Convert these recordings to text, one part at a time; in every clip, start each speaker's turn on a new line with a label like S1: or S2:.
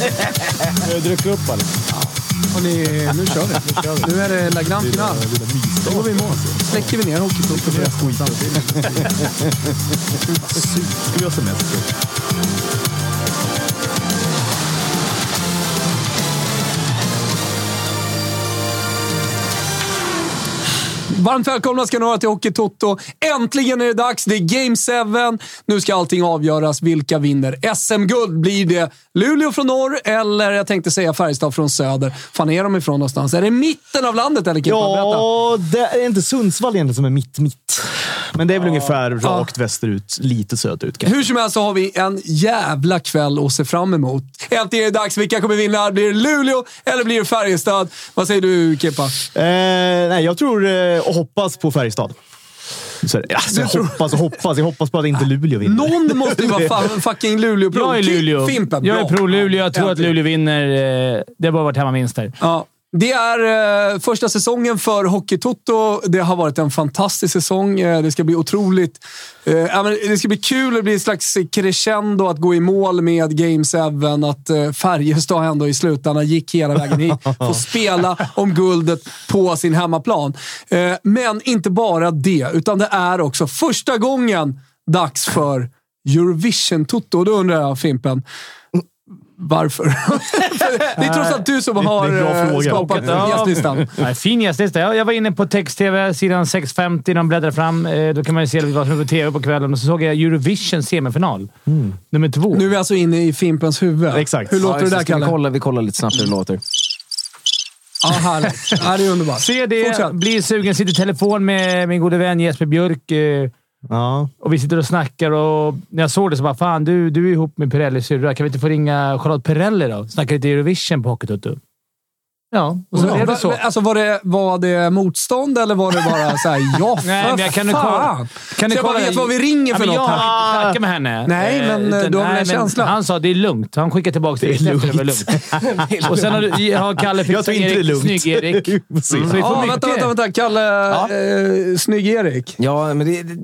S1: Eh,
S2: Har du druckit upp Alex?
S1: Hörrni, nu kör vi. Nu, kör vi. nu är det La Grand Final.
S2: Lilla
S1: Då går vi i mål. Släcker vi ner hockeypucken.
S2: Ska vi ha semester?
S1: Varmt välkomna ska ni vara till Hockey Toto. Äntligen är det dags. Det är Game 7. Nu ska allting avgöras. Vilka vinner SM-guld? Blir det Luleå från norr eller, jag tänkte säga Färjestad från söder? Fan är de ifrån någonstans? Är det mitten av landet eller Kimpa? Berätta.
S3: Ja, det är inte Sundsvall egentligen som är mitt, mitt. Men det är väl ungefär rakt västerut, lite söderut kanske.
S1: Hur som helst så har vi en jävla kväll att se fram emot. Äntligen är det dags. Vilka kommer vinna? Blir det Luleå eller blir det Färjestad? Vad säger du, Kimpa?
S3: Eh, nej, jag tror eh, och hoppas på Färjestad. Så, är det. alltså, jag hoppas och hoppas. Jag hoppas på att inte Luleå vinner.
S1: Ah, Någon måste ju vara fan, fucking Luleå-pro.
S4: Jag är Luleå.
S1: Fimpen,
S4: Jag
S1: bra.
S4: är pro-Luleå. Jag tror att
S1: Äntligen.
S4: Luleå vinner. eh, Det har bara varit hemmavinster.
S1: Ja. Det är eh, första säsongen för Hockeytoto. Det har varit en fantastisk säsong. Eh, det ska bli otroligt... Eh, ja, men det ska bli kul. Det blir ett slags crescendo att gå i mål med Game 7. Att eh, Färjestad ändå i slutändan gick hela vägen hit. Får spela om guldet på sin hemmaplan. Eh, men inte bara det, utan det är också första gången dags för Eurovision-toto. Och Då undrar jag, Fimpen, varför? För det är trots allt du som har
S3: det är en bra
S1: eh,
S3: fråga.
S1: skapat
S4: Ja.
S1: gästlistan.
S4: Ja, fin gästlista. Jag, jag var inne på text-tv, sidan 650, när de bläddrar fram. Eh, Då kan man ju se vad som är på tv på kvällen. Och så såg jag Eurovision semifinal. Nummer två.
S1: Nu är vi alltså inne i Fimpens huvud.
S3: Exakt.
S1: Mm. Hur låter
S5: Ja, just
S1: det där,
S5: Ska vi,
S1: Kalle?
S5: kolla, vi kollar lite snabbt hur det låter.
S1: Ja, härligt. Ja, det är underbart.
S4: Se det,
S1: Fortsätt.
S4: blir sugen, sitter i telefon med min gode vän Jesper Björk. eh,
S3: Ja.
S4: Och vi sitter och snackar och när jag såg det så bara “Fan, du, du är ihop med Pirellis syrra. Kan vi inte få ringa Charlotte Pirelli då? Snacka lite Eurovision på Hockeytutto?” Ja, och så
S1: Ja,
S4: blev det
S1: va-
S4: så.
S1: men Alltså, var, det, var det motstånd eller var det bara såhär, ja för
S4: Nej, men jag kan du
S1: fan.
S4: kolla. Kan du
S1: Så jag bara
S4: kolla-
S1: vet vad vi ringer för
S4: ja, men
S1: något
S4: Jag
S1: här.
S4: har inte snackat med henne.
S1: Nej,
S4: Eh,
S1: men, eh, du har väl
S4: nej,
S1: en
S4: men
S1: känsla?
S4: Han sa det är lugnt. Han skickade tillbaka det. Det är lugnt. Det var lugnt. och sen har, du- har Kalle
S3: Jag
S4: fixat
S3: tror inte det är
S4: Erik.
S3: lugnt.
S4: Snygg-Erik.
S3: Precis.
S4: Mm, så vi får
S1: Ja,
S4: mycket.
S1: vänta, vänta, vänta. Kalle
S5: Ja.
S1: eh, Snygg-Erik.
S5: Ja, men det, det,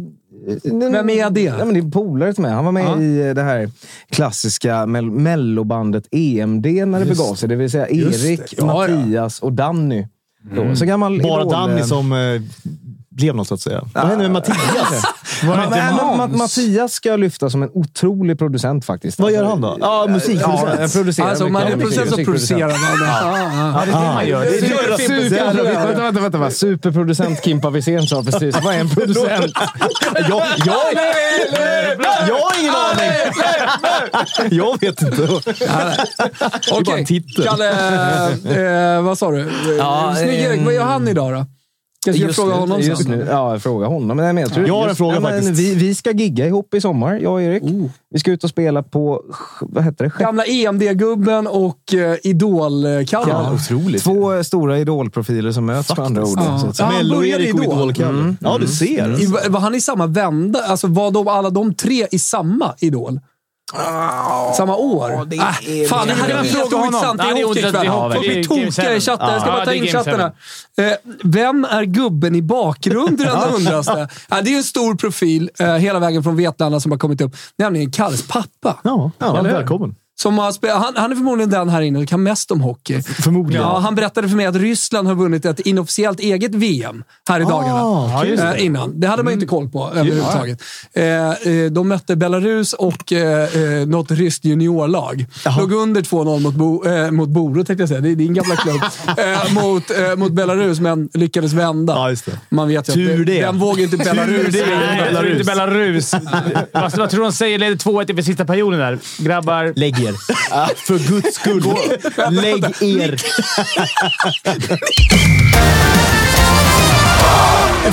S1: Vem är det?
S5: Ja, men det är en polare till mig. Han var med
S1: Ja.
S5: i eh, det här klassiska mell- mellobandet EMD när det begav sig. Det vill säga
S1: Just det.
S5: Erik,
S1: Ja, ja. Mm.
S5: Mattias och Danny. Då. Så gammal
S3: Bara
S5: idol,
S3: Danny
S5: eh,
S3: som eh, blev något, så att säga. Vad hände med
S1: Ah.
S3: Mattias?
S5: Ma- nej, men Ma- Mattias ska jag lyfta som en otrolig producent faktiskt. Eh,
S3: Vad gör han då? Ja,
S5: Ja,
S3: musikproducent.
S5: jag producerar
S1: Alltså, om man är
S5: mycket.
S1: producent så producerar man. Ja,
S4: Ja, det är det man gör.
S1: ja.
S4: Det är-
S1: Gör det, Fimpen.
S5: Super- Vänta, vänta, vänta. Superproducent Kimpa Wirsén sa precis. Vad är en producent?
S3: jag, jag, jag har ingen aning. Jag vet inte.
S1: Okej,
S3: bara en titel.
S1: Kalle, eh, vad sa du?
S5: Ja,
S1: Snygg-Erik,
S5: ehm,
S1: eh, vad gör han idag då? Kanske jag frågar honom
S5: just
S1: sen.
S5: nu. Ja, fråga honom. Men jag, menar, tror
S3: Jag har en fråga
S5: men
S3: faktiskt.
S5: Vi, vi ska gigga ihop i sommar, jag och Erik. Vi ska ut och spela på, vad heter det? Sjätte-
S1: Gamla EMD-gubben och eh, Idol-Kalle.
S3: Otroligt.
S5: Två eh, stora idolprofiler som möts med andra ord.
S1: Ja.
S5: Så att
S1: Ja,
S5: säga.
S1: han
S3: Mello,
S1: började
S3: Erik och
S1: Idol.
S3: Idol-Kalle.
S5: Mm.
S3: Ja, du ser.
S1: I- Var han i samma vända? Alltså var de, alla de tre i samma Idol? Samma år?
S5: det
S1: Ah,
S5: är-
S1: fan, det här
S4: Jag
S1: är
S4: vet inte.
S1: helt
S4: Fråga
S1: ointressant. Det är
S4: honom. Nej, det är
S1: hockeykväll.
S4: inte- ja,
S1: Folk
S4: det
S1: blir
S4: är Game
S1: tokiga i
S4: Seven.
S1: chatten. Jag ska
S4: Ja,
S1: bara ta
S4: det är
S1: in
S4: Game
S1: chatten här. Eh, Vem är gubben i bakgrunden, undras det. Ja, det är en stor profil eh, hela vägen från Vetlanda som har kommit upp. Nämligen Kalles pappa.
S3: Ja, ja välkommen.
S1: Som har spe- han, han är förmodligen den här inne som kan mest om hockey.
S3: förmodligen.
S1: Ja, han berättade för mig att Ryssland har vunnit ett inofficiellt eget VM här i dagarna.
S3: ja, just
S1: Eh, innan. Ah, Det hade man ju inte
S3: Mm.
S1: koll på överhuvudtaget. Eh, eh, de mötte Belarus och eh, eh, något ryskt juniorlag. Låg under 2-0 mot, Bo, eh, mot Boro, tänkte jag säga. Det är din gamla klubb. eh, mot, eh, mot Belarus, men lyckades vända.
S3: Ja, just det.
S1: Man vet ju
S3: Tur
S1: att
S3: det.
S1: den vågar inte Belarus.
S3: det.
S4: Nej, jag tror inte Belarus. Fast vad tror de säger? Leder 2-1 inför sista perioden där. Grabbar.
S3: Lägg er. För guds skull. Lägg er.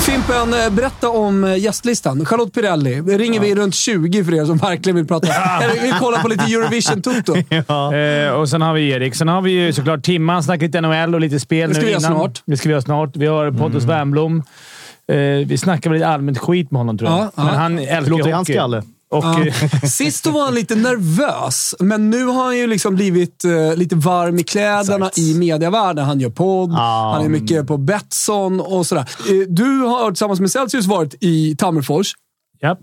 S1: Fimpen, eh, berätta om eh, gästlistan. Charlotte Pirelli. Ringer vi runt 20 för er som verkligen vill prata? Eller vi kollar på lite Eurovision-toto.
S4: Eh, och sen har vi Erik. Sen har vi ju såklart Timman. Snackar lite NHL och lite spel
S1: Det ska
S4: nu
S1: vi göra
S4: innan.
S1: snart.
S4: Det ska vi göra snart. Vi har Pontus
S3: Mm.
S4: Wernbloom. Eh, vi snackar väl lite allmänt skit med honom, tror jag.
S1: Ja, ja.
S4: Men han älskar
S3: Låter
S4: ju
S3: i hans
S4: hockey.
S3: skalle.
S4: Och, eh,
S1: Sist då var han lite nervös, men nu har han ju liksom blivit eh, lite varm i kläderna i medievärlden. Han gör podd,
S3: Ja.
S1: han är mycket på Betsson och sådär. Eh, Du har tillsammans med Celsius varit i Tammerfors.
S4: Japp.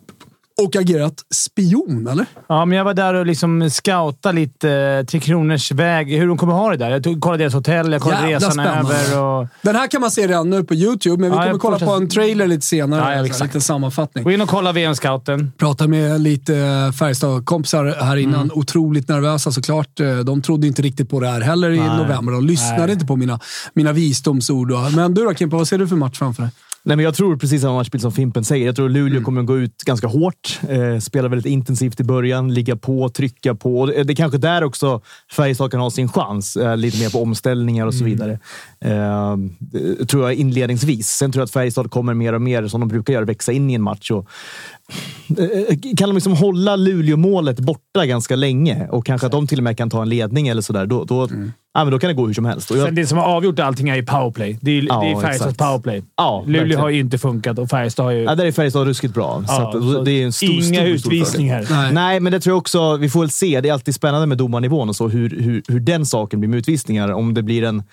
S1: och agerat spion, eller?
S4: Ja, men jag var där och liksom scoutade lite eh, Tre Kronors väg, hur de kommer ha det där. Jag tog, kollade deras hotell, jag kollade
S1: Jävla
S4: resan
S1: spännande.
S4: över. Och,
S1: Den här kan man se redan nu på YouTube, men vi
S4: Ja,
S1: kommer
S4: jag
S1: kolla på
S4: fortsätter.
S1: en trailer lite senare.
S4: Ja, ja,
S1: en
S4: exakt.
S1: liten sammanfattning.
S4: gå in och kolla VM-scouten.
S1: Pratade med lite eh, Färjestad-kompisar här innan.
S3: Mm.
S1: Otroligt nervösa såklart. Eh, De trodde inte riktigt på det här heller i november. De lyssnade inte på mina, mina visdomsord. då. Men du då Kimpa, vad ser du för match framför dig?
S3: Nej, men jag tror precis samma matchbild som Fimpen säger. Jag tror Luleå kommer att gå ut ganska hårt. Eh, spela väldigt intensivt i början, ligga på, trycka på. Och det det är kanske där också Färjestad kan ha sin chans. Eh, lite mer på omställningar och så vidare. Eh, det tror jag inledningsvis. Sen tror jag att Färjestad kommer mer och mer, som de brukar göra, växa in i en match. Och, eh, kan de liksom hålla Luleå-målet borta ganska länge och kanske att de till och med kan ta en ledning eller sådär, då, då, ja, men då kan det gå hur som helst. Och jag,
S4: Sen det som har avgjort allting är ju powerplay. Det är,
S3: Ja,
S4: det är Färjestads
S3: exakt.
S4: powerplay.
S3: Ja,
S4: Luleå
S3: verkligen.
S4: har ju inte funkat och Färjestad har ju...
S3: ja, där är Färjestad ruskigt bra. så
S4: ja,
S3: att, det är en stor,
S4: inga
S3: stor, stor fördel.
S4: utvisningar.
S1: Nej.
S3: Nej, men det tror jag också. Vi får väl se. Det är alltid spännande med domarnivån och så, hur, hur, hur den saken blir med utvisningar. Om det blir en...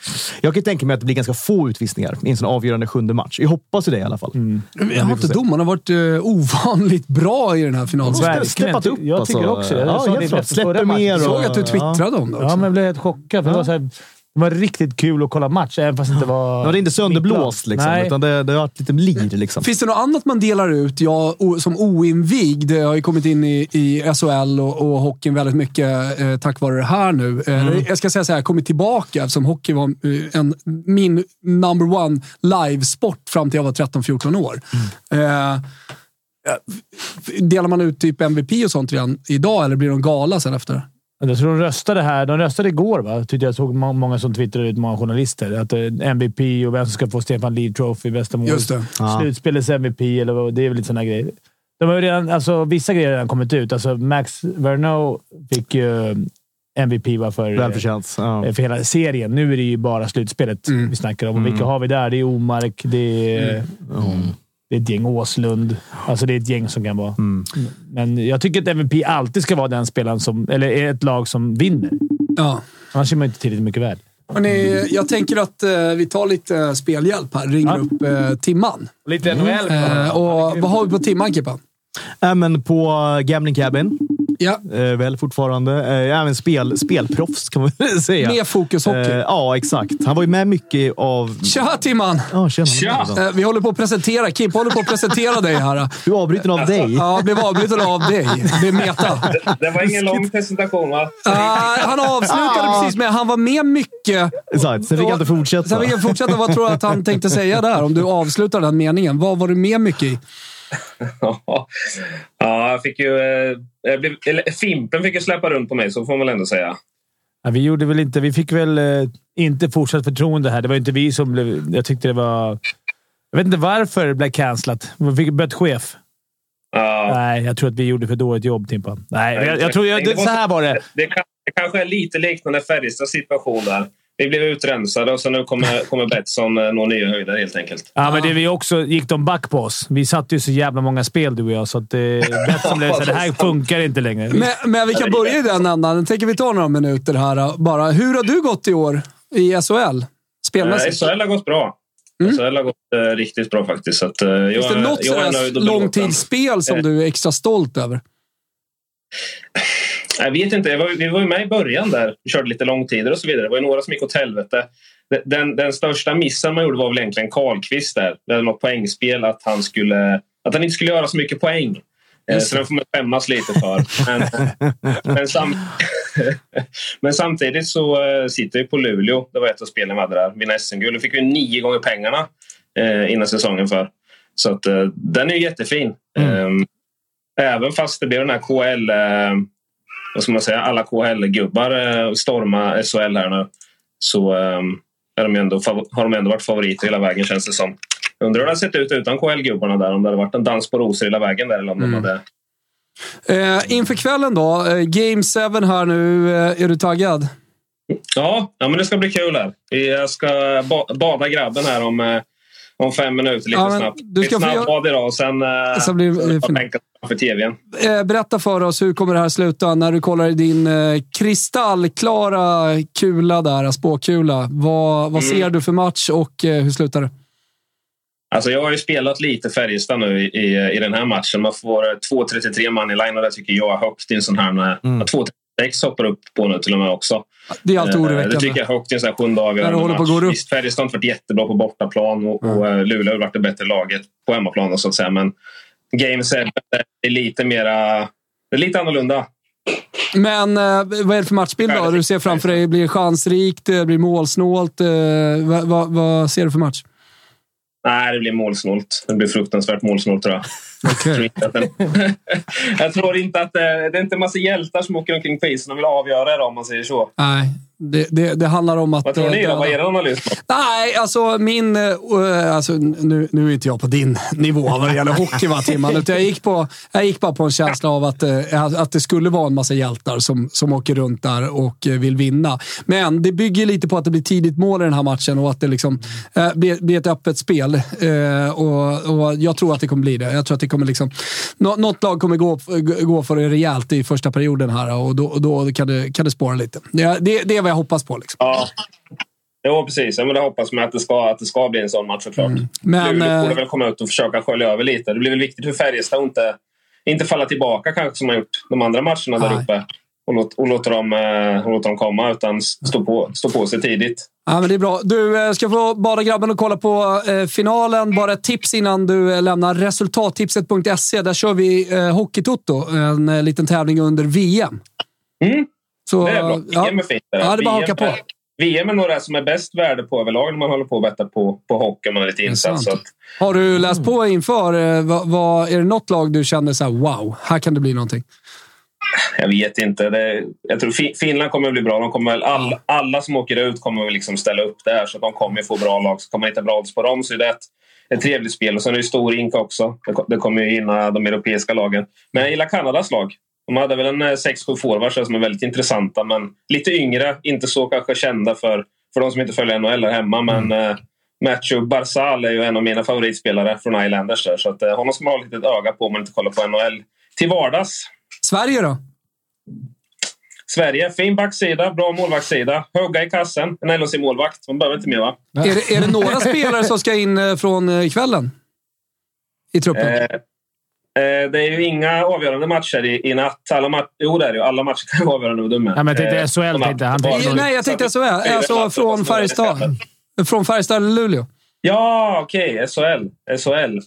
S3: Jag kan tänka mig att det blir ganska få utvisningar i en sån avgörande sjunde match. Jag hoppas ju det i alla fall.
S1: Jag har inte domarna varit eh, ovanligt bra i den här finalserien?
S4: Verkligen.
S3: Verkligen. Steppat upp
S4: Jag tycker
S3: alltså.
S4: också det. Jag
S3: Ja,
S4: sa det
S3: helt klart.
S4: efter förra
S3: Släpper
S4: matchen.
S3: mer
S1: Jag såg att du
S3: Ja.
S1: twittrade om det
S4: Ja,
S1: också.
S4: men jag blev helt chockad. För det, var så här, det var riktigt kul att kolla match, även fast det inte var...
S3: Det var inte sönderblåst, liksom,
S4: Nej.
S3: utan det, det har varit lite lir. Liksom.
S1: Finns det något annat man delar ut? Jag o- som oinvigd jag har ju kommit in i, i SHL och, och hockeyn väldigt mycket eh, tack vare det här nu. Eh,
S4: Mm.
S1: Jag ska säga så här, jag har kommit tillbaka eftersom hockey var eh, en, min number one livesport fram till jag var 13-14 år. Eh, delar man ut typ MVP och sånt redan idag eller blir det en gala sen efter?
S4: Jag tror de röstade här. De röstade igår, va? Tyckte jag såg må- många som twittrade ut, många journalister. Att eh, MVP och vem som ska få Stefan Lee Trophy, bästa mål.
S1: Just det.
S3: Ja.
S4: Slutspelets MVP, eller vad, det är väl lite sådana grejer. De har ju redan, alltså, vissa grejer har redan kommit ut. Alltså, Max Verneau fick ju eh, MVP va, för, eh,
S3: Välförtjänt. Ja.
S4: eh, för hela serien. Nu är det ju bara slutspelet
S1: Mm.
S4: vi snackar om. Och
S3: Mm.
S4: Vilka har vi där? Det är Omark, det är, det är ett gäng Åslund. Alltså det är ett gäng som kan vara. Men jag tycker att MVP alltid ska vara den spelaren som, eller är ett lag som vinner.
S1: Ja.
S4: Annars är man ju inte tillräckligt mycket värd.
S1: Hörrni, jag tänker att eh, vi tar lite eh, spelhjälp här. Ringer
S4: Ja.
S1: upp eh, Timman.
S4: Lite NHL.
S1: Eh, och, vad har vi på Timman, Kippa?
S3: Äh, men på Gambling Cabin,
S1: Ja.
S3: eh, väl fortfarande. Eh, även spel, spelproffs kan man väl säga.
S1: Mer fokus hockey.
S3: Eh, ja, exakt. Han var ju med mycket av...
S1: Tja Timman!
S3: Ja, tjena.
S1: Eh, Vi håller på att presentera, Kimpa håller på att presentera dig här.
S3: Du är avbruten av dig.
S1: Ja, blev avbruten av dig. Det är meta.
S6: Det var ingen lång presentation va?
S1: Ah, han avslutade precis med han var med mycket.
S3: Exakt. Sen fick jag inte fortsätta.
S1: Sen fick han fortsätta. Vad tror du att han tänkte säga där? Om du avslutar den meningen. Vad var du med mycket i?
S6: ja, jag fick ju... eh, Jag blev, eller, Fimpen fick ju släppa runt på mig, så får man väl ändå säga.
S4: Ja, vi gjorde väl inte... Vi fick väl eh, inte fortsatt förtroende här. Det var inte vi som blev... Jag tyckte det var... Jag vet inte varför det blev cancellat. Vi fick bytt chef.
S6: Ja,
S4: Nej, jag tror att vi gjorde för dåligt jobb, Timpan. Nej, jag, jag tror... Jag, det, så här var det.
S6: det, kan- det kanske är lite liknande Färjestads situation där. Vi blev utrensade och så nu kommer, kommer Betsson eh, nå nya höjder helt enkelt.
S4: Ja, men det vi också gick de back på oss. Vi satte ju så jävla många spel, du och jag, så att eh, Betsson blev såhär, det här funkar inte längre.
S1: Men, men vi kan börja i den ändan. Jag tänker vi tar några minuter här bara. Hur har du gått i år i SHL?
S6: Eh,
S1: Spelmässigt?
S6: SHL har gått bra.
S4: Mm.
S6: SHL har gått eh, riktigt bra faktiskt. Så att, eh, jag,
S1: Finns det något
S6: jag är
S1: sådär
S6: nöjd och belåten.
S1: långtidsspel som du är extra stolt över?
S6: Jag vet inte. Jag var, vi var ju med i början där. Vi körde lite långtider och så vidare. Det var ju några som gick åt helvete. Den, den största missen man gjorde var väl egentligen Karlqvist där. Det var något poängspel att han, skulle, att han inte skulle göra så mycket poäng. Eh, Så den får man skämmas lite för. Men, men, sam, men samtidigt så eh, sitter vi på Luleå. Det var ett av spelen vi hade där. Vinna SM-guld. Då fick vi nio gånger pengarna eh, innan säsongen för. Så att, eh, den är ju jättefin. Eh, Även fast det blev den här KL... Eh, vad ska man säga, alla KHL-gubbar eh, storma SHL här nu så eh, är de ju ändå, fav- har de ändå varit favoriter hela vägen känns det som. Jag Undrar hur det hade sett ut utan KHL-gubbarna där. Om det hade varit en dans på rosor hela vägen där eller om
S1: Mm.
S6: de hade...
S1: Eh, inför kvällen då. Eh, game 7 här nu. Eh, är du taggad?
S6: Ja, ja, men det ska bli kul här. Vi- Jag ska ba- bada grabben här om, eh, om fem minuter lite
S1: Ja, men
S6: snabbt.
S1: du ska
S6: Ett
S1: få göra-
S6: snabbbad idag och sen... Eh,
S1: Sen blir det-
S6: ska jag
S1: för-
S6: bänka framför tvn.
S1: Eh, berätta för oss, hur kommer det här sluta? När du kollar i din eh, kristallklara
S6: Mm.
S1: kula där, spåkula. Vad, vad ser du för match och eh, hur slutar det?
S6: Alltså jag har ju spelat lite Färjestad nu i, i, i den här matchen. Man får eh, 2.33 moneyline och det tycker jag är högt i en sån här. Med,
S3: Mm.
S6: ja, 2.36 hoppar upp på nu till och med också.
S1: Det är alltid
S6: Eh, Det tycker
S1: oroväckande.
S6: jag är högt i en sån här sjunde
S1: Där
S6: avgörande
S1: håller på att
S6: match.
S1: gå upp. Mm.
S6: Visst, Färjestad har inte varit jättebra på bortaplan och, och eh, Luleå har varit det bättre laget på hemmaplan. Och så att säga. Men Game 7 är lite mera... Det är lite annorlunda.
S1: Men eh, vad är det för matchbild då? Du ser framför dig, blir det chansrikt? eh, Blir det målsnålt? Eh, vad, vad, vad ser du för match?
S6: Nej, det blir målsnålt. Det blir fruktansvärt målsnålt tror jag. Jag tror inte att den- jag tror inte att eh, det, det är inte en massa hjältar som åker omkring på isen och vill avgöra det om man säger så.
S1: Nej, det, det, det handlar om att...
S6: Vad tror
S1: eh,
S6: ni då?
S1: döda-
S6: Vad är er analys? då?
S1: Nej, alltså min... eh, eh, Alltså, nu, nu är inte jag på din nivå vad det gäller hockey, va, Timman. Utan jag, gick på, jag gick bara på en känsla av att, eh, att det skulle vara en massa hjältar som, som åker runt där och eh, vill vinna. Men det bygger lite på att det blir tidigt mål i den här matchen och att det liksom, eh, blir, blir ett öppet spel. Eh, och, och jag tror att det kommer bli det. Jag tror att det kommer liksom, nå, något lag kommer gå, gå för det rejält i första perioden här och då, och då kan, det, kan det spåra lite. Det, det, det är vad jag hoppas på. Liksom.
S6: Ja. Jo, precis. Ja, men det hoppas man att det ska, att det ska bli en sån match såklart.
S1: Men,
S6: Luleå
S1: eh,
S6: borde väl komma ut och försöka skölja över lite. Det blir väl viktigt för Färjestad att inte, inte falla tillbaka kanske som har gjort de andra matcherna där
S1: Nej.
S6: uppe. Och, låt, och låta dem, eh, och låta dem komma utan s- stå på, stå på sig tidigt.
S1: Ja, men det är bra. Du eh, ska få bada grabben och kolla på eh, finalen. Bara ett tips innan du eh, lämnar. Resultattipset.se. Där kör vi eh, Hockeytoto, en eh, liten tävling under VM.
S6: Mm.
S1: Så, eh,
S6: Det är bra.
S1: ja.
S6: VM är fint. där.
S1: Ja, det är bara att haka
S6: VM
S1: på.
S6: är- VM är nog det som är bäst värde på överlag när man håller på att betta på, på hockey. Man är lite insatt.
S1: sant.
S6: Så att,
S1: Har du läst på inför? Eh, vad, vad, är det något lag du känner så här, wow, här kan det bli någonting?
S6: jag vet inte. Det, jag tror Fin- Finland kommer att bli bra. De kommer väl, all, alla som åker ut kommer väl liksom ställa upp där. Så de kommer ju få bra lag. Så kommer man hitta bra odds på dem. Så det är ett, ett trevligt spel. Och sen är det ju stor rink också. Det, ko- det kommer ju gynna de europeiska lagen. Men jag gillar Kanadas lag. De hade väl en eh, sex sju forwards där som är väldigt intressanta. Men lite yngre. Inte så kanske kända för, för de som inte följer NHL här hemma. Men eh, Matthew Barzal är ju en av mina favoritspelare från Islanders. Där, så att, eh, honom ska man ha lite öga på om man inte kollar på NHL till vardags.
S1: Sverige då?
S6: Sverige, fin backsida, bra målvaktssida. Höga i kassen. En LHC-målvakt. Man behöver inte mer, va?
S1: Är det, är det några spelare som ska in eh, från eh, kvällen? I truppen?
S6: Eh, eh, det är ju inga avgörande matcher i, i natt. Alla ma- jo, det är det ju. Alla matcher kan vara avgörande. och dumma.
S4: Ja, men jag tänkte
S6: Eh,
S4: SHL
S6: de natt-
S4: tänkte jag. Han
S6: de
S4: tänkte-
S6: natt-
S1: Nej, jag tänkte SHL. Alltså från Färjestad. Från Färjestad eller Luleå?
S6: Ja, okej. SHL. SHL.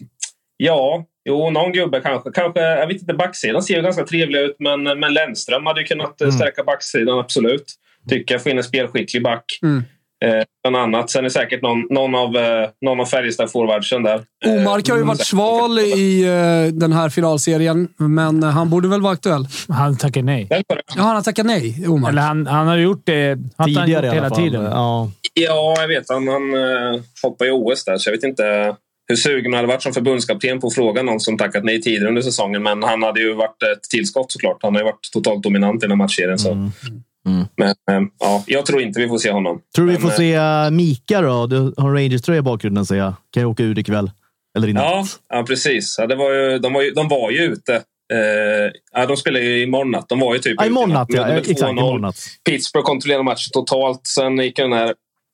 S6: Ja, jo, någon gubbe kanske. kanske jag vet inte, backsidan ser ju ganska trevlig ut, men, men Lennström hade ju kunnat
S4: Mm.
S6: eh, stärka backsidan, absolut. Tycker jag. Få in en spelskicklig back.
S1: Mm.
S6: Eh, bland annat. Sen är säkert någon, någon av, eh, någon av Färjestad-forwardsen där.
S1: Omark har ju
S6: Eh,
S1: varit
S6: säkert.
S1: sval i eh, den här finalserien, men eh, han borde väl vara aktuell.
S4: Han tackar nej.
S6: Den var-
S1: Ja, han har tackat nej, Omark.
S4: Eller han, han har gjort det han har gjort
S3: Tidigare
S4: det
S3: i alla
S4: hela
S3: fall.
S4: tiden.
S3: Ja.
S6: Ja, jag vet. Han, han eh, hoppar i OS där, så jag vet inte hur sugen han hade varit som förbundskapten på att fråga någon som tackat nej tidigare under säsongen. Men han hade ju varit ett tillskott såklart. Han har ju varit totalt dominant i den här matchserien. Så.
S5: Mm.
S6: Men eh, ja, jag tror inte vi får se honom.
S3: Tror du vi
S6: Men,
S3: får
S6: eh,
S3: se eh, Mika då? Du har en Rangers-tröja i bakgrunden, säger jag. Kan jag åka ur ikväll? Eller i natt?
S6: Ja, ja precis. Ja, det var ju, de, var ju, de var ju ute. Eh, ja, de spelade ju imorgon natt. De var ju typ
S3: Ja,
S6: ute i
S3: imorgon
S6: natt.
S3: natt,
S6: De
S3: ja.
S6: ledde med
S3: Exakt,
S6: 2-0.
S3: imorgon natt.
S6: Pittsburgh kontrollerade matchen totalt. Sen gick den här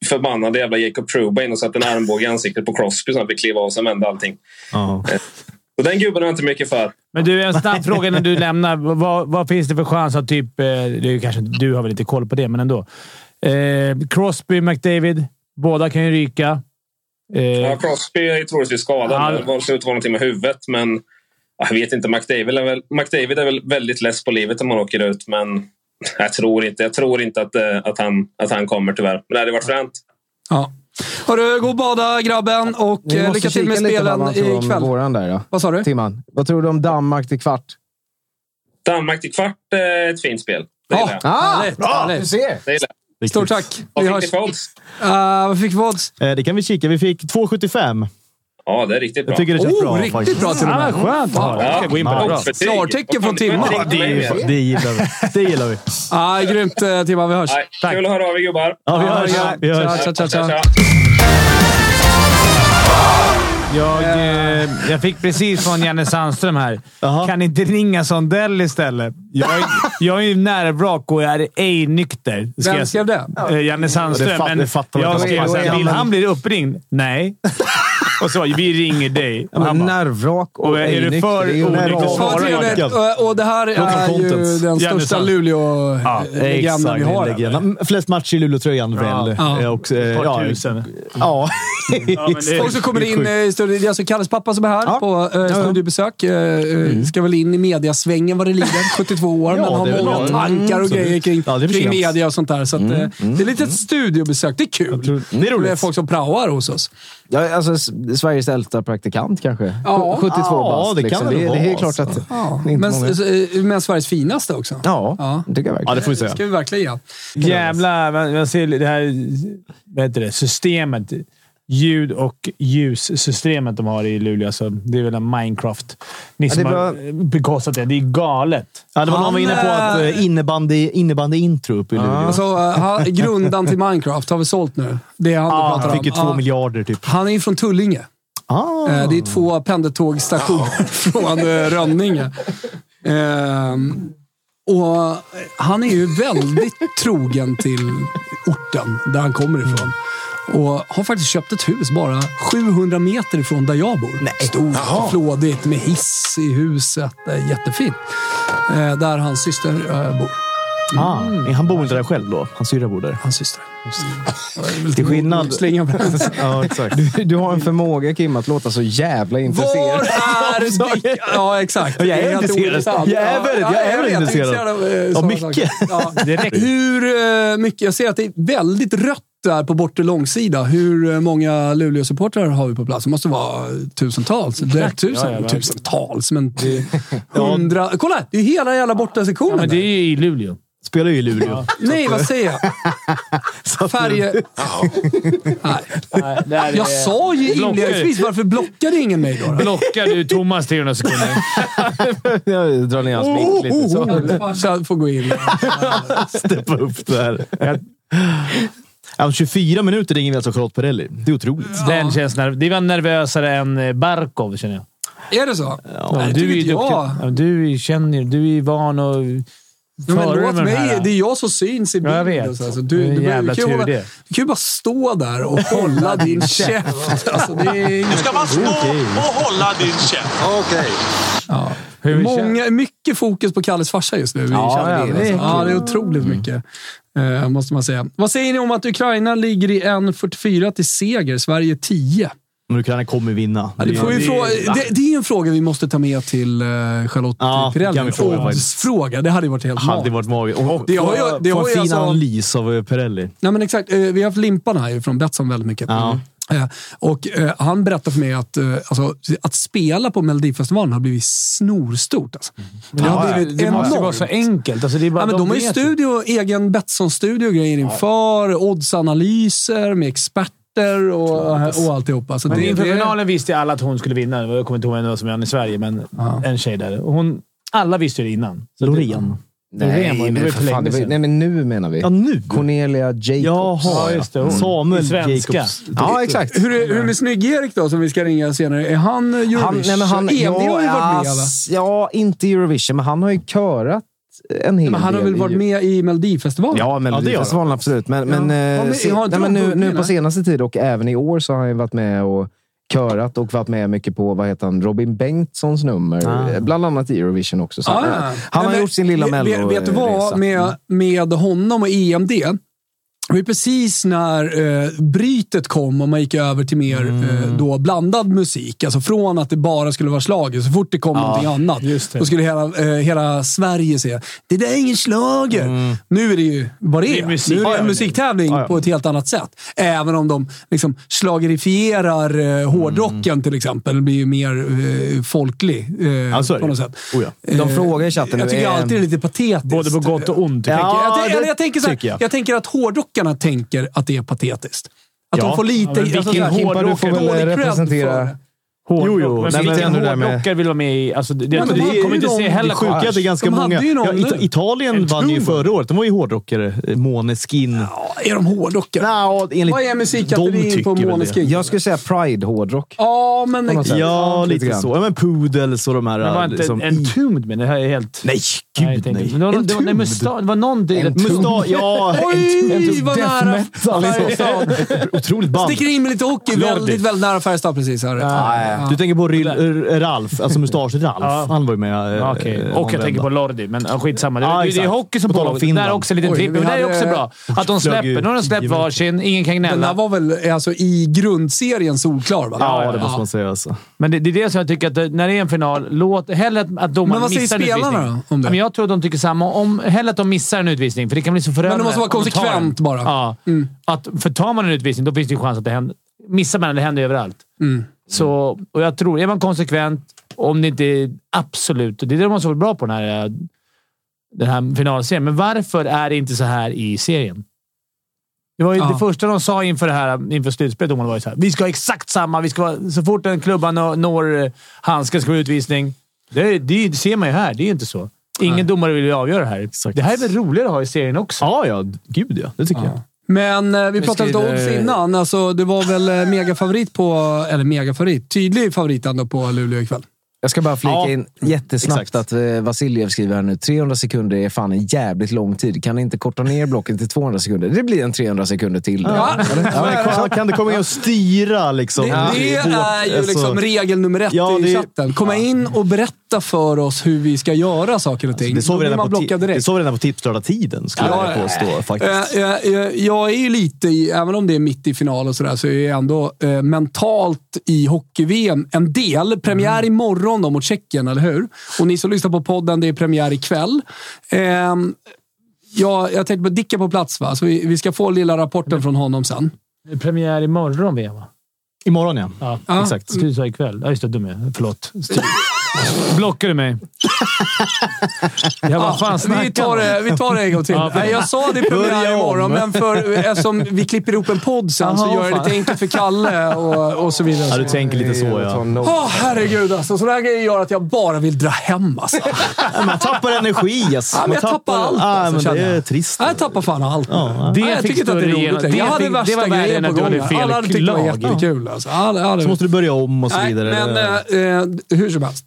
S6: förbannade jävla Jacob Truba in och satte en armbåge i ansiktet på Crosby så han fick kliva av. Sen vände allting.
S3: Ja.
S6: Så den gubben har jag inte mycket för.
S4: Men du, en snabb fråga innan du lämnar. Vad, vad finns det för chans att typ... eh, Det är ju kanske, inte- du har väl inte koll på det, men ändå. Eh, Crosby, McDavid. Båda kan ju ryka. Eh,
S6: Ja, Crosby är ju troligtvis
S4: Ja,
S6: skadad.
S4: det-
S6: Det var slut någonting med huvudet, men jag vet inte. McDavid är väl, McDavid är väl väldigt less på livet om han åker ut, men jag tror inte, jag tror inte att, eh, att, han, att han kommer tyvärr. Men det hade varit fränt.
S1: Ja. Hörru, gå och bada grabben och
S5: Vi
S1: eh,
S5: måste
S1: lycka till
S5: kika
S1: med
S5: lite vad
S1: spelen
S5: man tror om
S1: ikväll.
S5: Våran där då.
S1: Vad sa du?
S5: Timman, vad tror du om Danmark till kvart?
S6: Danmark till kvart eh, är ett fint spel. Det gillar jag.
S1: härligt, Ah, härligt.
S5: ser!
S6: Det gillar jag.
S1: Stort tack. Vi
S6: Vad
S1: hörs.
S6: fick ni för odds?
S1: Eh, Vad fick vi odds?
S3: Eh, Det kan vi kika. Vi fick 2,75.
S6: Ja, det är riktigt bra.
S3: Jag tycker det känns
S1: Oh,
S3: bra
S1: riktigt
S3: faktiskt.
S1: bra till och
S4: ah,
S1: med.
S4: skönt att höra.
S6: Ja,
S4: Jag ska gå in på det.
S6: bra.
S4: Bra.
S6: Oddsbetyg.
S1: Klartecken från
S6: Vad fan,
S1: Timma.
S6: det var inte
S3: Det,
S6: riktigt
S3: är-
S6: mig
S3: det gillar vi. Det gillar vi.
S1: Ah, grymt, eh, Timman. Vi hörs.
S6: mer. Nej, Kul att höra av er gubbar.
S3: Ja, vi
S1: Ja,
S3: hörs.
S1: ja.
S3: Vi hörs.
S1: Tja, tja, tja.
S4: Jag, eh, jag fick precis från Janne Sandström här.
S3: Jaha.
S4: Kan inte ringa Sondell istället? Jag är, jag är ju nervrak och jag är ej nykter. ska
S1: Vem
S4: jag-
S1: skrev det?
S4: Eh, Janne Sandström.
S3: Det fatt-
S4: men
S3: det fattar man
S4: jag
S3: inte.
S4: skrev
S3: Då är
S4: såhär,
S3: han
S4: vill
S3: väl-
S4: han bli uppringd? Nej. Och så bara, vi ringer dig.
S5: Ja,
S4: Och han
S5: men
S4: bara,
S5: nervvrak och,
S4: Och är det
S5: onykter,
S4: för
S5: ju
S4: onykter
S5: nervvrak.
S4: så-
S1: Fan,
S4: Bara
S1: trevligt.
S3: Jönköping.
S1: eh, Och, och det här
S3: Local
S1: är ju
S3: content.
S1: den
S4: Jävligt
S1: största
S4: sant.
S3: Ja,
S1: Luleå-legenden
S3: exakt.
S1: vi har.
S3: Legenden. Mm, Flest matcher i Luleåtröjan väl.
S1: Ja.
S3: Eh, Och, eh,
S4: ett par
S3: ja,
S4: tusen.
S3: ja.
S4: men det-
S1: Och så kommer det in,
S3: sjukt.
S1: eh, större- det är alltså Kalles pappa som är här
S3: Ja. Mm.
S1: på eh, studiebesök. Eh, eh, Ska väl in i mediasvängen vad det lider. 72 år,
S3: Ja,
S1: men
S3: det är
S1: har
S3: väl
S1: många
S3: bra.
S1: tankar och
S3: Absolut.
S1: grejer kring,
S3: Ja, det är för
S1: kring
S3: sent.
S1: media och sånt där. Så att,
S5: Mm,
S1: eh, Det är lite ett studiobesök. Det är kul.
S3: tror- det är roligt.
S1: Och Det är folk som praoar hos oss.
S5: Ja, alltså, s- Sveriges äldsta praktikant kanske.
S1: Ja.
S5: Sju- 72
S3: Ja,
S5: bast.
S3: det kan
S5: liksom.
S3: det
S5: det,
S3: vara,
S5: det är klart
S3: alltså.
S5: att det är inte
S1: Men,
S5: många.
S1: s- eh, men Sveriges finaste också.
S5: Ja,
S1: Ja.
S5: det tycker jag
S3: ja,
S5: verkligen.
S3: det får vi
S1: Det
S3: säga.
S1: ska vi verkligen göra.
S4: Jävlar, man, man ser det här vad heter det, systemet. Ljud och ljussystemet de har i Luleå. Alltså, det är väl en Minecraft. Ni som
S5: det
S4: har bekostat det. Det är galet.
S3: Ja, det var någon
S1: Han,
S3: var inne på att
S1: eh,
S3: eh, innebandy, innebandy intro uppe i Luleå.
S1: Alltså, eh, han- grundan till Minecraft har vi sålt nu. Det är han
S3: Ja,
S1: ah,
S3: han
S1: pratar
S3: fick ju
S1: om.
S3: två
S1: Ja.
S3: miljarder typ.
S1: Han är ju från Tullinge.
S3: Ah.
S1: Eh, Det är två pendeltågsstationer från eh, Rönninge. Ehm, och eh, han är ju väldigt trogen till orten där han kommer ifrån.
S3: Mm.
S1: Och har faktiskt köpt ett hus bara 700 meter ifrån där jag bor. Stort och flådigt med hiss i huset. Eh, Jättefint. Eh, Där hans syster eh, bor. Mm.
S3: Ah, men han bor inte där själv då? Hans syrra bor där.
S1: Hans syster. Mm.
S5: Till skillnad...
S1: Slänga med den.
S3: Ja, exakt.
S5: Du, du har en förmåga, Kim, att låta så jävla
S1: Var
S5: intresserad.
S1: är Dick? Ja, exakt.
S3: Ja, jag är
S1: Det helt
S3: intresserad.
S1: ointressant.
S3: Jag är
S1: Ja,
S3: väldigt- jag
S1: ja,
S3: är
S1: vet.
S3: väldigt intresserad.
S1: av, eh,
S3: Av
S1: sådana
S3: mycket.
S1: saker. Ja. Hur eh, mycket? Jag ser att det är väldigt rött där på bortre långsida. Hur eh, många Luleå-supportrar har vi på plats? Det måste vara tusentals. Direkt tusen.
S4: Ja, ja, verkligen.
S1: tusentals, men hundra. Kolla! Det är hela jävla borta
S4: Ja,
S1: sektionen.
S4: men det är ju i Luleå.
S3: Spelar ju i Luleå.
S1: Nej, vad säger jag? Färje... Nej. Jag sa ju
S4: Blockar.
S1: inledningsvis, varför blockade ingen mig då? då?
S4: Blockar du Thomas 300 sekunder?
S5: Jag drar ner hans mink lite. Så.
S1: Farsan får gå in.
S3: Steppa upp där. Ja, 24 minuter ringer vi alltså Charlotte Perrelli. Det är otroligt.
S4: Den känns nerv- det var nervösare än eh, Barkov, känner jag.
S1: Är det så? Nej, det
S4: du är ju
S1: tycker inte jag.
S4: Ja, Du är- känner ju- Du är van att
S1: Ja, men
S4: föra
S1: låt
S4: med
S1: mig,
S4: den här.
S1: det är jag som syns i
S4: Ja, jag
S1: bilden.
S4: vet.
S1: så alltså, du,
S4: Det är en
S1: du, behöver-
S4: jävla
S1: du, kan ju
S4: tur
S1: hålla,
S4: det.
S1: du kan ju bara stå där och hålla din käft. Alltså, det är inget-
S4: Hur vi känner.
S1: många, mycket fokus på Kalles farsa just nu. Ja, i ja, det, alltså. ja, det är otroligt
S4: Mm.
S1: mycket. eh, måste man säga. Vad säger ni om att Ukraina ligger i 1.44 till seger, Sverige 10?
S3: Men Ukraina kommer vinna.
S1: Det, får vi
S4: det-
S1: fråga, det, det är en fråga vi måste ta med till eh, Charlotte
S3: Ja,
S1: Pirelli.
S3: kan vi fråga
S1: En
S3: faktiskt.
S1: Oddsfråga. Det hade ju varit helt
S3: hade
S1: magiskt.
S3: varit magiskt. Och
S1: det har ju- det
S3: få
S1: har ju
S3: en fin
S1: alltså-
S3: analys av eh, Perrelli.
S1: Nej, men exakt. Eh, Vi har haft Limpan här från Betsson väldigt mycket.
S3: Ja.
S1: Eh, Och eh, han berättade för mig att, eh, alltså, att spela på Melodifestivalen har blivit snorstort. Alltså. Det har
S4: Mm. Ja,
S1: blivit
S4: det måste ju vara
S1: enormt.
S4: så enkelt. Alltså, det är bara,
S1: Ja, men de har ju
S4: vet
S1: studio, egen Betsson-studio och grejer inför, oddsanalyser med experter och, eh, och alltihopa. Så
S4: Men
S1: det,
S4: inför
S1: det,
S4: finalen visste ju alla att hon skulle vinna. Jag kommer inte ihåg henne som vann i Sverige, men en tjej där. Och Hon, alla visste ju det innan. Så
S3: Loreen.
S4: Det, Loreen var ju- det var ju
S5: men
S4: för
S5: för fan,
S4: länge
S5: det var,
S4: sedan.
S5: nej, men nu menar vi.
S3: Ja, nu!
S5: Cornelia Jacobs. Mm.
S3: Jaha,
S4: Ja, just det, hon.
S3: Samuel
S4: I svenska.
S3: Jacobs.
S5: Ja, exakt.
S1: hur, är, hur är det med Snygg-Erik då, som vi ska ringa senare? Är han eh, Eurovision?
S5: Han, nej, men han,
S1: EM, har ju varit med, va?
S5: ass- ja, inte Eurovision, men han har ju körat en hel
S1: Men han har
S5: del
S1: väl varit
S5: i-
S1: med i Melodifestivalen?
S5: Ja, Melodifestivalen absolut. Men, men, eh,
S1: Ja, men
S5: se-
S1: har inte
S5: nej, men
S1: de
S5: nu, nu
S1: vunnit,
S5: på
S1: nej?
S5: senaste tid och även i år så har han ju varit med och körat och varit med mycket på vad heter han, Robin Bengtssons nummer. Eh, Bland annat i Eurovision också. Så eh,
S1: Ah,
S5: han,
S1: ja.
S5: han har
S1: Men
S5: gjort sin lilla Mm.
S1: vet-
S5: mello eh,
S1: Vet du vad? Med, med honom och EMD. Det var precis när eh, brytet kom och man gick över till mer eh, då blandad musik. Alltså från att det bara skulle vara schlager så fort det kom någonting annat.
S4: just det.
S1: Då skulle hela, eh, hela Sverige säga “Det där är ingen schlager!” Nu är det ju vad det är.
S4: Det är musik.
S1: nu är
S4: Ja,
S1: det
S4: ja,
S1: en
S4: men-
S1: musiktävling på ett helt annat sätt. Även om de liksom schlagerifierar eh, hårdrocken till exempel. Den blir ju mer eh, folklig eh,
S3: Ja, så är
S1: på
S3: det.
S1: något sätt.
S3: Oh, ja.
S5: De frågar i chatten
S1: Jag
S5: nu,
S1: tycker
S5: eh,
S1: alltid det är lite patetiskt.
S4: Både på gott och ont.
S1: Jag
S4: Ja.
S1: tänker- jag,
S3: det
S1: tänker- eller jag, tänker så här,
S3: tycker jag.
S1: jag. tänker att hårdrockarna tänker att det är patetiskt. Att
S3: Ja.
S1: de får lite... alltså,
S4: Ja, men vilken
S1: så här,
S4: hårdrockare?
S5: Du får väl
S1: dålig cred
S5: representera
S1: för-
S4: Hårdrock.
S3: Jo,
S4: Men
S3: jo. Nej,
S4: vilken
S3: men ändå det där med-
S4: hårdrockare vill vara med i... Alltså, det, jag
S1: men
S4: tror-
S1: det är
S4: man kommer
S1: ju
S4: inte
S1: de-
S4: se
S3: Det
S4: heller
S3: sjuka är att det är ganska
S1: De hade
S3: många...
S1: ju någon
S3: Ja, Ita-
S1: nu.
S3: Italien
S1: En
S3: vann ju
S1: Tumba.
S3: förra året. De var ju hårdrockare. Eh, Måneskin.
S1: Ja, är de hårdrockare?
S3: Ja, enligt
S1: Vad är
S3: de
S1: musikkategorin
S3: tycker
S1: på
S3: väl det.
S1: Måneskin?
S5: Jag skulle säga Pride-hårdrock.
S1: Ja, men
S5: något
S1: exakt.
S5: sätt.
S3: Ja,
S5: Lite
S3: lite
S5: grann.
S3: så. Ja, men Poodles och de här...
S4: Men var inte
S3: liksom,
S4: en tumd med? Det här är helt...
S3: Nej,
S4: jag
S3: gud nej.
S4: tänkte- men Det var,
S3: En
S4: det var, nej,
S3: tumd.
S4: musta, det var någon del.
S3: Musta- ja,
S1: Oj, vad
S3: death
S1: nära
S3: metal.
S1: Färjestad.
S3: Otroligt band.
S1: Sticker in med lite hockey. Väldigt, väldigt nära Färjestad precis. Här.
S3: Nej. Du tänker på Ril- R- Ralf, alltså mustasch-Ralf.
S4: Ja.
S3: Han var ju med. eh,
S4: Ja, okej.
S3: eh,
S4: Och
S3: någon
S4: jag tänker på
S3: vända.
S4: Lordi, men ja, skitsamma. Det,
S3: Ja,
S4: det, det är
S3: exakt.
S4: hockey som
S3: På tal om
S4: pågår. Där
S3: Finland.
S4: är också en liten
S1: Oj,
S4: trippel,
S1: vi
S4: men det är
S1: hade-
S4: också bra. Att de
S3: Flög ju
S4: släpper. Nu har de släppt
S3: tio
S4: varsin. Ingen kan
S1: Den där
S4: gnälla.
S1: var väl alltså, i grundserien solklar, va?
S3: Ja, det måste man säga. Alltså.
S4: Men det, det är det som jag tycker att det, när det är en final, låt hellre att, att domaren
S1: Men vad säger
S4: missar en
S1: spelarna
S4: utvisning.
S1: då om det?
S4: Ja, Men jag tror att de tycker samma. Om, hellre att de missar en utvisning, för det kan bli så förödande.
S1: måste vara
S4: om de tar
S1: konsekvent
S4: den.
S1: bara. Mm.
S4: Ja. Att, för tar man en utvisning, då finns det ju chans att det händer. Missar man den, det händer ju överallt.
S1: Mm.
S4: Så, och jag tror, är man konsekvent, om det inte är absolut... Det är det de måste vara bra på den här, eh, den här finalserien. Men varför är det inte så här i serien? Det var ju
S1: Ja.
S4: det första de sa inför det här inför slutspelet. domarna var ju så här, vi ska ha exakt samma. Vi ska vara, så fort en klubba nå- når eh, handsken ska det vara utvisning. Det, det ser man ju här. Det är ju inte så. Ingen domare vill ju avgöra det här. Det här är väl roligare att ha i serien också?
S3: Ja, ja. Gud ja. Det tycker jag.
S1: Men eh, vi pratade lite
S4: skriver-
S1: odds innan. Alltså, det var väl eh, megafavorit på... Eller megafavorit. Tydlig favorit ändå på Luleå ikväll.
S5: Jag ska bara flika
S3: Ja,
S5: in
S1: mm,
S5: jättesnabbt
S3: exakt.
S5: att eh, Vasiljev skriver här nu. 300 sekunder är fan en jävligt lång tid. Kan ni inte korta ner blocken till 200 sekunder? Det blir en 300 sekunder till. då.
S1: Ja.
S5: Eller?
S3: Ja, men kan- kan det komma in och styra liksom?
S1: Det, det är ju
S3: Alltså,
S1: liksom regel nummer ett
S3: Ja,
S1: i
S3: det-
S1: chatten. Komma in och berätta för oss hur vi ska göra saker och ting.
S3: Det såg
S1: Då
S3: vi
S1: blir
S3: redan
S1: man
S3: på, ti-
S1: blockad
S3: det
S1: direkt.
S3: såg vi redan på tipslördag-tiden, skulle
S1: Ja,
S3: jag
S1: ja,
S3: påstå. Faktiskt.
S1: Eh, eh, eh, Jag är ju lite i, även om det är mitt i final och sådär, så är jag ändå eh, mentalt i hockey-VM en del. Premiär
S3: Mm.
S1: imorgon då mot Tjeckien, eller hur? Och ni som lyssnar på podden, det är premiär ikväll. Ehm, Ja, jag tänkte på Dick är på plats, va? så vi, vi ska få lilla rapporten från honom sen.
S4: Det är premiär imorgon, VM, va?
S3: Imorgon ja.
S4: Ja.
S1: Ja.
S3: Exakt.
S4: Du sa ikväll. Ja, just det. Dum jag är. Förlåt. Blockade du mig? Jag bara, fan
S1: vi,
S4: snackar
S1: tar
S4: om?
S1: det, vi tar det en gång till.
S4: Ja,
S1: Nej, jag sa det i premiär
S3: Börja om.
S1: imorgon, men för, eftersom vi klipper ihop en podd sen så
S4: Jaha,
S1: gör jag det
S4: fan.
S1: lite enkelt för Kalle och, och så vidare.
S3: Ja, du tänker lite så ja.
S1: Åh, herregud alltså. Sådana här grejer gör att jag bara vill dra hem alltså.
S3: Ja, Man tappar energi. Yes.
S1: Ja, men
S3: Man
S1: jag tappar allt,
S3: Ja,
S1: alltså,
S3: men
S1: känner
S3: det är
S1: jag.
S3: trist.
S1: Jag tappar fan allt.
S3: Ja,
S1: Nej,
S4: det
S1: jag
S4: fick
S1: tycker inte att det är
S4: större
S1: roligt
S4: genom-
S1: längre. Jag
S4: det
S1: hade
S4: fick- det
S1: värsta
S4: var värre
S1: grejer
S4: än
S1: på
S4: att du
S1: gång.
S4: hade fel
S1: Alla hade tyckt det var
S4: lag.
S1: jättekul. Alltså. Alla, alla,
S3: Så måste du börja om och så
S1: Nej,
S3: vidare.
S1: men eh, eh, hur som helst.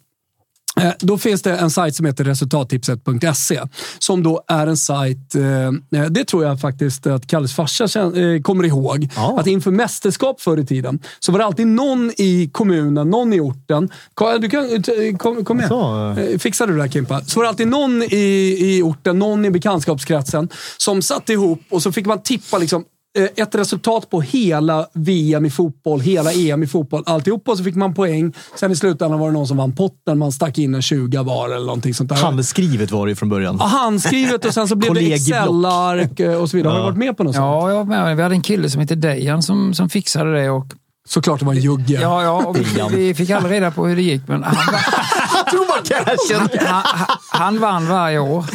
S1: Eh, Då finns det en sajt som heter resultattipset.se som då är en sajt, eh, det tror jag faktiskt att Kalles farsa kän- eh, kommer ihåg,
S3: Ja.
S1: att inför mästerskap förr i tiden så var det alltid någon i kommunen, någon i orten. Ka- Du kan, t- eh, kom, kom med.
S3: Så, eh.
S1: Eh, Fixar du det där Kimpa? Så var det alltid någon i, i orten, någon i bekantskapskretsen som satt ihop och så fick man tippa liksom eh, ett resultat på hela VM i fotboll, hela EM i fotboll, alltihopa. Och så fick man poäng. Sen i slutändan var det någon som vann potten. Man stack in en 20 var eller någonting sånt där.
S3: Handskrivet var det ju från början.
S1: Ja, handskrivet och sen så blev det
S3: Kollegieblock.
S1: Excel-ark eh, och så vidare. Har du varit med på något sånt?
S7: Ja, jag var med. Vi hade en kille som hette Dejan som, som fixade det. Och,
S1: Såklart det var en jugge.
S7: ja, ja, och vi, vi fick aldrig reda på hur det gick, men han, han, han, han vann varje år.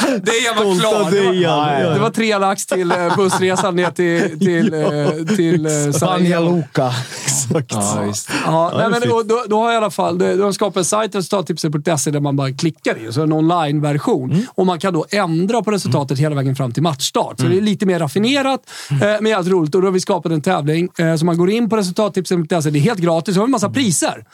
S1: Dejan var
S3: Stolta
S1: klar. Det var,
S3: Dejan. Ja, ja.
S1: det var tre lax till eh, bussresan ner till, till, eh, till eh, Sarajevo.
S5: Luka.
S3: Exakt.
S5: Ja, just.
S1: Ja,
S3: det är
S1: nej, men
S3: fint.
S1: då, då, då har jag i alla fall då, då har jag skapat en sajt, resultattipset.se, där man bara klickar in. Så en online-version.
S4: Mm.
S1: Och man kan då ändra på resultatet hela vägen fram till matchstart. Så
S4: Mm.
S1: det är lite mer raffinerat, eh, men jävligt roligt. Och då har vi skapat en tävling. Eh, så man går in på resultattipset.se. Det är helt gratis. Så har vi en
S4: Mm.
S1: massa priser.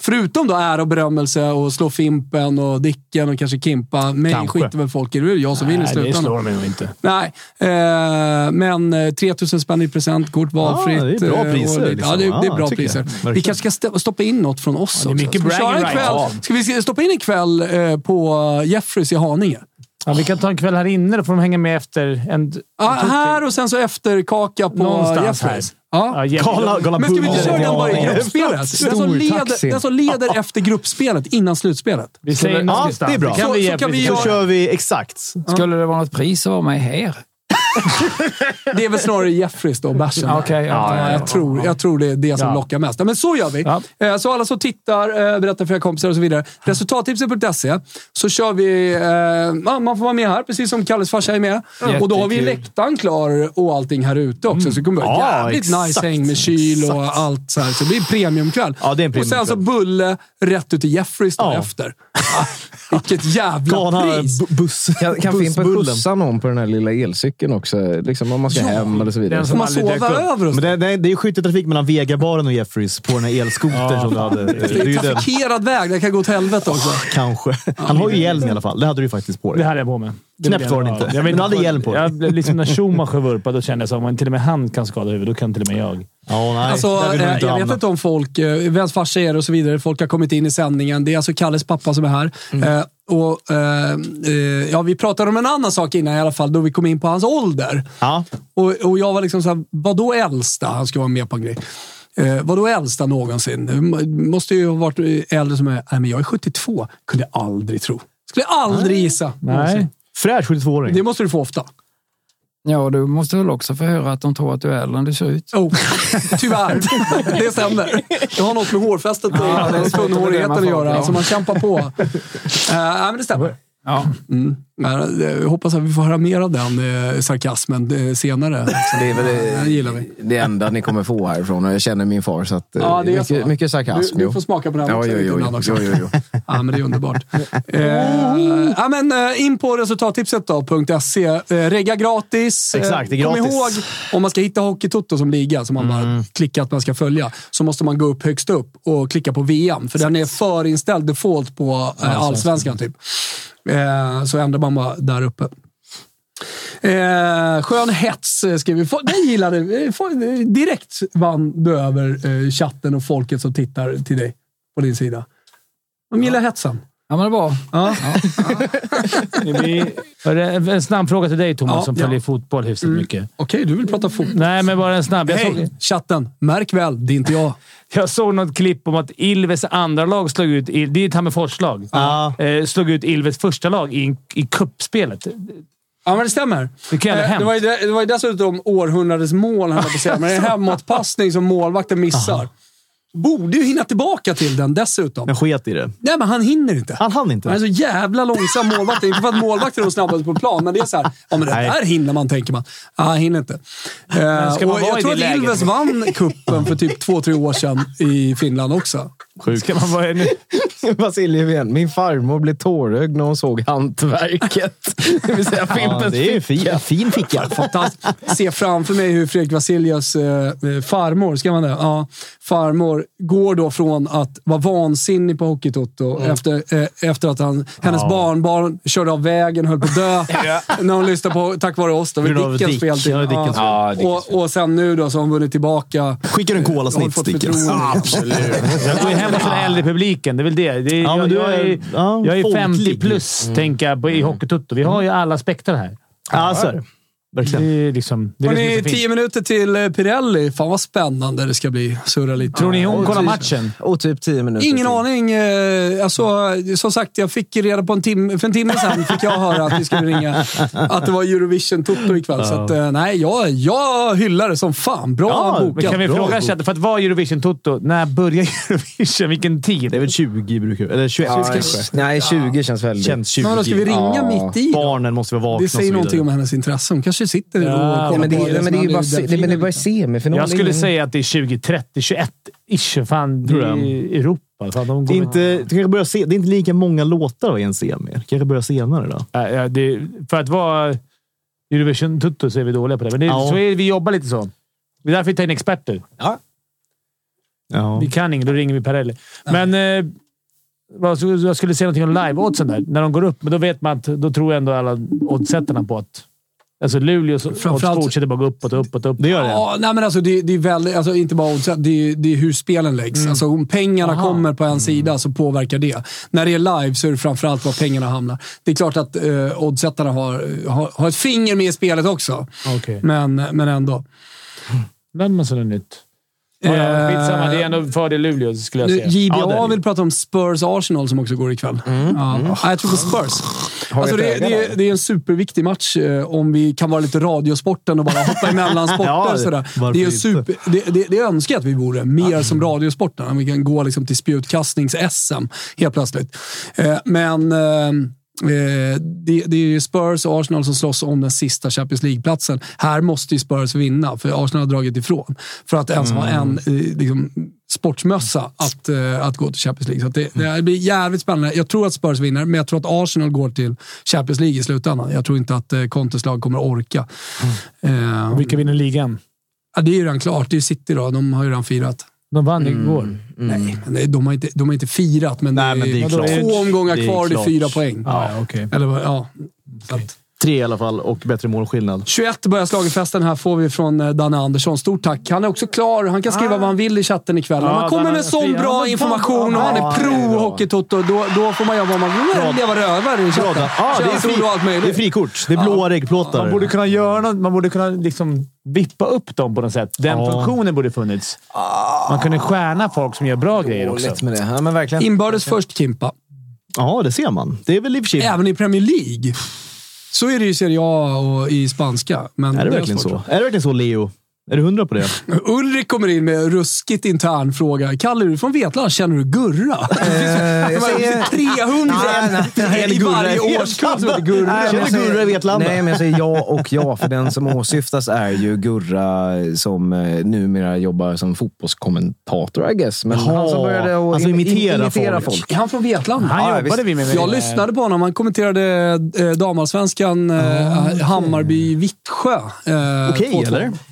S1: Förutom då ära och berömmelse och slå Fimpen och Dicken och kanske Kimpa. Mig
S4: Kanske.
S1: skiter väl folk i. Det är jag som vinner i
S4: Nej, det
S1: slutändan.
S4: slår de nog inte.
S1: Nej, eh, men eh, 3000 spänn i presentkort valfritt.
S3: Ah, det är bra
S1: eh, och
S3: priser,
S1: lite-
S3: liksom.
S1: Ja, det, det är
S3: Ah,
S1: bra
S3: tycker jag.
S1: priser. Vi
S3: Verkligen.
S1: kanske ska stä- stoppa in något från oss
S4: det är
S1: också.
S4: mycket
S1: Ska vi, köra
S4: bragging
S1: en kväll,
S4: rights.
S1: ska vi stoppa in en kväll eh, på Jeffreys i Haninge?
S4: Ja, vi kan ta en kväll här inne, då får de hänga med efter en...
S1: Ja, här och sen så efterkaka på
S4: Någonstans
S1: Jeffreys. Ja.
S4: jävligt-
S3: Gala, gala
S1: Men ska vi inte köra den bara i
S3: Ja,
S1: gruppspelet? Den som
S5: Stor
S1: leder,
S5: taxi.
S1: den som leder efter gruppspelet innan slutspelet.
S4: Vi säger
S3: Ja,
S4: någonstans.
S3: det är bra.
S4: Kan
S1: Så-
S4: vi
S1: så
S4: hjälpa
S1: kan vi
S4: till?
S1: göra-
S3: Då kör vi exakt.
S7: Skulle det vara något pris att vara med här?
S1: Det är väl snarare Jeffries då, bärsen. där.
S7: Okej, ja,
S1: Ja,
S7: ja, ja.
S1: jag, tror, jag tror det är det som
S4: Ja.
S1: lockar mest. Ja, Men så gör vi.
S4: Ja.
S1: Eh, Så alla som tittar, eh, berättar för era kompisar och så vidare. Resultattipset.se E. så kör vi... eh, ja, Man får vara med här, precis som Kalles farsa är med. Och då har vi
S7: Jättekul.
S1: läktaren klar och allting här ute också. Så det kommer bli
S3: Mm. Ja,
S1: jävligt
S3: exakt.
S1: nice häng med kyl och allt så här. Så det blir premiumkväll.
S3: Ja, det är en
S1: och sen så
S3: premiumkväll.
S1: Bulle rätt ut till Jeffreys
S3: Ja.
S1: efter. Ah, Vilket jävla pris!
S3: buss,
S5: Kan, kan Fimpen
S3: bussbullen.
S5: skjutsa någon på den här lilla elcykeln också? Liksom om man ska hem eller så vidare.
S4: den
S1: Får
S4: som
S1: man
S4: aldrig dök
S1: sova
S4: upp.
S1: över och
S3: Men
S1: så?
S3: det, det, det är ju skytteltrafik mellan Vegabaren och Jeffreys på den här elskotern som du hade. Det
S1: Det
S3: är ju
S1: är
S3: den,
S1: trafikerad väg. Det kan gå åt helvete också.
S3: kanske. Han har ju hjälm i alla fall. Det hade du ju faktiskt på
S4: Det
S3: dig.
S4: hade jag på mig. Det
S3: Knäppt var den
S4: jag.
S3: inte.
S4: Jag vet
S3: Men du hade
S4: vad-
S3: hjälm på dig.
S4: jag, blev liksom När Schumacher vurpade, då kände jag så att om till och med han kan skada huvudet, då kan till och med jag.
S3: Ja, nej.
S1: Alltså,
S3: där vill man
S1: eh,
S3: inte
S1: jag vet
S3: hamna.
S1: inte om folk, eh, vems farsa är det och så vidare. Folk har kommit in i sändningen. Det är alltså Kalles pappa som är här.
S7: Mm.
S1: Eh, och, eh, eh, ja, vi pratade om en annan sak innan i alla fall, då vi kom in på hans ålder.
S3: Ja.
S1: Och, och jag var liksom såhär, vadå äldsta? Han skulle vara med på en grej. Eh, vadå äldsta någonsin? Det Måste ju ha varit äldre som är, nej men jag är 72. Kunde aldrig tro. Skulle aldrig gissa.
S4: Nej.
S3: Fräsch 72-åring.
S1: Det måste du få ofta.
S7: Ja, du måste väl också få höra att de tror att du är äldre än du ser ut.
S1: Oh, tyvärr. Det stämmer. Det har något med hårfästet och
S7: Ja, det är svårt att
S1: tunnhårigheten
S7: bedöma
S1: att
S7: folk,
S1: göra,
S7: ja.
S1: så man kämpar på. Eh, nej, men det stämmer.
S7: Ja.
S1: Mm. Men, eh, Jag hoppas att vi får höra mer av den eh, sarkasmen eh, senare.
S5: Det är väl
S1: Den
S5: det,
S1: gillar vi.
S5: det enda ni kommer få härifrån. och Jag känner min far, så att, eh,
S1: Ja, det är
S5: mycket,
S1: så.
S5: mycket sarkasm.
S1: Du,
S5: jo.
S1: du får smaka på den
S5: Ja,
S1: också.
S5: jo,
S1: lite
S5: jo,
S1: ibland
S5: jo,
S1: också.
S5: jo, jo, jo.
S1: Ja, men det är underbart. Eh, ja, men, eh, in på resultattipset då, .se. Eh, regga gratis. Eh,
S3: Exakt, det är
S1: Kom
S3: gratis.
S1: ihåg, om man ska hitta Hockeytoto som liga, som man
S7: Mm.
S1: bara klickar att man ska följa, så måste man gå upp högst upp och klicka på VM. För den är förinställd default på eh, allsvenskan, typ. Eh, så ändrar man bara där uppe. Eh, skön hets eh, skrev vi. Fo- Den gillade vi. Eh, fo- eh, Direkt vann du över eh, chatten och folket som tittar till dig på din sida. De gillar hetsen.
S7: Ja, men det är bra.
S1: Ja.
S4: Det blir- Var det En en snabb fråga till dig, Thomas,
S1: Ja,
S4: som
S1: ja. Mm.
S4: följer fotboll hyfsat mycket.
S1: Okej, du vill prata fotboll.
S4: Nej, men bara en snabb. Jag såg,
S1: Hej, chatten. Märk väl, det är inte jag.
S4: jag såg något klipp om att Ilves andra lag slog ut... Il- Det är ett Tammerfors-lag.
S3: Ja.
S4: Eh, slog ut Ilves första lag i, i kuppspelet.
S1: Ja, men det stämmer.
S4: Det kan ju
S1: Eh,
S4: ha
S1: det, var ju,
S4: hänt.
S1: det var ju dessutom århundradets mål, han höll på att säga. Men det är en hemåtpassning som målvakten missar. Borde ju hinna tillbaka till den dessutom.
S3: Men sket i det.
S1: Nej, men han hinner inte.
S3: Han hann
S1: Han är
S3: inte.
S1: så jävla långsam målvakt. Inte för att målvakter är de snabbaste på plan, men det är så här. Ja, men det
S3: Nej.
S1: där hinner man, tänker man. Ja, han hinner inte. Eh,
S4: ska man
S1: och
S4: vara
S1: jag
S4: i
S1: tror
S4: det
S1: att
S4: läget?
S1: Ilves vann kuppen för typ två, tre år sedan i Finland också.
S3: Sjukt.
S4: Ska man vara nu?
S5: Vasiljev igen. Min farmor blev tårögd när hon såg hantverket. Det vill säga
S3: Ja,
S5: Fimpens
S3: det är ju fin, en fin ficka.
S1: Fantastiskt. Se framför mig hur Fredrik Vasiljas eh, eh, farmor, ska man det? Ja, farmor går då från att vara vansinnig på Hockeytoto efter, eh, efter att han, hennes barnbarn körde av vägen, höll på att dö. När hon lyssnade på, tack vare oss, då var
S3: På grund av
S1: det Dickens
S3: Dick.
S1: fel. till-
S3: Ja, det är Dickens fel.
S5: Ja, Dickens
S1: och, och sen nu då så har hon vunnit tillbaka. Eh,
S3: Skickar en
S1: Har
S3: kolasnitt,
S1: fått
S3: Dickens.
S1: förtroende.
S4: Jag går ju hem till den äldre publiken. Det är väl det. det är,
S3: Ja, men
S4: jag,
S3: du
S4: jag
S3: är-
S4: är,
S3: ja,
S4: jag är
S3: folklig. Mm.
S4: 50 plus, tänker jag, på, i Hockeytutto. Vi har ju alla spektrar här.
S3: Ja, så är det.
S4: Det
S3: Verkligen.
S4: är liksom... Det är det som är
S1: Hörrni,
S4: så fint.
S1: tio minuter till eh, Pirelli. Fan vad spännande det ska bli. Surra lite.
S4: Tror ni hon kollar matchen?
S5: Och typ tio minuter
S1: Ingen
S5: till.
S1: aning. eh, Alltså, som sagt, jag fick reda på en timme, för en timme sedan fick jag höra att vi skulle ringa att det var Eurovision-toto ikväll. Så att, eh, nej, jag, jag hyllar det som fan. Bra
S3: Ja, men
S1: bokat.
S4: Kan vi
S3: Bra,
S4: fråga
S3: Bo.
S4: chatten, för att vara Eurovision Toto, när börjar Eurovision? Vilken
S3: Det är
S4: tid?
S3: väl 20 brukar Eller 21
S5: Ja,
S3: kanske.
S5: nej, 20 känns väldigt...
S3: Känns 20.
S1: Men då ska vi ringa
S5: Ja.
S1: mitt i? då?
S3: Barnen måste vara vakna
S1: Det säger
S3: och så
S1: någonting om
S3: vidare.
S1: hennes intresse. Hon kanske sitter och
S4: Ja,
S1: kollar
S5: men det,
S1: på
S5: är-
S1: det.
S5: men det är ju bara, se- det, men det är bara
S1: liksom.
S5: semifinal.
S4: Jag skulle
S5: Ingen-
S4: säga att det är 20, 30, 21 ish. Fan, det
S3: Tror jag.
S4: är Europa. Fan, de
S3: Det
S4: går
S3: är, inte, det, kanske börjar se, det är inte lika många låtar då i en semi. Det kanske börjar senare då.
S4: Ja, ja, det, för att vara Eurovision Tutto så är vi dåliga på det. Men det,
S3: Ja.
S4: så är, vi jobbar lite så. Det är därför vi tar in experter.
S3: Ja.
S4: Vi kan inget, då ringer vi Perrelli. Men eh, vad skulle- jag skulle säga någonting om live-oddsen där. När de går upp, men då vet man att då tror ändå alla oddsättarna på att... Alltså Luleås odds
S1: Framförallt-
S4: fortsätter bara gå uppåt och uppåt och uppåt.
S3: Det gör det?
S1: Ja, nej men alltså det, det är väldigt, alltså inte bara oddset, det, är- det är hur spelen läggs. Alltså om pengarna
S4: Mm. Aha. Mm.
S1: kommer på en sida så påverkar det. När det är live så är det framförallt var pengarna hamnar. Det är klart att eh, oddsättarna har, har, har ett finger med i spelet också,
S4: Okej.
S1: men, men ändå.
S4: Lärde man sig något nytt? Ja,
S1: Eh,
S4: ja,
S3: eh,
S4: skitsamma, det är ändå fördel Luleå skulle jag
S1: Nu,
S4: säga.
S1: JBA
S4: Ja, det Mm, är det.
S1: vill prata om Spurs-Arsenal som också går ikväll. Ja. Nej, Jag tror på Spurs. Alltså
S5: vi
S1: det,
S5: ett öga
S1: det, är, det är en superviktig match eh, om vi kan vara lite radiosporten och bara hoppa emellan sporter.
S3: Ja,
S1: och sådär.
S3: varför
S1: Det, är en
S3: inte?
S1: super, det, det, det önskar jag att vi vore, mer som radiosporten. Att Vi kan gå liksom till spjutkastnings-SM helt plötsligt. Eh, Men... eh, eh, Det, det är ju Spurs och Arsenal som slåss om den sista Champions League-platsen. Här måste ju Spurs vinna, för Arsenal har dragit ifrån. För att ens ha en eh, liksom, sportsmössa att, eh, att gå till Champions League. Så att det, det här blir jävligt spännande. Jag tror att Spurs vinner, men jag tror att Arsenal går till Champions League i slutändan. Jag tror inte att eh, Contes lag kommer att orka. Eh,
S4: Vilka vinner ligan?
S1: ja, det är ju redan klart. Det är ju City då. De har ju redan firat.
S4: De vann igår.
S3: Mm.
S1: Nej, nej de, har inte, de har inte firat, men,
S3: Nej, men det är klart.
S1: två omgångar
S3: Det är
S1: kvar och det är
S3: klart.
S1: fyra poäng.
S4: Ja, okej.
S1: Eller, vad- ja. Så att,
S3: Tre i alla fall och bättre målskillnad.
S1: 21 börjar slagerfesten här får vi från eh, Danne Andersson. Stort tack. Han är också klar. Han kan skriva vad han vill i chatten ikväll. Om
S4: Ja,
S1: han kommer
S4: Danne
S1: med sån
S4: Andersson. Ja,
S1: bra
S4: men fan,
S1: information och han är
S3: ja,
S1: pro hockeytoto, då, då får man göra vad man vill. Leva rövare i chatten.
S3: Ja, Ah, det, är
S1: Könsord och allt
S3: fri, det är
S1: möjligt.
S3: frikort. Det är blåa regplåtar.
S4: Man borde kunna göra något, man borde kunna liksom vippa upp dem på något sätt. Den
S3: Ja.
S4: funktionen borde funnits. Man kunde stjärna folk som gör bra grejer också.
S5: Dåligt med det. Ja, men verkligen.
S1: Inbördes först Kimpa.
S3: Ja, det ser man. Det är väl i och för sig...
S1: Även i Premier League. Så är det ju i Serie A och i spanska. Men
S3: Är det
S1: är
S3: verkligen
S1: svårt.
S3: så? Är det verkligen så, Leo? Är du hundra på det?
S1: Ulrik kommer in med ruskigt intern fråga. Kalle, är du från Vetlanda? Känner du Gurra? Det
S5: jag säger-
S1: finns 300 i varje årskull som heter Gurra.
S5: Nej, men jag
S3: Känner
S5: säger-
S3: Gurra i Vetlanda?
S5: Nej, men jag säger ja och ja. För den som åsyftas är ju Gurra som eh, numera jobbar som fotbollskommentator, I guess. Men
S3: Jaha,
S5: han som började att
S3: alltså
S5: im-
S3: imitera folk.
S1: Är han från Vetlanda?
S4: Han
S5: Ja,
S4: jobbade
S5: visst.
S4: vi med.
S1: Jag lyssnade på honom. Han kommenterade eh, damallsvenskan eh, Hammarby-Vittsjö. Eh,
S3: Okej,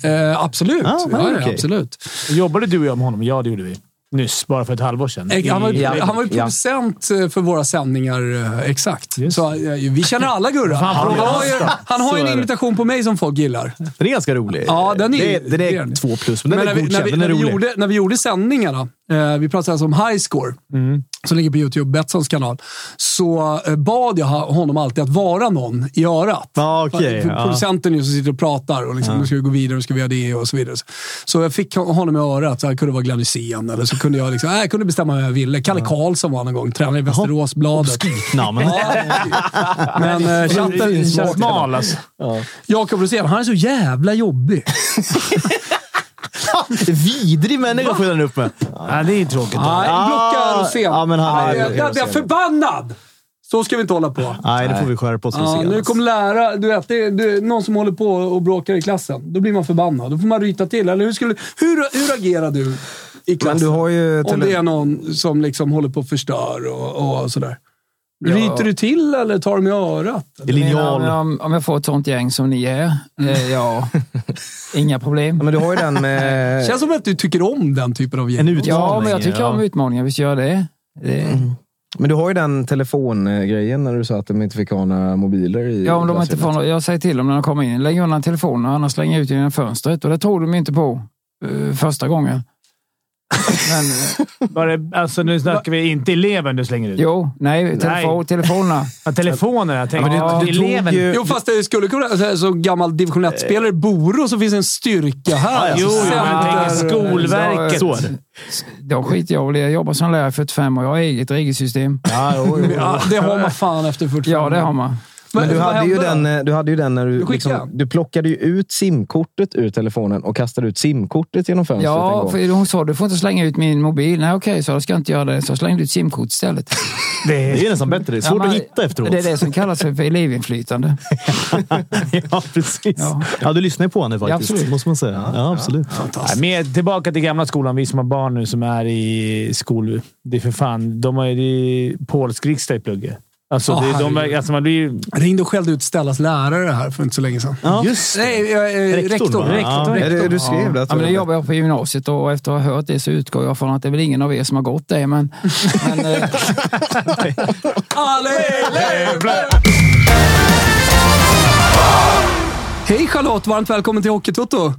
S1: 2-2. Eh, absolut.
S3: Ah,
S1: ja, ja,
S3: okej.
S1: absolut.
S4: Jobbade du och jag med honom? Ja, det gjorde vi. Nyss, bara för ett halvår sedan.
S1: Eh, Han var,
S4: I-
S1: ju- han var ju
S5: ja.
S1: producent eh, för våra sändningar, eh, exakt.
S4: Just.
S1: Så, eh, vi känner alla Gurra.
S4: Fan,
S1: han,
S4: fan,
S1: har ju, han har ju en invitation på mig som folk gillar.
S3: Den är ganska rolig.
S1: Ja, den är-
S3: det, det,
S1: det är
S3: är
S1: den.
S3: två plus, men den
S1: Men
S3: är
S1: när, vi,
S3: godkänd.
S1: när, vi,
S3: den är
S1: när, vi
S3: rolig.
S1: gjorde, när vi gjorde sändningarna, eh, vi pratade alltså om high score,
S3: Mm.
S1: som ligger på YouTube, Betssons kanal, så eh, bad jag ha- honom alltid att vara någon i örat.
S3: Ja, Ah, okej,
S1: För- för
S3: ja.
S1: Producenten ju som sitter och pratar och liksom, nu ska vi gå vidare, nu ska vi göra det och så vidare. Så jag fick ho- honom i örat, så jag kunde vara Glenn Hysén eller så kunde jag, liksom, äh, jag kunde bestämma vem jag ville. Kalle Karlsson var han en gång, tränare i Västeråsbladet.
S3: Namn.
S1: Ja, men eh, chatten...
S4: Känns smal alltså.
S1: Jakob Rosén, han är så jävla jobbig.
S3: Vidrig människa skyller han upp med.
S4: Ja, det är tråkigt.
S1: Nej, blocka Rosén.
S3: Ah,
S1: Ah,
S3: Ja, men han är...
S1: Jag blir förbannad! Så ska vi inte hålla på.
S3: Nej, det får vi skärpa oss
S1: Ja,
S3: Rosén,
S1: nu
S3: alltså.
S1: kom lärare. Du vet, det är, det är någon som håller på och bråkar i klassen. Då blir man förbannad. Då får man ryta till. Eller hur, skulle, hur, hur agerar du i klassen?
S5: Men du har ju...
S1: Om det är någon som liksom håller på och förstör och, och sådär. Ryter du till eller tar dem i örat?
S3: I linjal.
S7: Men Om, om jag får ett sånt gäng som ni är, eh, ja, inga
S5: Mm. Ja,
S7: problem.
S5: men du har ju den
S3: Eh.
S5: med...
S1: känns som att du tycker om den typen av
S3: En
S1: gäng.
S3: utmaning.
S7: Ja, men jag tycker
S3: ja.
S7: om utmaningar. Visst gör jag det. det
S5: Eh, Men du har ju den telefongrejen när du sa att de inte fick ha några mobiler i
S7: ja, om de inte
S5: klassrummet.
S7: får, nå- jag säger till dem när de kommer in. Lägg undan telefonen, annars slänger jag ut den genom fönstret. Och det tror de inte på eh, första gången. Men, eh,
S4: Var det, alltså, nu snackar vi inte eleven du slänger ut.
S7: jo, nej, telefon,
S4: Nej.
S7: telefonerna.
S4: Ja, telefonen, jag tänkte.
S7: Ja, men det- det tog
S4: eleven.
S5: ju-
S1: Jo, fast det skulle kunna... så här, Som gammal division 1-spelare i Boro så finns en styrka här.
S4: Jo, jo, men jag
S1: Center-
S4: tänker Skolverket.
S7: Så är det. Då skiter jag väl i det. Jag jobbar som lärare i 45 år. Jag har eget regelsystem.
S5: Ja, jo, jo, jo.
S1: Ja, det har man fan efter 45
S7: Ja, det har man.
S5: Men du
S1: vad
S5: hade,
S1: hände
S5: ju
S1: då?
S5: den, eh, du hade ju den när du,
S1: Du skickade
S5: liksom,
S1: den.
S5: du plockade ju ut simkortet ur telefonen och kastade ut simkortet genom fönstret en
S7: Ja,
S5: gång.
S7: för hon sa du får inte slänga ut min mobil. Nej, okej, så jag ska jag inte göra det. Så jag slängde ut simkort istället.
S3: Det är ju nästan bättre. Det är svårt
S7: Ja, men-
S3: att hitta efteråt.
S7: Det är det som kallas för elevinflytande.
S3: ja, precis. Ja.
S7: Ja.
S3: du lyssnar ju på henne faktiskt.
S7: Ja, absolut.
S3: måste man säga. Ja, absolut.
S4: Nej, mer tillbaka till gamla skolan. Vi som har barn nu som är i skol... Det är för fan... De har ju det är polsk riksdag i plugget. Alltså,
S1: Åh,
S4: det, de,
S1: herregud.
S4: alltså man blir ju...
S1: Ringde och skällde ut Stellas lärare här för inte så länge sedan.
S3: Ja. Just
S1: Nej, eh, eh, rektor.
S3: Rektorn, va? Ja.
S4: Rektorn,
S5: Är
S4: rektorn.
S5: det, du skrev det?
S7: Ja, men jag jobbar jag på gymnasiet och efter att ha hört det så utgår jag från att det är väl ingen av er som har gått det. Men, men, eh,
S1: Alle lever! Hej Charlotte! Varmt välkommen till Hockeytoto!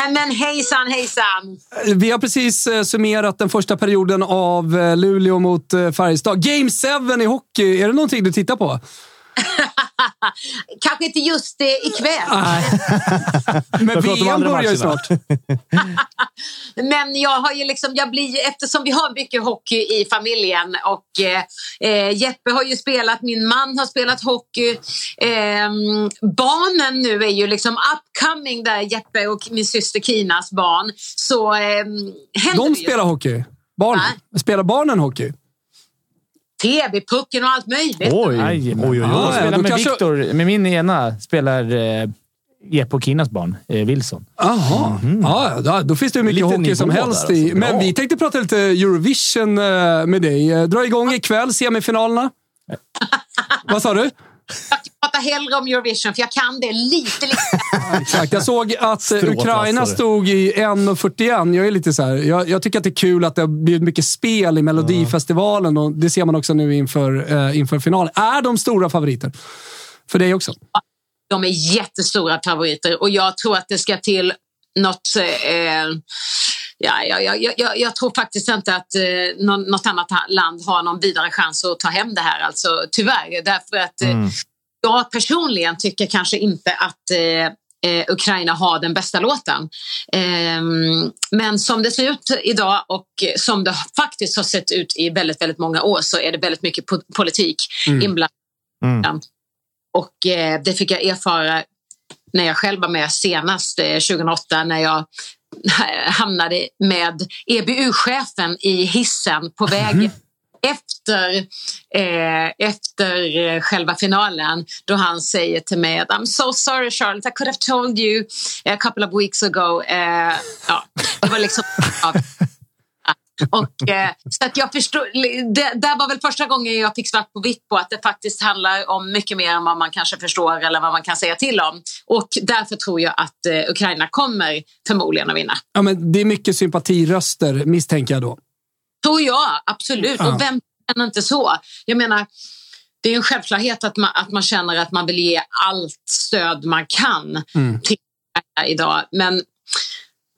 S8: Nej men hejsan hejsan!
S1: Eh, Vi har precis eh, summerat den första perioden av eh, Luleå mot eh, Färjestad. Game 7 i hockey, är det någonting du tittar på?
S8: Kanske inte just eh, ikväll,
S1: Men
S3: Jag pratar om
S1: VM
S3: andra
S1: börjar ju
S3: matcherna.
S1: snart.
S8: men jag har ju liksom, jag blir ju, eftersom vi har mycket hockey i familjen och eh, eh, Jeppe har ju spelat, min man har spelat hockey. Ehm, barnen nu är ju liksom upcoming där, Jeppe och min syster Kinas barn. Så ehm, händer
S1: De
S8: det ju.
S1: spelar hockey. Barnen. Spelar barnen hockey?
S8: TV-pucken och allt möjligt.
S3: Oj!
S4: Aj,
S3: oj, oj,
S4: Jag
S1: Ja,
S4: spelar
S1: då
S4: med
S1: kanske-
S4: Viktor, med min ena, spelar eh, Jeppe och Kinnas barn, eh, Wilson.
S1: Jaha. Ja, ja, då finns det hur mycket
S3: Lite
S1: hockey
S3: nivå
S1: som
S3: där
S1: helst.
S3: alltså.
S1: I.
S3: Bra.
S1: Men vi tänkte prata lite Eurovision eh, med dig. Eh, Dra igång ikväll, semifinalerna. Vad sa du?
S8: pratar hellre om Eurovision, för jag kan det lite, lite.
S1: Exakt. Jag såg att eh, Ukraina
S3: Stråtlassare.
S1: stod i 1.41. Jag är lite så här, jag, jag tycker att det är kul att det har blivit mycket spel i Melodifestivalen. Och det ser man också nu inför, eh, inför finalen. Är de stora favoriter? För dig också?
S8: De är jättestora favoriter och jag tror att det ska till något... Eh, ja, jag, jag, jag, jag tror faktiskt inte att eh, nå- något annat ha- land har någon vidare chans att ta hem det här, alltså, tyvärr. Därför att eh, jag personligen tycker kanske inte att eh, eh, Ukraina har den bästa låten. Ehm, men som det ser ut idag och som det faktiskt har sett ut i väldigt, väldigt många år så är det väldigt mycket po- politik inblandad.
S3: Mm.
S8: Och eh, det fick jag erfara när jag själv var med senast eh, 2008 när jag hamnade med EBU-chefen i hissen på väg efter, eh, efter eh, själva finalen då han säger till mig att I'm so sorry Charlotte, I could have told you a couple of weeks ago. Eh, ja, det var liksom... Ja. Och, eh, så att jag förstår, det, där var väl första gången jag fick svart på vitt på att det faktiskt handlar om mycket mer än vad man kanske förstår eller vad man kan säga till om. Och därför tror jag att eh, Ukraina kommer förmodligen att vinna.
S1: Ja, men det är mycket sympatiröster, misstänker jag då.
S8: Tror jag, absolut.
S1: Ja.
S8: Och vem känner inte så? Jag menar, det är en självklarhet att man, att man känner att man vill ge allt stöd man kan
S1: Mm.
S8: till Ukraina idag. Men,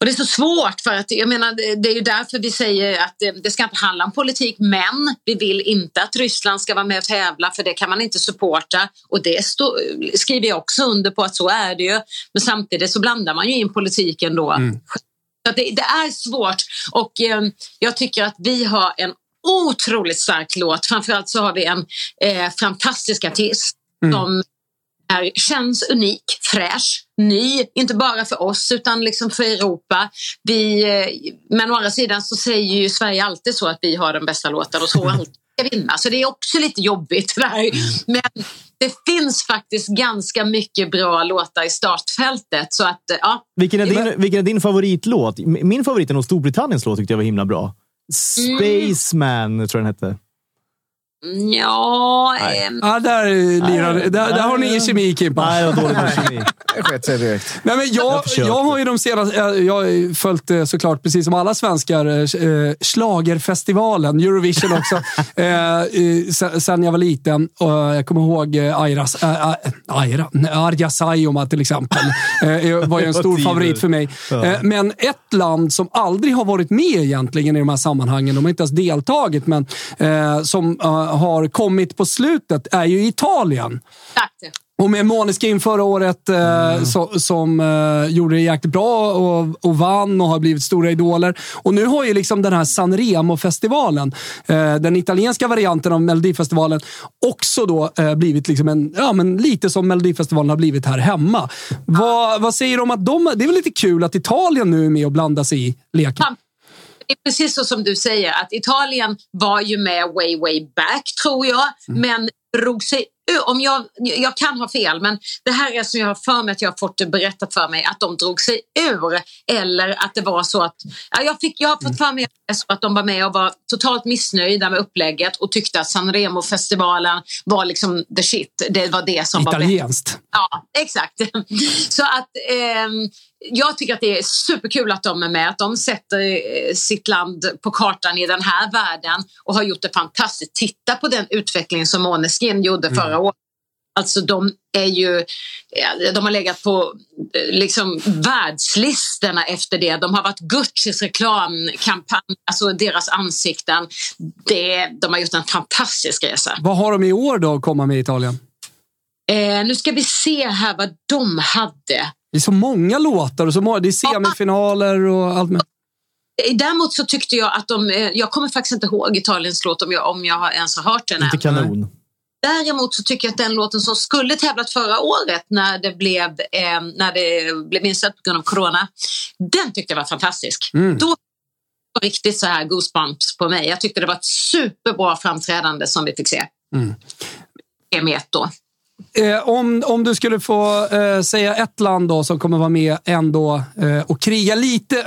S8: och det är så svårt för att jag menar, det- det är ju därför vi säger att det, det ska inte handla om politik, men vi vill inte att Ryssland ska vara med och tävla för det kan man inte supporta. Och det stå, skriver jag också under på att så är det ju. Men samtidigt så blandar man ju in politiken då. Så att det, det är svårt och eh, jag tycker att vi har en otroligt stark låt. Framförallt så har vi en eh, fantastisk artist
S9: Mm.
S1: Mm.
S8: som är, känns unik, fräsch, ny, inte bara för oss utan liksom för Europa. Vi, eh, men å andra sidan så säger ju Sverige alltid så att vi har den bästa låten och så alltid ska vinna. Så det är också lite jobbigt. Där.
S3: Mm.
S8: Men det finns faktiskt ganska mycket bra låtar i startfältet. Så att, eh, ja,
S3: Vilken är, din, vilken är din favoritlåt? M- Min favorit är nog Storbritanniens låt tyckte jag var himla bra. Spaceman tror jag den hette.
S8: ja ehm,
S1: Ja, där, eh, lirar,
S3: Nej.
S1: där, där har ni ingen kemi, Kimpa.
S3: Nej, vad dålig med kemi.
S5: Det sket sig direkt.
S1: Nej, men jag,
S3: försökte.
S1: jag har ju de senaste, eh, jag har ju följt eh, såklart, precis som alla svenskar, eh, Slagerfestivalen, Eurovision också, eh, eh, se- sen jag var liten. Och jag kommer ihåg eh, Airas, eh, eh, Aira, nej, Arja Saijonmaa till exempel. Eh, var ju en
S3: Vad
S1: stor
S3: tider.
S1: favorit för mig.
S3: Ja.
S1: Eh, men ett land som aldrig har varit med egentligen i de här sammanhangen, de har inte ens deltagit, men eh, som eh, har kommit på slutet är ju Italien.
S8: tack.
S1: Och med Måneskin förra året eh, så, som eh, gjorde det jäkligt bra och, och vann och har blivit stora idoler. Och nu har ju liksom den här Sanremo-festivalen, eh, den italienska varianten av Melodifestivalen, också då eh, blivit liksom en, ja, men lite som Melodifestivalen har blivit här hemma. Vad, vad säger du om att de, det är väl lite kul att Italien nu är med och blandar sig i leken?
S8: Det är precis så som du säger att Italien var ju med way, way back tror jag, men drog sig ur- om jag, jag kan ha fel, men det här är som jag har för mig att jag har fått det berättat för mig att de drog sig ur eller att det var så att ja, jag, fick, jag har fått för mig att det är så att de var med och var totalt missnöjda med upplägget och tyckte att Sanremo-festivalen var liksom the shit. Det var det som var bäst.
S1: Italienskt.
S8: Ja, exakt. Så att ehm, jag tycker att det är superkul att de är med, att de sätter eh, sitt land på kartan i den här världen och har gjort det fantastiskt. Titta på den utveckling som Måneskin gjorde förra året. Alltså de är ju, eh, de har legat på eh, liksom världslistorna efter det. De har varit Guccis reklamkampanj, alltså deras ansikten. Det, de har gjort en fantastisk resa.
S1: Vad har de i år då att komma med i Italien?
S8: Eh, nu ska vi se här vad de hade.
S1: Det är så många låtar och så många, det är semifinaler och allt med.
S8: Eh, Däremot så tyckte jag att de, eh, jag kommer faktiskt inte ihåg Italiens låt om jag, om jag har ens har hört den än.
S3: Inte kanon.
S8: Däremot så tycker jag att den låten som skulle tävlat förra året när det blev, eh, när det blev inställt på grund av corona, den tyckte jag var fantastisk.
S1: Mm.
S8: Då var det riktigt så här goosebumps på mig. Jag tyckte det var ett superbra framträdande som vi fick se.
S1: Mm.
S8: Mm. Då.
S1: Eh, om, om du skulle få eh, säga ett land då som kommer vara med ändå eh, och kriga lite.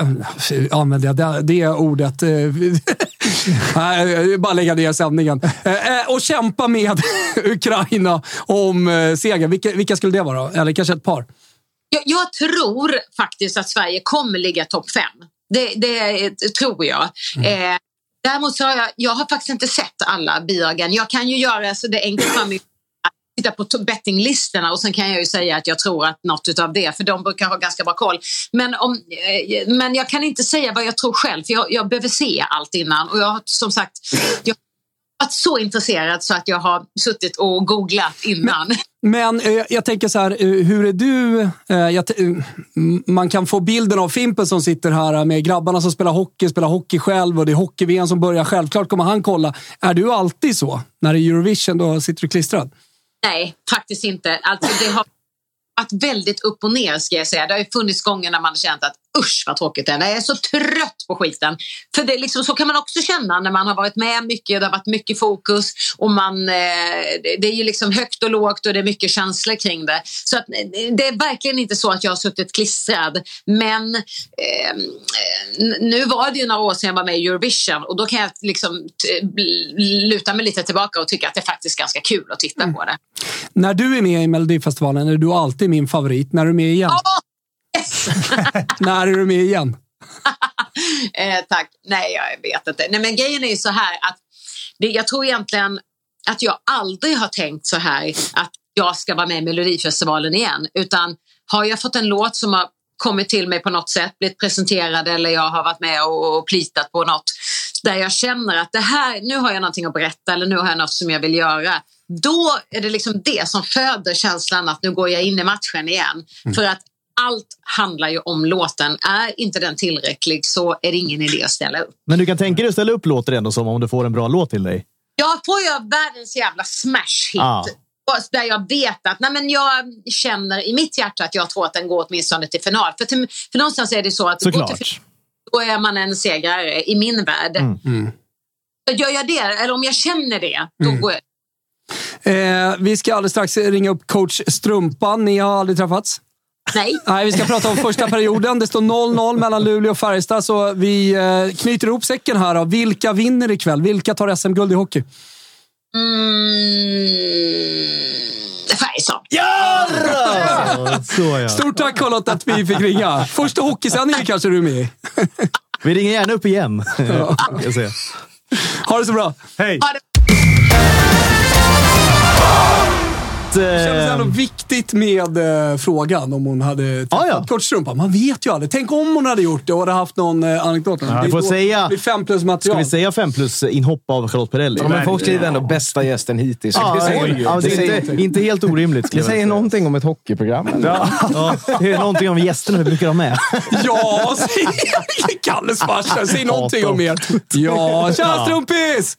S1: Använder jag det, det ordet? Eh, Nej, jag bara lägga ner sändningen. Eh, eh, och kämpa med Ukraina om eh, seger. Vilka, vilka skulle det vara? Eller kanske ett par?
S8: Jag, jag tror faktiskt att Sverige kommer ligga topp fem. Det, det eh, tror jag. Eh, däremot så har jag, jag har faktiskt inte sett alla bidragen. Jag kan ju göra så det är enkelt för mig att titta på to- bettinglistorna och sen kan jag ju säga att jag tror att något av det, för de brukar ha ganska bra koll. Men, om, eh, men jag kan inte säga vad jag tror själv, för jag, jag behöver se allt innan. Och jag har som sagt jag har varit så intresserad så att jag har suttit och googlat innan.
S1: Men eh, jag tänker så här, eh, hur är du? Eh, jag t- eh, m- man kan få bilden av Fimpen som sitter här eh, med grabbarna som spelar hockey, spelar hockey själv och det är hockey som börjar. Självklart kommer han kolla. Är du alltid så? När det är Eurovision, då sitter du klistrad?
S8: Nej, faktiskt inte. Alltså, det har varit väldigt upp och ner ska jag säga. Det har ju funnits gånger när man har känt att usch vad tråkigt det är. Jag är så trött på skiten. För det, är liksom, så kan man också känna när man har varit med mycket, det har varit mycket fokus och man, eh, det det är ju liksom högt och lågt och det är mycket känslor kring det. Så att, eh, det är verkligen inte så att jag har suttit klistrad. Men eh, n- nu var det ju några år sedan jag var med i Eurovision och då kan jag liksom t- bl- luta mig lite tillbaka och tycka att det är faktiskt ganska kul att titta på det.
S1: När du är med i Melodifestivalen är du alltid min favorit. När är du med igen?
S8: Yes.
S1: När är du med igen?
S8: eh, tack. Nej, jag vet inte. Nej, men grejen är ju så här att det, jag tror egentligen att jag aldrig har tänkt så här att jag ska vara med i Melodifestivalen igen. Utan har jag fått en låt som har kommit till mig på något sätt, blivit presenterad eller jag har varit med och, och plitat på något där jag känner att det här, nu har jag någonting att berätta eller nu har jag något som jag vill göra. Då är det liksom det som föder känslan att nu går jag in i matchen igen. För att allt handlar ju om låten. Är inte den tillräcklig så är det ingen idé att ställa upp.
S3: Men du kan tänka dig att ställa upp låter ändå som om du får en bra låt till dig.
S8: Jag får ju världens jävla smash hit.
S3: Ah.
S8: Och Där jag vet att nej men jag känner i mitt hjärta att jag tror att den går åtminstone till final. För, till, för någonstans är det så att går till final,
S3: Såklart.
S8: då är man en segrare i min värld.
S3: Mm.
S1: Mm.
S8: Så Gör jag det, eller om jag känner det, då
S3: Mm.
S8: går jag.
S1: Eh, vi ska alldeles strax ringa upp coach Strumpan. Ni har aldrig träffats?
S8: Nej.
S1: Nej, vi ska prata om första perioden. Det står 0-0 mellan Luleå och Färjestad, så vi eh, knyter ihop säcken här. Då. Vilka vinner ikväll? Vilka tar SM-guld i hockey?
S8: Mm, Färjestad.
S3: Ja, Så ja.
S1: Stort tack Charlotte att vi fick ringa. Första hockeysändningen kanske du är med i.
S3: Vi ringer gärna upp igen. Jag ser.
S1: Ha det så bra.
S3: Hej!
S8: Ha det.
S1: Det kändes ändå
S3: Eh,
S1: viktigt med eh, frågan om hon hade
S3: Ah, Ja, ja.
S1: kort strumpa. Man vet ju aldrig. Tänk om hon hade gjort det och hade haft någon eh, anekdot. Ja,
S3: vi får säga-
S1: Det blir fem plus
S3: Ska
S1: material.
S3: vi säga fem plus inhopp av Charlotte Perrelli?
S5: Ja, men folk skriver ändå bästa gästen hittills.
S3: Ja,
S5: det säger,
S3: ja,
S5: det
S3: det är
S5: säger,
S3: inte, inte helt orimligt. skulle
S5: det
S3: jag
S5: säger
S3: säga.
S5: någonting om ett hockeyprogram. eller?
S3: Ja, det är någonting om gästerna vi brukar ha med.
S1: Ja, säg Kalles farsa. Säg någonting om er. Ja, tja strumpis!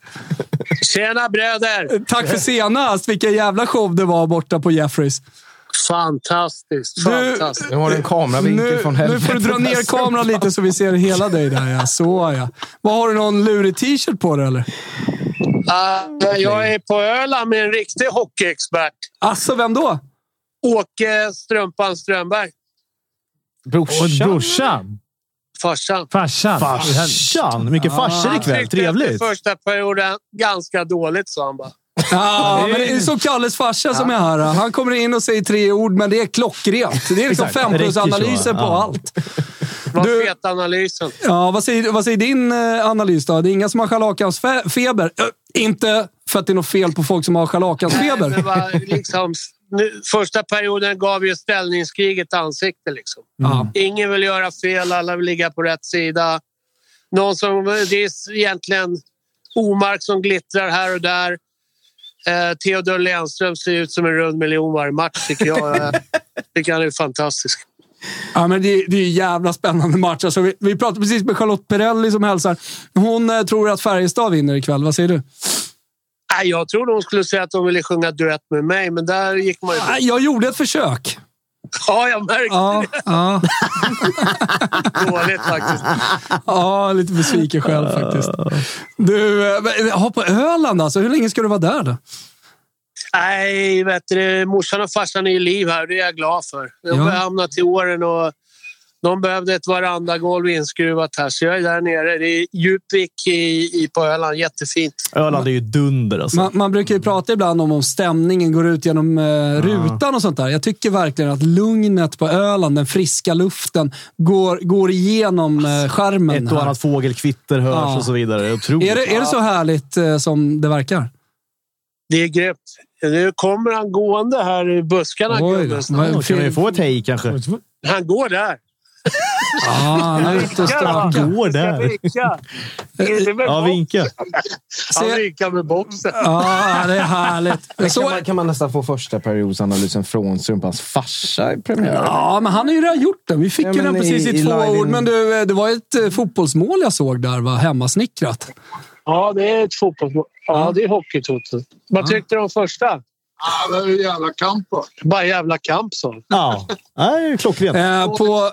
S9: Tjena bröder!
S1: Tack för senast. Vilken jävla show det var borta på Jeffreys.
S9: Fantastiskt, fantastiskt.
S5: Nu har du en kameravinkel
S1: Nu,
S5: från
S1: nu
S5: helvete.
S1: får du dra ner kameran lite så vi ser hela dig där. Ja. Så ja. Vad Har du någon lurig t-shirt på dig eller?
S9: Ah, jag är på Öland med en riktig hockeyexpert.
S1: Alltså, vem då?
S9: Åke Strumpan Strömberg,
S4: Och
S5: Brorsan.
S4: brorsan.
S9: farsan.
S4: Farsan.
S3: Farsan!
S1: Ah.
S3: Mycket farsor ikväll.
S9: Tyckte efter
S3: Trevligt.
S9: första perioden ganska dåligt, sa han bara.
S1: Ja, men det är så Kalles farsa som är här. Han kommer in och säger tre ord, men det är klockrent. Det är liksom
S3: Exakt.
S1: fem plus
S3: Räcker så,
S1: analyser på
S3: ja.
S1: allt.
S9: Vad
S1: Du-
S9: fet analysen.
S1: Ja, vad, säger, vad säger din eh, analys då? Det är inga som har scharlakansfeber? Ö, inte för att det är något fel på folk som har
S9: Det
S1: scharlakansfeber.
S9: var liksom, nu, första perioden gav ju ställningskriget ansikte. Liksom.
S1: Ja.
S9: Ingen vill göra fel, alla vill ligga på rätt sida. Någon som, det är egentligen omark som glittrar här och där. Eh, Theodor Lennström ser ut som en rund miljon varje match, tycker jag. Jag tycker han är fantastisk.
S1: Ja, men det, det är ju jävla spännande match. Alltså, vi, vi pratade precis med Charlotte Perrelli som hälsar. Hon eh, tror att Färjestad vinner ikväll. Vad säger du?
S9: Nej, Jag trodde hon skulle säga att hon ville sjunga duett med mig, men där gick man ju...
S1: Nej, Jag gjorde ett försök.
S9: Ja, jag märkte
S1: Ja, ja,
S9: det dåligt faktiskt.
S1: ja, lite besviken själv faktiskt. Du, eh, men, ha på Öland alltså. Hur länge ska du vara där då?
S9: Nej, vet du, morsan och farsan är i liv här. Det är jag glad för. De
S1: Ja.
S9: börjar hamna till åren och de behövde ett varandagolv inskruvat här, så jag är där nere. Det är Djupvik i, i, på Öland. Jättefint.
S3: Öland är ju dunder alltså.
S1: Man, man brukar ju prata ibland om om stämningen går ut genom eh, rutan och sånt där. Jag tycker verkligen att lugnet på Öland, den friska luften, går, går igenom eh, skärmen.
S3: Alltså, Ett och
S1: här.
S3: annat fågelkvitter hörs
S1: Ja.
S3: och så vidare. Otroligt.
S1: Är det, är det så härligt eh, som det verkar?
S9: Det är grymt. Nu kommer han gående här i buskarna,
S1: Oj då.
S9: gubben.
S1: Vad-
S3: Då kan vi ju få ett hej kanske.
S9: Han går där.
S1: Ja, Ah, han är ute och stökar.
S3: Går
S9: Han
S3: där.
S9: vinkar. Inte med
S3: Ja,
S9: boxen.
S3: vinka.
S9: Han
S1: Se-
S9: vinkar med boxen.
S1: Ja, det är härligt.
S5: Så
S1: Så,
S5: kan, man, kan man nästan få första periodsanalysen från Strumpans farsa i premiären.
S1: ja, men han har ju redan gjort den. Vi fick
S5: Ja,
S1: ju
S5: men
S1: den
S5: i-
S1: precis i,
S5: i
S1: två
S5: live-in-
S1: ord, men du, eh, det var ett eh, fotbollsmål jag såg där, va? hemmasnickrat.
S9: Ja, det är ett fotbollsmål. Ja, det är hockeytoto. Vad tyckte du om första?
S10: Ja, det är ju jävla kamp. va?
S9: Bara jävla kamp, sa han.
S3: Ja, Nej, klockrent.
S1: Eh, på,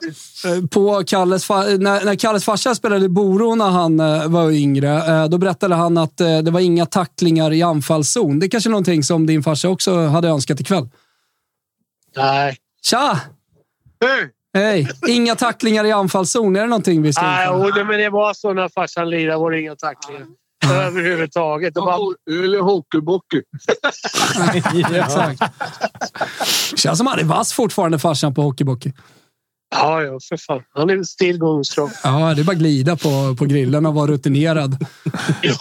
S1: eh, på Kalles fa- när, när Kalles farsa spelade i Boro när han eh, var yngre, eh, då berättade han att eh, det var inga tacklingar i anfallszon. Det är kanske är någonting som din farsa också hade önskat ikväll.
S9: Nej.
S1: Tja!
S9: Hur?
S1: Hej! Inga tacklingar i anfallszon. Är det någonting vi ska
S9: Nej,
S1: införa?
S9: och det, men det var så när farsan lirade var det inga tacklingar. Överhuvudtaget. Det var,
S10: Eller hockeybockey.
S1: Exakt. Känns som han är vass fortfarande, farsan, på hockeybockey.
S9: ja, ja, för fan. Han är still going strong.
S1: Ja, det är bara att glida på, på grillen och vara rutinerad.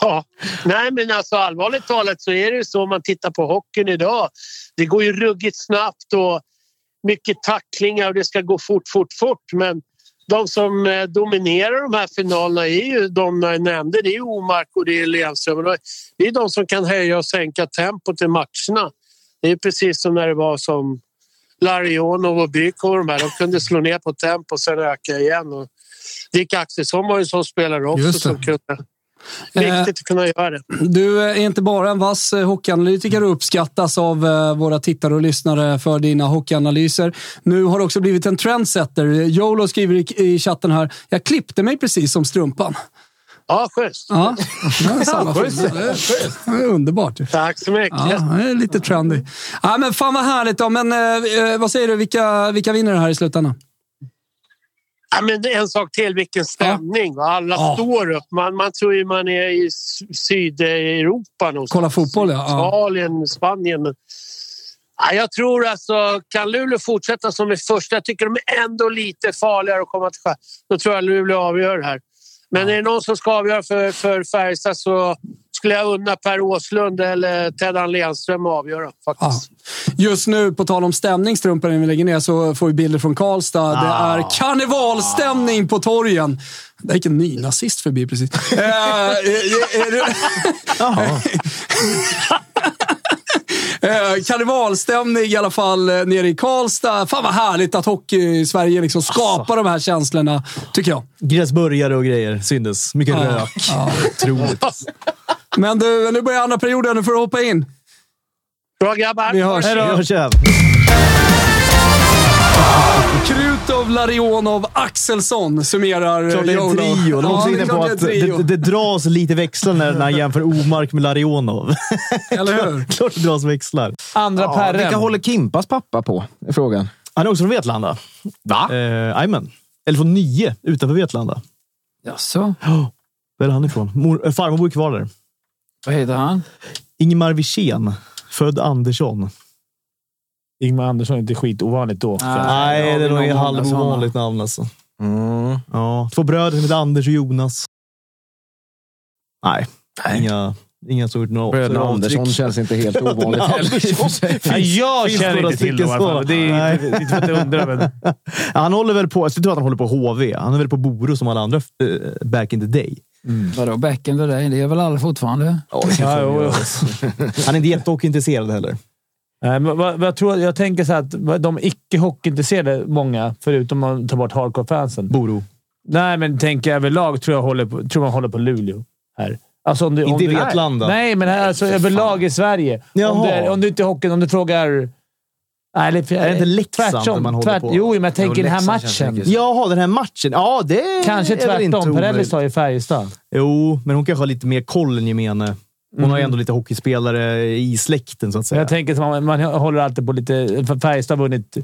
S9: Ja. Nej, men alltså allvarligt talat så är det ju så om man tittar på hockeyn idag. Det går ju ruggigt snabbt och mycket tacklingar och det ska gå fort, fort, fort. Men de som eh, dominerar de här finalerna är ju de jag nämnde. Det är Omark och det är Lennström. Och Det är de som kan höja och sänka tempot i matcherna. Det är precis som när det var som Larionov och Bykov och de här. De kunde slå ner på tempo och sen öka igen. Och Dick Axelsson var ju en sån spelare också
S1: Just det.
S9: som kunde Viktigt att kunna göra det.
S1: Eh, Du är inte bara en vass eh, hockeyanalytiker och uppskattas av eh, våra tittare och lyssnare för dina hockeyanalyser. Nu har du också blivit en trendsetter. Jolo skriver i, i chatten här, jag klippte mig precis som strumpan.
S9: Ja, schysst.
S1: Ja, det är samma film. Det är- det är underbart. ju.
S9: Tack så mycket.
S1: Ja, det är lite trendy. Ja, men fan vad härligt. Då. Men, eh, eh, vad säger du, vilka, vilka vinner det här i slutändan?
S9: Ja, men det är en sak till, vilken stämning. va? Alla
S1: Ja.
S9: står upp. Man, man tror ju man är i S- Sydeuropa någonstans.
S1: Kolla fotboll, ja. Ja.
S9: Italien, Spanien. Men... Ja, jag tror alltså, kan Luleå fortsätta som i första, jag tycker de är ändå lite farligare att komma till skär. Då tror jag Luleå avgör det här. Men är det någon som ska avgöra för, för Färjestad så skulle jag unna Per Åslund eller Teddan Lenström att avgöra.
S1: Ja.
S9: Faktiskt.
S1: Just nu, på tal om stämning, strumpan innan vi lägger ner, så får vi bilder från Karlstad.
S3: Ah.
S1: Det är karnevalstämning på torgen. Det gick en ny nazist förbi precis. Eh, är- är- är du- Eh, Karnevalstämning i alla fall eh, nere i Karlstad. Fan vad härligt att hockey i Sverige liksom skapar de här känslorna, tycker jag.
S3: Alltså. Gräsburgare och grejer syndes. Mycket rök. Otroligt.
S1: Men du, nu börjar andra perioden. Nu får du hoppa in.
S9: Bra grabbar!
S1: Vi hörs.
S3: Hej då! Tja.
S1: Krutov, Larionov, Axelsson summerar
S3: Klart det är en
S1: Jolo.
S3: trio. De är också
S1: det är
S3: inne på
S1: klart
S3: att
S1: det är en
S3: det, det dras lite växlar när när han jämför Omark med Larionov.
S1: Eller hur?
S3: Klart det dras växlar.
S4: Andra ja,
S5: Ja, vilka håller Kimpas pappa på? Är frågan.
S3: Han är också från Vetlanda.
S5: Va?
S3: Jajamän. Eller från Nye, utanför Vetlanda.
S7: Jaså?
S3: Där är han ifrån. Mor, äh, farmor bor kvar där.
S7: Vad heter han?
S3: Ingemar Wirsén. Född Andersson.
S4: Ingmar Andersson är inte skitovanligt då.
S3: Nej,
S7: ja,
S3: det är nog
S7: någon
S3: ett
S7: annan sån.
S3: halvovanligt namn alltså.
S5: Mm.
S3: Ja. Två bröder som heter Anders och Jonas. Nej, inga Ingen som gjort något
S5: Bröderna Andersson känns inte helt ovanligt heller.
S4: Ja, jag känner inte till dem i alla fall. Det är det är inte för att jag undrar, men...
S3: Han håller väl på, jag tror att han håller på HV. Han är väl på Boro som alla andra eh, back in the day.
S7: Vadå back in the day? Det gör väl alla fortfarande?
S3: Ja, jo, jo. Han är inte jättehockeyintresserad heller.
S4: Nej, men vad, vad jag, tror, jag tänker så här att vad de icke-hockeyintresserade, många, förutom om man tar bort hardcore-fansen.
S3: Boro.
S4: Nej, men tänker jag överlag tror jag håller på, tror man håller på Luleå här. Alltså om du, om
S3: Inte i
S4: du,
S3: Vetlanda.
S4: Nej, men här, alltså, överlag i Sverige. Om
S3: Jaha.
S4: du, är- om du inte är hockeyn, om du frågar... Nej, eller,
S3: Är det inte Leksand man håller på?
S4: Jo, men jag tänker den här matchen.
S3: Jaha, den här matchen. Ja, det
S4: Kanske
S3: är väl inte
S4: tvärtom.
S3: omöjligt.
S4: Perelli sa ju Färjestad.
S3: Jo, men hon kanske har lite mer koll än gemene. Hon har ju ändå lite hockeyspelare i släkten,
S4: Mm.
S3: så att
S4: Men
S3: säga.
S4: jag tänker som man, man håller alltid på lite... för Färjestad har vunnit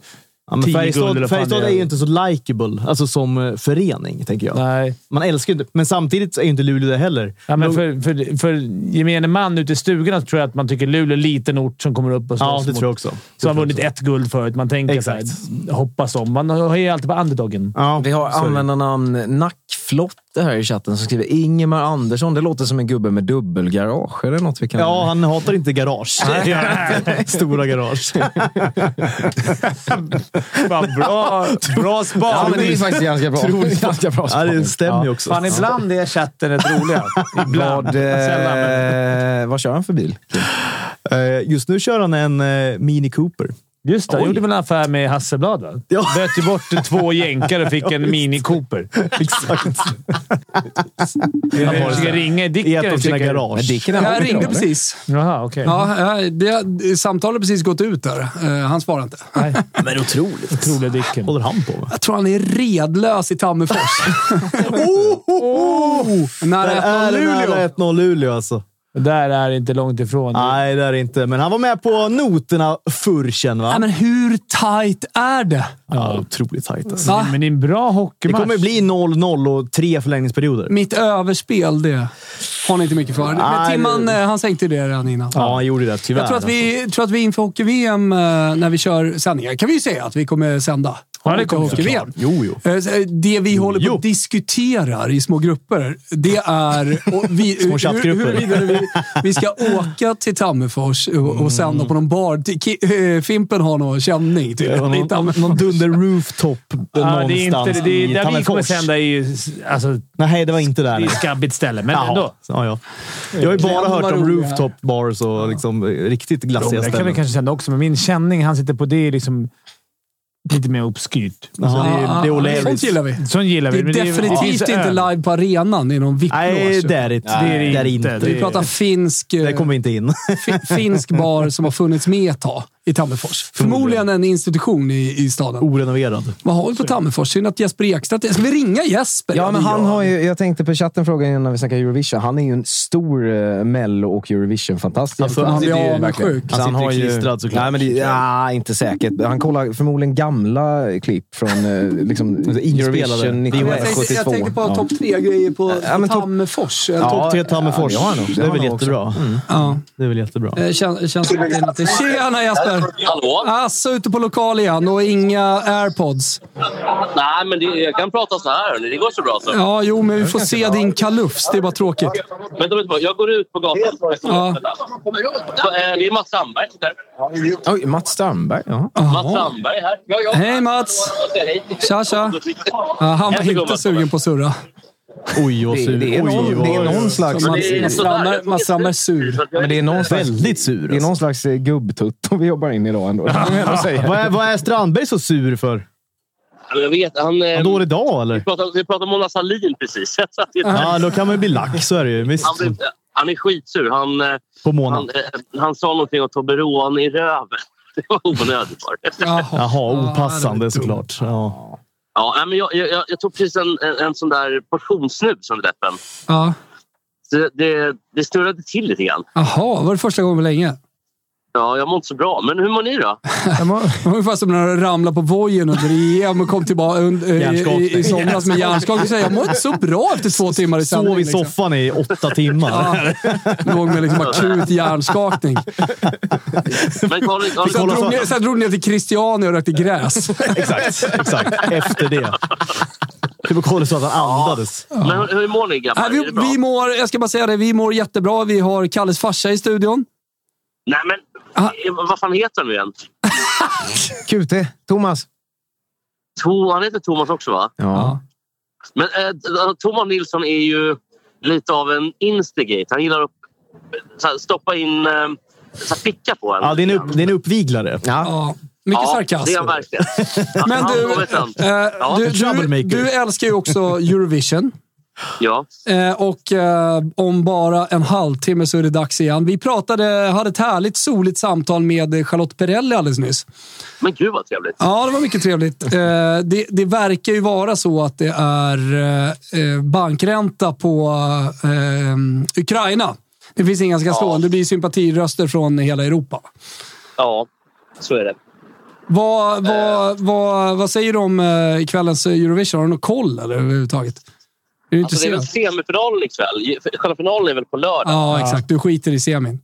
S3: Ja, men
S4: tio guld eller
S3: Färjestad,
S4: vad fan
S3: Färjestad
S4: det
S3: är ju inte så likeable alltså som eh, förening, tänker jag.
S4: Nej.
S3: Man älskar ju inte... Men samtidigt är ju inte Luleå det heller.
S4: Ja, men
S3: De-
S4: för, för, för gemene man ute i stugorna så tror jag att man tycker Luleå är en liten ort som kommer upp och
S3: ja
S4: slåss
S3: det
S4: mot-
S3: tror jag också.
S4: Som har vunnit ett guld förut. Man tänker så här, hoppas om. Man har ju alltid på underdogen.
S3: Ja,
S5: Vi har användarnamn Nackflotte här i chatten som skriver Ingemar Andersson. Det låter som en gubbe med dubbelgarage. Är det något vi kan...
S3: ja, han hatar inte garage. Det gör han inte. Stora garage.
S4: Fan, bra, bra
S5: ja men det
S4: spaning!
S5: är faktiskt ganska bra. ganska bra
S3: Ja, det stämmer ju också.
S4: Fan, ibland är chatten rätt roliga. Ibland.
S5: Vad,
S4: Sällan, men-
S5: eh, vad kör han för bil?
S3: Eh, Just nu kör han en eh, Mini Cooper.
S4: Just det, jag gjorde väl en affär med Hasselblad, va?
S3: Ja.
S4: Böt ju bort två jänkar och fick en mini-Cooper.
S3: Exakt.
S4: Jag försöker ringa
S3: I
S4: Dicken.
S3: ett av sina
S4: försöker-
S5: Men
S3: garage.
S5: Dicken är
S1: Jag
S5: hobby
S1: ringde
S5: då, eller?
S1: precis.
S4: Jaha, okej.
S1: Ja, ja, det, samtalet har precis gått ut där. Eh, Han svarar inte.
S4: Nej,
S3: Men otroligt.
S4: Otroliga Dicken.
S3: håller han på med?
S1: Jag tror han är redlös i Tammerfors. oh.
S3: Oh!
S1: Nära
S3: Där är
S1: ett
S3: det
S1: Luleå.
S3: nära 1-0 Luleå alltså.
S4: Det Där är inte långt ifrån.
S3: Nej, det är det inte. Men han var med på noterna Furchen, va?
S1: Nej, men hur tajt är det?
S3: ja, otroligt tajt alltså.
S1: Va?
S4: Men det är en bra
S3: Det
S4: hockeymatch.
S3: kommer bli 0-0 och tre förlängningsperioder.
S1: Mitt överspel, det har ni inte mycket för. Men
S3: Nej,
S1: Timman,
S3: det-
S1: eh, han sänkte ju det redan innan.
S3: Ja, han gjorde det. Tyvärr. alltså.
S1: Jag tror att, vi, tror att vi inför hockey-VM, eh, när vi kör sändningar, kan vi ju säga att vi kommer sända.
S4: Ja, det kommer vi
S1: hockey-VM.
S3: Jo, jo.
S1: Eh, så, eh, Det vi håller på att diskuterar i små grupper, det är och vi,
S3: Små chattgrupper.
S1: Hur, huruvida vi, vi ska åka till Tammerfors och,
S3: Mm.
S1: och sända på någon bar. Ti- Ki- eh, Fimpen har någon känning till
S3: Alltså.
S1: det. i
S3: Någon,
S1: Tammerfors.
S3: någon dunder rooftop
S4: Ja, det är
S3: någonstans
S4: inte, det
S3: i
S4: är, där vi kommer
S3: Tammerfors.
S4: sända är ju... Alltså,
S3: Nej, det var inte där.
S4: det är
S3: nej.
S4: ett skabbigt ställe, men
S3: Jaha.
S4: ändå.
S3: Ja, ja. Jag har ju bara
S1: Kläm,
S3: hört
S1: vad
S3: om
S1: roliga.
S3: rooftop bars och liksom eh, riktigt glassiga
S4: Det kan vi
S3: ställen.
S4: kanske sända också, men min känning han sitter på, det är liksom lite mer obskyrt. Alltså,
S3: Jaha, det är- det är Ole
S1: Sånt
S3: Elvis.
S1: gillar vi.
S4: Sån gillar
S1: Det
S4: vi.
S1: är
S4: men
S1: definitivt
S4: finns
S1: inte
S4: ön.
S1: live på arenan i någon
S3: Nej,
S1: VIP-loge.
S3: det är det inte.
S4: Nej,
S3: Det är det inte.
S4: det är-
S1: Vi pratar finsk, eh,
S3: Där kommer vi inte in.
S1: fi- finsk bar som har funnits med ett tag i Tammerfors. Förmodligen en institution i, i staden.
S3: Orenoverad.
S1: Vad har vi på Tammerfors? Synd att Jesper Ekstedt Ska vi ringa Jesper?
S5: Ja, men
S1: vi
S5: han
S1: gör.
S5: har ju, jag tänkte på chatten frågan innan när vi snackade Eurovision. Han är ju en stor eh, Mello och Eurovision-fantast.
S3: Alltså,
S5: Jämfört
S3: han
S5: med-
S1: blir
S5: det är ju
S1: avundsjuk.
S5: verkligen.
S1: Han
S5: Så
S3: sitter ju klistrad såklart.
S5: Nej, men det, ja, inte säkert. Han kollar förmodligen gamla klipp från eh, liksom, Eurovision
S3: Alltså, Vi var-
S1: jag, tänkte,
S5: 1972.
S1: jag tänkte på topp tre-grejer på,
S5: Ja,
S1: på
S5: men topp-
S1: Tammerfors. Eller topp-
S3: Topp tre Tammerfors.
S5: ja, det har han nog.
S3: det
S5: Det
S3: är
S5: har
S3: väl
S5: han också.
S3: jättebra.
S1: Ja.
S3: Det är väl jättebra.
S1: Mm. Eh, kän- Känns som att det är lite... Tjena Jesper!
S11: Hallå?
S1: Asså, ute på lokal igen och inga airpods.
S11: Nej, men det, jag kan prata så här. hörni. Det går så bra. Så.
S1: Ja, jo, men vi får se din kalufs. Det är bara tråkigt.
S11: Vänta, vänta, jag går ut på gatan.
S1: Ja.
S11: Så, eh, det är Mats Sandberg som sitter här.
S5: Oj, Mats Stamberg. Ja.
S11: Mats
S1: Jaha.
S11: Sandberg är här. Ja, ja.
S1: Hej Mats!
S11: Säg hej.
S1: Tja, tja! Ja, han var
S11: Varsågod,
S1: inte
S11: Mats.
S1: sugen på att surra.
S3: Oj, vad
S5: Det,
S3: sur.
S5: det, är
S3: Oj,
S5: någon,
S3: vad-
S5: det är någon slags...
S1: Mats
S11: Det är
S5: Ja,
S11: sådär.
S1: Strandberg- Mats Strandberg är sur.
S5: men det är någon slags,
S3: Väldigt sur. alltså.
S5: det är någon slags eh, gubbtutto vi jobbar in idag ändå.
S3: Vad är, vad är Strandberg så sur för?
S11: Jag vet, han... Eh,
S3: En dålig dag, eller?
S11: vi pratade, vi pratade om Mona Sahlin precis. Så att det,
S3: Ja, då kan man ju bli lack. Så är det ju. Visst.
S11: han, blev, han är skitsur. Han, eh,
S3: På månaden.
S11: han, eh, han sa någonting om Toblerone i röven. Det var onödigt. var det.
S1: Jaha.
S3: Jaha,
S1: Ja, det
S3: opassande
S1: är
S3: såklart. Ja.
S11: Ja, nej, men jag, jag, jag- jag tog precis en, en, en sån där portionssnus under läppen.
S1: Ja.
S11: Så Det, det, det snurrade till lite grann.
S1: Jaha, var det första gången på länge?
S11: Ja, jag mår inte så bra. Men hur mår ni då?
S1: Det var ungefär som när du ramlade på vojen under EM och kom tillbaka i, i, i somras med hjärnskakning. Så Jag mår inte så bra efter två timmar i sändning.
S3: Sov i
S1: liksom.
S3: soffan i åtta timmar.
S1: Ja, låg med liksom akut hjärnskakning.
S11: Men kolla,
S1: Sen
S11: kolla,
S1: drog, ni, sen drog ni ner till Christiania och rökte gräs.
S3: Exakt. Exakt. Efter det. Det var kolla Typ så att han andades.
S11: Men hur mår ni grabbar?
S1: Nej,
S11: Är det bra?
S1: vi, vi mår, jag ska bara säga det, vi mår jättebra. Vi har Kalles farsa i studion.
S11: Nej, men
S1: Ah.
S11: eh, vad fan heter han nu igen?
S5: QT. Thomas.
S11: To, han heter Thomas också va?
S5: Ja.
S11: Men eh, Thomas Nilsson är ju lite av en instigate. Han gillar att eh, så här, stoppa in eh, så här, picka på en.
S3: Ja, det är en, upp, det är en uppviglare.
S1: Ja. Mycket
S11: ja,
S1: sarkasm.
S11: det är han verkligen.
S1: Men
S11: han
S1: du,
S11: kommer sen.
S1: eh,
S11: ja.
S1: du, du, du älskar ju också Eurovision.
S11: ja.
S1: Eh, och eh, om bara en halvtimme så är det dags igen. Vi pratade, hade ett härligt soligt samtal med eh, Charlotte Perrelli alldeles nyss.
S11: Men gud vad trevligt.
S1: Ja, det var mycket trevligt. Eh, det, det verkar ju vara så att det är eh, eh, bankränta på eh, Ukraina. Det finns inga som kan slå
S11: Ja.
S1: en. Det blir sympatiröster från hela Europa.
S11: Ja, så är det.
S1: Vad,
S11: Eh.
S1: vad, vad, vad säger du om eh, kvällens Eurovision? Har du någon koll eller, överhuvudtaget? Är du
S11: Alltså, det är väl
S1: intresserad?
S11: semifinalen ikväll? Själva finalen är väl på lördag?
S1: Ja, exakt. Du skiter i semin.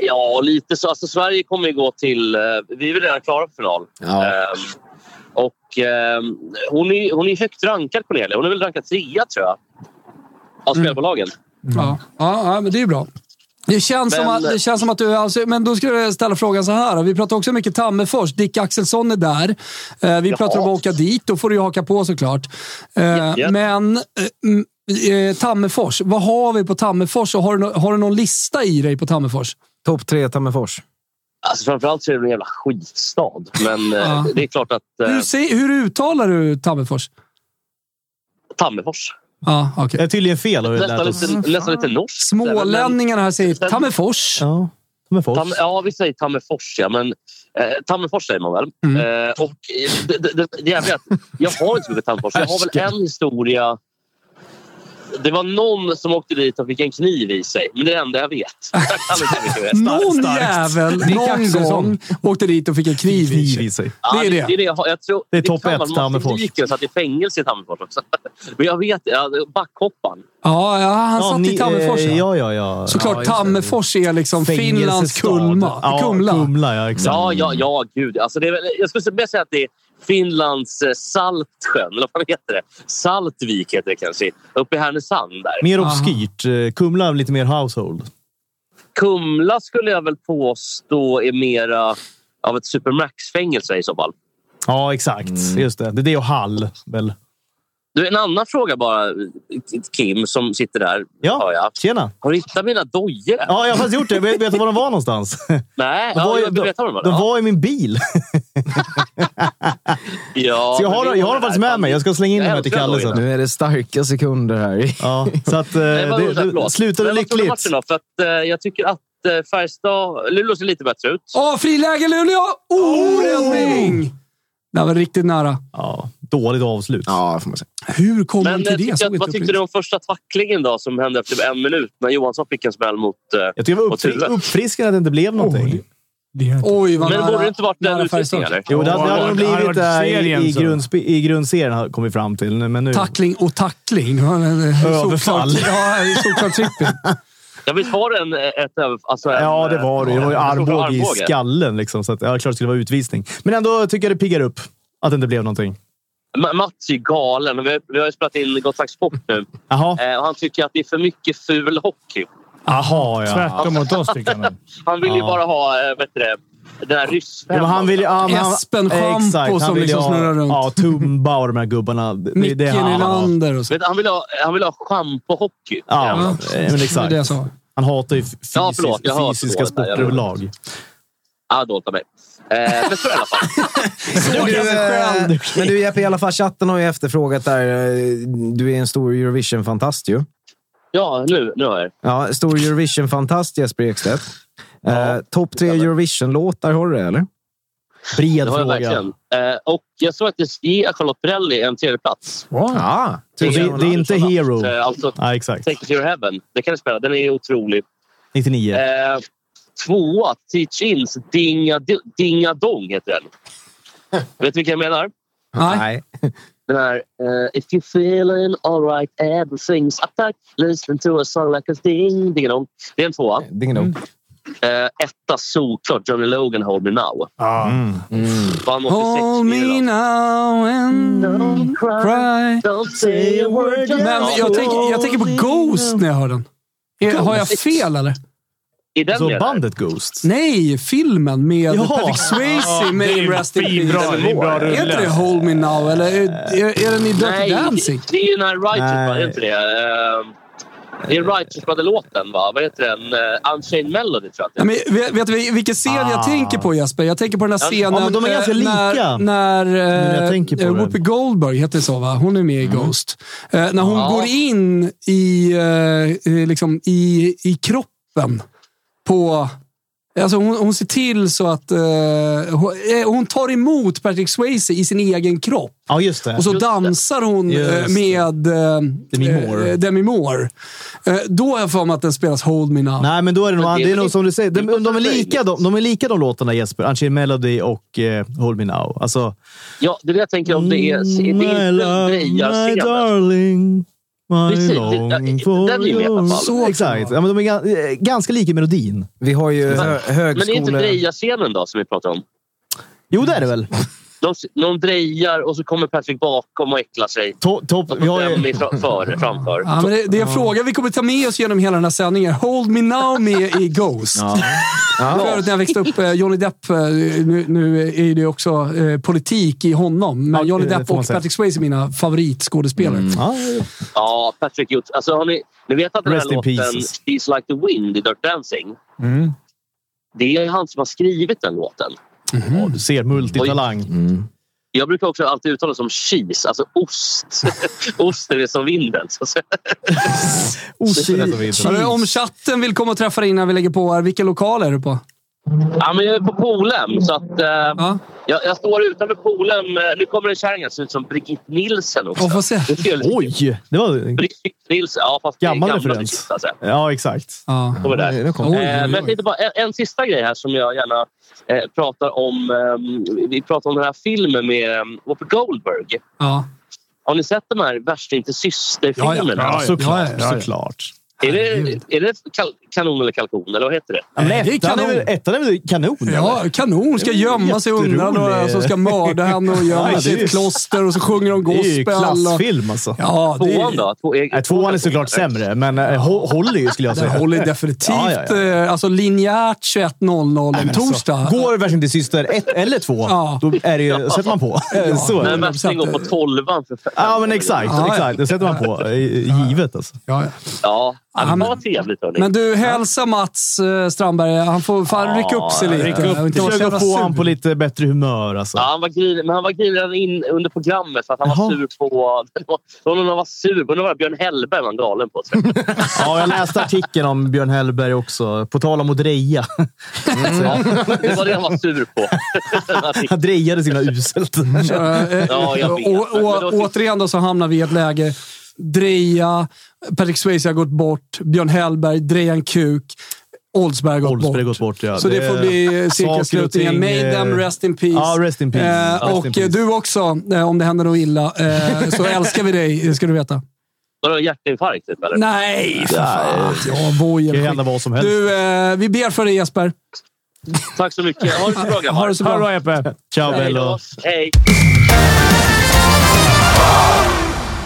S11: Ja, lite så. Alltså, Sverige kommer ju gå till... eh, Vi är väl redan klara för final. Ehm, och ehm, hon, är, hon är högt rankad, Cornelia. Hon är väl rankad trea, tror jag. Av
S1: Mm.
S11: spelbolagen.
S1: Ja. Ja, ja, men det är ju bra. Det känns, som
S11: Men-
S1: att, det känns som att du... Alltså, men då skulle jag ställa frågan så här. Vi pratar också mycket Tammerfors. Dick Axelsson är där. Eh, Vi pratar om att åka dit. Då får du ju haka på såklart. Eh, Men eh, mm, eh, Tammerfors. Vad har vi på Tammerfors? Och har, du, nå- har du någon lista i dig på Tammerfors?
S5: Topp tre Tammerfors.
S11: Alltså, framförallt så är det en jävla skitstad. Men eh,
S1: Ja.
S11: det är klart att... eh,
S1: Hur, se, hur uttalar du Tammerfors?
S11: Tammerfors.
S1: Ja, okay.
S3: Det är tydligen fel har vi lärt
S11: Nästan
S3: oss.
S11: lite, nästan lite norskt.
S1: Smålänningarna här säger Tammerfors.
S3: Ja, Tammerfors.
S11: Tam, ja, vi säger Tammerfors, ja. Men eh, Tammerfors säger man väl.
S1: Mm.
S11: Eh, och eh, det, det, det, det jävliga är att jag har inte så mycket Tammerfors. Jag har väl en historia. Det var någon som åkte dit och fick en kniv i sig. Men det är det enda jag vet. Alldeles så mycket jag vet.
S1: Någon jävel,
S11: Dick
S1: någon
S11: Axelsson.
S1: gång, åkte dit och fick en kniv i sig.
S11: Ja,
S1: Det är det.
S11: det, är jag har. jag tror,
S1: Det är topp ett, Tammerfors.
S11: Jag satt i fängelse i Tammerfors också. Men jag vet, ja, backhopparen.
S1: Ja, ja han satt i Tammerfors.
S3: eh, Ja, ja, ja.
S1: Såklart,
S3: ja,
S1: Tammerfors är liksom Finlands
S3: Fängelsestad.
S1: Kulma.
S3: Ja,
S1: Kumla.
S3: Kumla, ja, exakt.
S11: Ja, ja, ja gud. Alltså det är, väl- jag skulle mer säga att det är Finlands eh, Saltsjön, eller vad fan heter det? Saltvik heter det kanske. Uppe i Härnösand där.
S3: Mer obskyrt. Eh, Kumla är lite mer household.
S11: Kumla skulle jag väl påstå är mera av ett supermax-fängelse i så fall.
S3: Ja, exakt.
S11: Mm.
S3: Just det. Det är det och Hall, väl?
S11: Du, en annan fråga bara, Kim, som sitter där.
S3: Ja,
S11: hör jag.
S3: tjena.
S11: Har du hittat mina dojor?
S3: Ja, jag har faktiskt gjort det. Vet vet du var de var någonstans?
S11: Nej,
S3: De
S11: ja,
S3: var,
S11: jag vill
S3: de,
S11: veta var de var.
S3: de
S11: Ja.
S3: var i min bil.
S11: Ja,
S3: så jag
S11: men
S3: har, jag har
S11: det var det
S3: dem faktiskt
S11: här.
S3: med mig. Jag ska slänga in
S11: Jag
S3: dem här till
S11: älskar
S3: Kalle sen.
S11: dojorna.
S5: Nu är det starka sekunder här.
S3: Ja, så att, eh,
S11: Nej, vad
S3: det-
S11: roligt,
S3: det
S11: förlåt.
S3: slutade
S11: Men vad tror du
S3: lyckligt.
S11: om matchen då? För att, eh, jag tycker att eh, Färjestad... Luleå ser lite bättre ut.
S1: Åh, friläge Luleå! Oh, räddning! Det var riktigt nära.
S3: Ja, dåligt avslut.
S5: Ja, får man säga.
S1: Hur kom
S11: Men
S1: han
S11: eh,
S1: till det?
S11: tycker
S1: Såg
S11: jag,
S1: inte
S11: vad
S1: upp
S11: tyckte
S1: riktigt.
S11: du om första tacklingen då, som hände efter typ en minut när Johansson fick en smäll mot eh,
S3: Jag tycker det var
S11: mot Thule?
S3: uppfri- uppfriskande att det inte blev någonting.
S1: Oj,
S11: Men
S1: vad nära.
S11: borde det inte varit den
S1: nära Färjestad.
S11: utvisningen? eller?
S3: Jo, det hade, det hade de
S4: hade
S3: blivit
S4: varit
S3: där i, i,
S4: serien så.
S3: grundspe- i grundserien, har- kom vi fram till. Men nu...
S1: Tackling och tackling.
S3: Överfall.
S1: Såklart- Ja, såklart trippel.
S11: Jag vill ta den eh, ett över... Alltså, en,
S3: Ja, det var det. Det var ju
S11: eh,
S3: armbåge i
S11: armbåge.
S3: skallen. Liksom, så att, ja, klart det skulle vara utvisning. Men ändå tycker jag det piggar upp att det inte blev någonting.
S11: Ma- Mats är ju galen. Vi har, vi har ju spelat in Gott Snack Sport nu. Eh, och han tycker att det är för mycket ful hockey.
S3: Jaha, ja.
S4: Tvärtom mot oss, tycker han.
S11: Han vill ju
S3: Ja.
S11: bara ha eh, vet du, det, den här ryssfemman.
S3: Ja, men han vill, ja, men han, Eh,
S1: Espen Schampo
S3: exakt, han
S1: som
S3: vill ju
S1: liksom
S3: ha-
S1: snurrar runt.
S3: Ja, Tumba och de här gubbarna. Det- det är
S1: Micke
S3: det han-
S1: Nylander och så.
S11: Vet, han, vill ha, han vill ha schampo-hockey.
S3: Ja, eh, men
S1: Det är
S3: exakt.
S1: det jag sa.
S3: Han hatar ju fysisk,
S11: Ja, förlåt, jag hörde
S3: fysiska
S11: dåligt där, jag
S3: sporter
S11: vet.
S3: överlag.
S11: Ja, dåligt av mig. Eh, men så i alla fall.
S5: Men du,
S3: alltså
S5: eh, men du Jeppe, i alla fall chatten har ju efterfrågat där. eh, Du är en stor Eurovision-fantast ju.
S11: Ja, nu, nu har jag det.
S5: Ja, stor Eurovision-fantast Jesper Ekstedt. Eh, Topp tre Eurovision-låtar, har du det eller?
S3: Bred
S11: det har
S3: fråga.
S11: jag verkligen. Eh, och jag såg att det ger Charlotte Perrelli en tredjeplats.
S5: Ja.
S3: Så Typ, det, det är inte Hero.
S11: Eh, Alltså,
S3: Nej, exakt.
S11: Take Me To Your Heaven. Det kan du spela. Den är ju otrolig.
S3: 99.
S11: Eh, tvåa, Teach Ins Dinga, Dinga Dong heter den. Vet du vilken jag menar?
S5: Nej.
S11: Den här... eh, If you're feeling alright, everything's attack. Listen to a song like a ding, ding dong. Det är en tvåa.
S5: Ding dong.
S11: Eh, etta såklart. Johnny Logan, Hold Me Now.
S3: Mm.
S12: Mm.
S11: Fan, 86
S1: Mm. Hold me now and don't cry. Don't say a word. Men jag tänker, jag tänker på Ghost när jag hör den. Är- Har jag
S11: Ghost?
S1: fel eller?
S11: Är den
S1: Så
S11: med
S1: bandet
S11: där?
S3: Ghost?
S1: Nej, filmen med
S11: Ja.
S1: Patrick Swayze
S11: Ja,
S1: med
S11: det är ju
S1: Rest in
S11: svinbra,
S1: Peace.
S11: det är bra rulle.
S1: Heter det Hold Me Now eller är, är, är den i Dirty
S11: Nej,
S1: Dancing?
S11: Det är ju den här Righteous, va? Är det inte det? Eh, Det är Righteous Brother-låten, va? Vad heter den? Eh, Unchained Melody, tror jag.
S1: Ja, men, vet, vet du vilken serie jag
S11: Ah.
S1: tänker på Jesper? Jag tänker på den här
S11: Ja,
S1: scenen
S11: men de är
S1: eh,
S11: ganska
S1: när,
S11: lika.
S1: när
S11: Men
S1: eh,
S11: jag tänker på
S1: eh,
S11: den. Mm.
S1: Whoopi Goldberg heter det så va? Hon är med i Ghost. Eh, när hon
S11: Ja.
S1: går in i, eh, eh, liksom, i, i kroppen på... Alltså hon, hon ser till så att eh, hon, eh, hon tar emot Patrick Swayze i sin egen kropp.
S3: Ja, just det.
S1: Och så dansar hon eh,
S3: Just det.
S1: med eh,
S3: Demi Moore.
S1: eh, Demi Moore. Eh, då har jag för mig att den spelas Hold Me Now.
S3: Nej, men då är det nog, det är nog som du säger. De, de, är lika, de, de är lika de låtarna Jesper. Unchained Melody och eh, Hold Me Now. Alltså,
S11: Ja, det är det jag tänker om det är... Det är
S3: Mm, My
S11: inte
S3: love, my
S11: Dreja-scenen.
S3: darling. My
S11: Precis, det-
S3: long
S11: den-
S3: for
S11: den är ju med i alla
S3: you.
S11: fall. Så
S3: Exakt. Ja, men de är ga- eh, ganska lika i melodin.
S5: Vi har ju
S11: Men är inte Dreja-scenen då, som vi pratar om?
S3: Jo, det är det väl.
S11: De, de drejar och så kommer Patrick bakom och äcklar sig.
S3: Topp.
S11: Vi har ju... För, framför.
S1: Ja, men det, det är en fråga vi kommer ta med oss genom hela den här sändningen. Hold Me Now med i Ghost.
S11: Ja. Ja.
S1: Förut när jag växte upp, eh, Johnny Depp, eh, nu, nu är det ju också eh, politik i honom, men Johnny
S11: det
S1: Depp
S11: får man
S1: och
S11: säga.
S1: Patrick Swayze är mina favoritskådespelare.
S3: Mm.
S11: Ja, Patrick Hughes. Alltså, har ni, ni vet att den här
S1: Rest in
S11: låten
S1: pieces.
S11: She's like the wind i Dirt Dancing.
S1: Mm.
S3: Mm.
S11: Det är han som har skrivit den låten.
S3: Ja, du ser, multitalang.
S11: Mm. Jag brukar också alltid uttala det som cheese, alltså ost. Osten är som vinden. Så att säga.
S1: Hörru, om chatten vill komma och träffa dig innan vi lägger på här, vilken lokal är du på?
S11: Ja, men jag är på Polhem, så att, eh, jag, jag står utanför Polhem. Eh, Nu kommer en kärring här som ser ut som Brigitte Nielsen också.
S3: Ja, får se.
S11: Det skulle-
S3: Oj! Det var
S11: Brigitte Nielsen, ja fast det är
S3: gammal
S11: Brigitte,
S3: referens.
S11: så att säga.
S3: Ja, exakt.
S1: Ja.
S11: Kommer där.
S3: kom-
S11: Eh, Men jag tänkte bara, en, en sista grej här som jag gärna eh, pratar om. Eh, vi- vi pratar om den här filmen med um, Whoopi Goldberg.
S1: Ja.
S11: Har ni sett de här Värsting till syster-filmerna?
S3: såklart. såklart.
S11: Är det, är det kal- kanon eller kalkon, eller vad heter det?
S3: Ja, men ettan, är väl, ettan är väl kanon?
S1: Ja,
S3: eller?
S1: kanon. Ska
S3: Det är väl
S1: gömma sig undan några
S3: jätterolig.
S1: som ska mörda henne och gömma
S3: Ja,
S1: sig i
S3: det är
S1: ett
S3: ju-
S1: kloster och så sjunger de
S3: Det är ju
S1: gospel. och-
S3: klassfilm alltså.
S1: Ja, det är- Tvåan då?
S11: e-
S3: Nej, tvåan är såklart sämre, men eh, hå- håller ju skulle jag
S1: Den
S3: säga.
S1: håller definitivt
S3: Ja, ja, ja.
S1: eh, Alltså, linjärt 21.00 en torsdag.
S3: Alltså, går versen till syster ett eller två, då är det ju, sätter man på.
S1: Ja.
S3: Så.
S11: När Värsting går på tolvan. För fem
S3: Ja, men exakt.
S11: Ja, ja.
S3: exakt. Det sätter man på. eh, Givet alltså.
S1: Ja, ja.
S11: Ja, ja,
S1: Ja,
S11: men
S1: men-
S11: vad trevligt hörni.
S1: Men du, hälsa Mats eh, Strandberg. Han får fan rycka upp sig lite.
S3: Ryck upp.
S1: Inte vara så
S3: Försök
S1: jävla
S3: att få
S1: sur.
S3: honom på lite bättre humör alltså.
S11: Ja, han var grinig, men han var grinig redan in under programmet för att han var sur på... Det var- det var någon han var sur på. Det var Björn Hellberg var han galen på. tror jag.
S3: Ja, jag läste artikeln om Björn Hellberg också. På tal om att dreja.
S11: Ja, det var det han var sur på.
S3: Han drejade så himla uselt.
S1: Eh, eh, och, och, återigen då så hamnar vi i ett läge. Dreja, Patrick Swayze har gått bort, Björn Hellberg, Dreja en kuk, Oldsberg har gått
S3: Oldsberg
S1: bort.
S3: gått bort, ja.
S1: Så det,
S3: Det-
S1: får bli cirkelslutningen.
S3: saker och ting,
S1: May them
S3: eh,
S1: rest in peace.
S3: ja, rest in peace.
S1: Eh,
S3: Rest in
S1: och eh,
S3: peace.
S1: du också, eh, om det händer något illa, eh, så älskar vi dig, eh, ska du veta.
S11: Vadå, hjärtinfarkt? Typ, eller?
S1: Nej, för fan. Ja,
S11: Det
S1: bojen.
S11: kan hända vad som helst.
S1: Du, eh, vi ber för dig Jesper.
S11: Tack så mycket. Ha det så bra grabbar.
S1: Ha det så bra. Ha det
S3: Jeppe. Ciao,
S11: Hej då.
S3: Bello.
S11: Hej.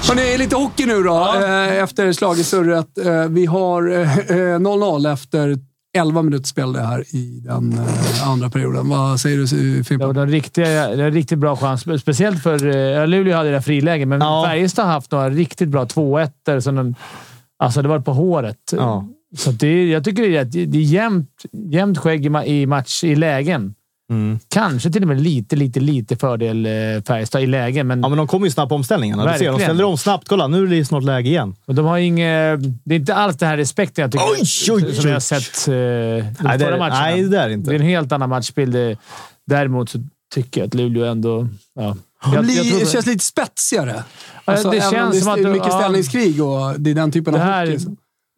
S1: Hörrni, lite hockey nu då. eh, Efter slag i surret. Eh, Vi har eh, eh, 0-0 efter 11 minuter spelade här i den eh, andra perioden. Vad säger du Fimpen?
S4: Det var en riktigt, en riktigt bra chans. Speciellt för... eh, ja, Luleå hade det där friläget, men Färjestad har haft några riktigt bra 2-1-er. som den- Alltså, det var på håret.
S3: Ja.
S4: Så att det, är- jag tycker det är, rätt- det är jämnt, jämnt skägg i ma- i match i lägen.
S3: Mm.
S4: Kanske till och med lite, lite, lite fördel eh, Färjestad i lägen, men...
S3: Ja, men de kommer ju snabbt på omställningarna. Du ser, de
S4: Verkligen.
S3: ställer om snabbt. Kolla, nu är det snart läge igen.
S4: Och de har inget... eh, Det är inte alls den här respekten jag tycker
S3: oj, oj.
S4: som jag har sett eh, de
S3: Nej, det är-
S4: förra matcherna.
S3: nej, det är det inte.
S4: Det är en helt annan matchbild. Eh, Däremot så tycker jag att Luleå ändå... Ja. Jag,
S1: Li-
S4: tror-
S1: det känns lite spetsigare.
S4: Ja,
S1: Alltså,
S4: det
S1: även om
S4: känns
S1: det
S4: som att
S1: är
S4: du-
S1: mycket
S4: ja.
S1: ställningskrig och det är den typen
S4: det
S1: av
S4: här,
S1: hockey.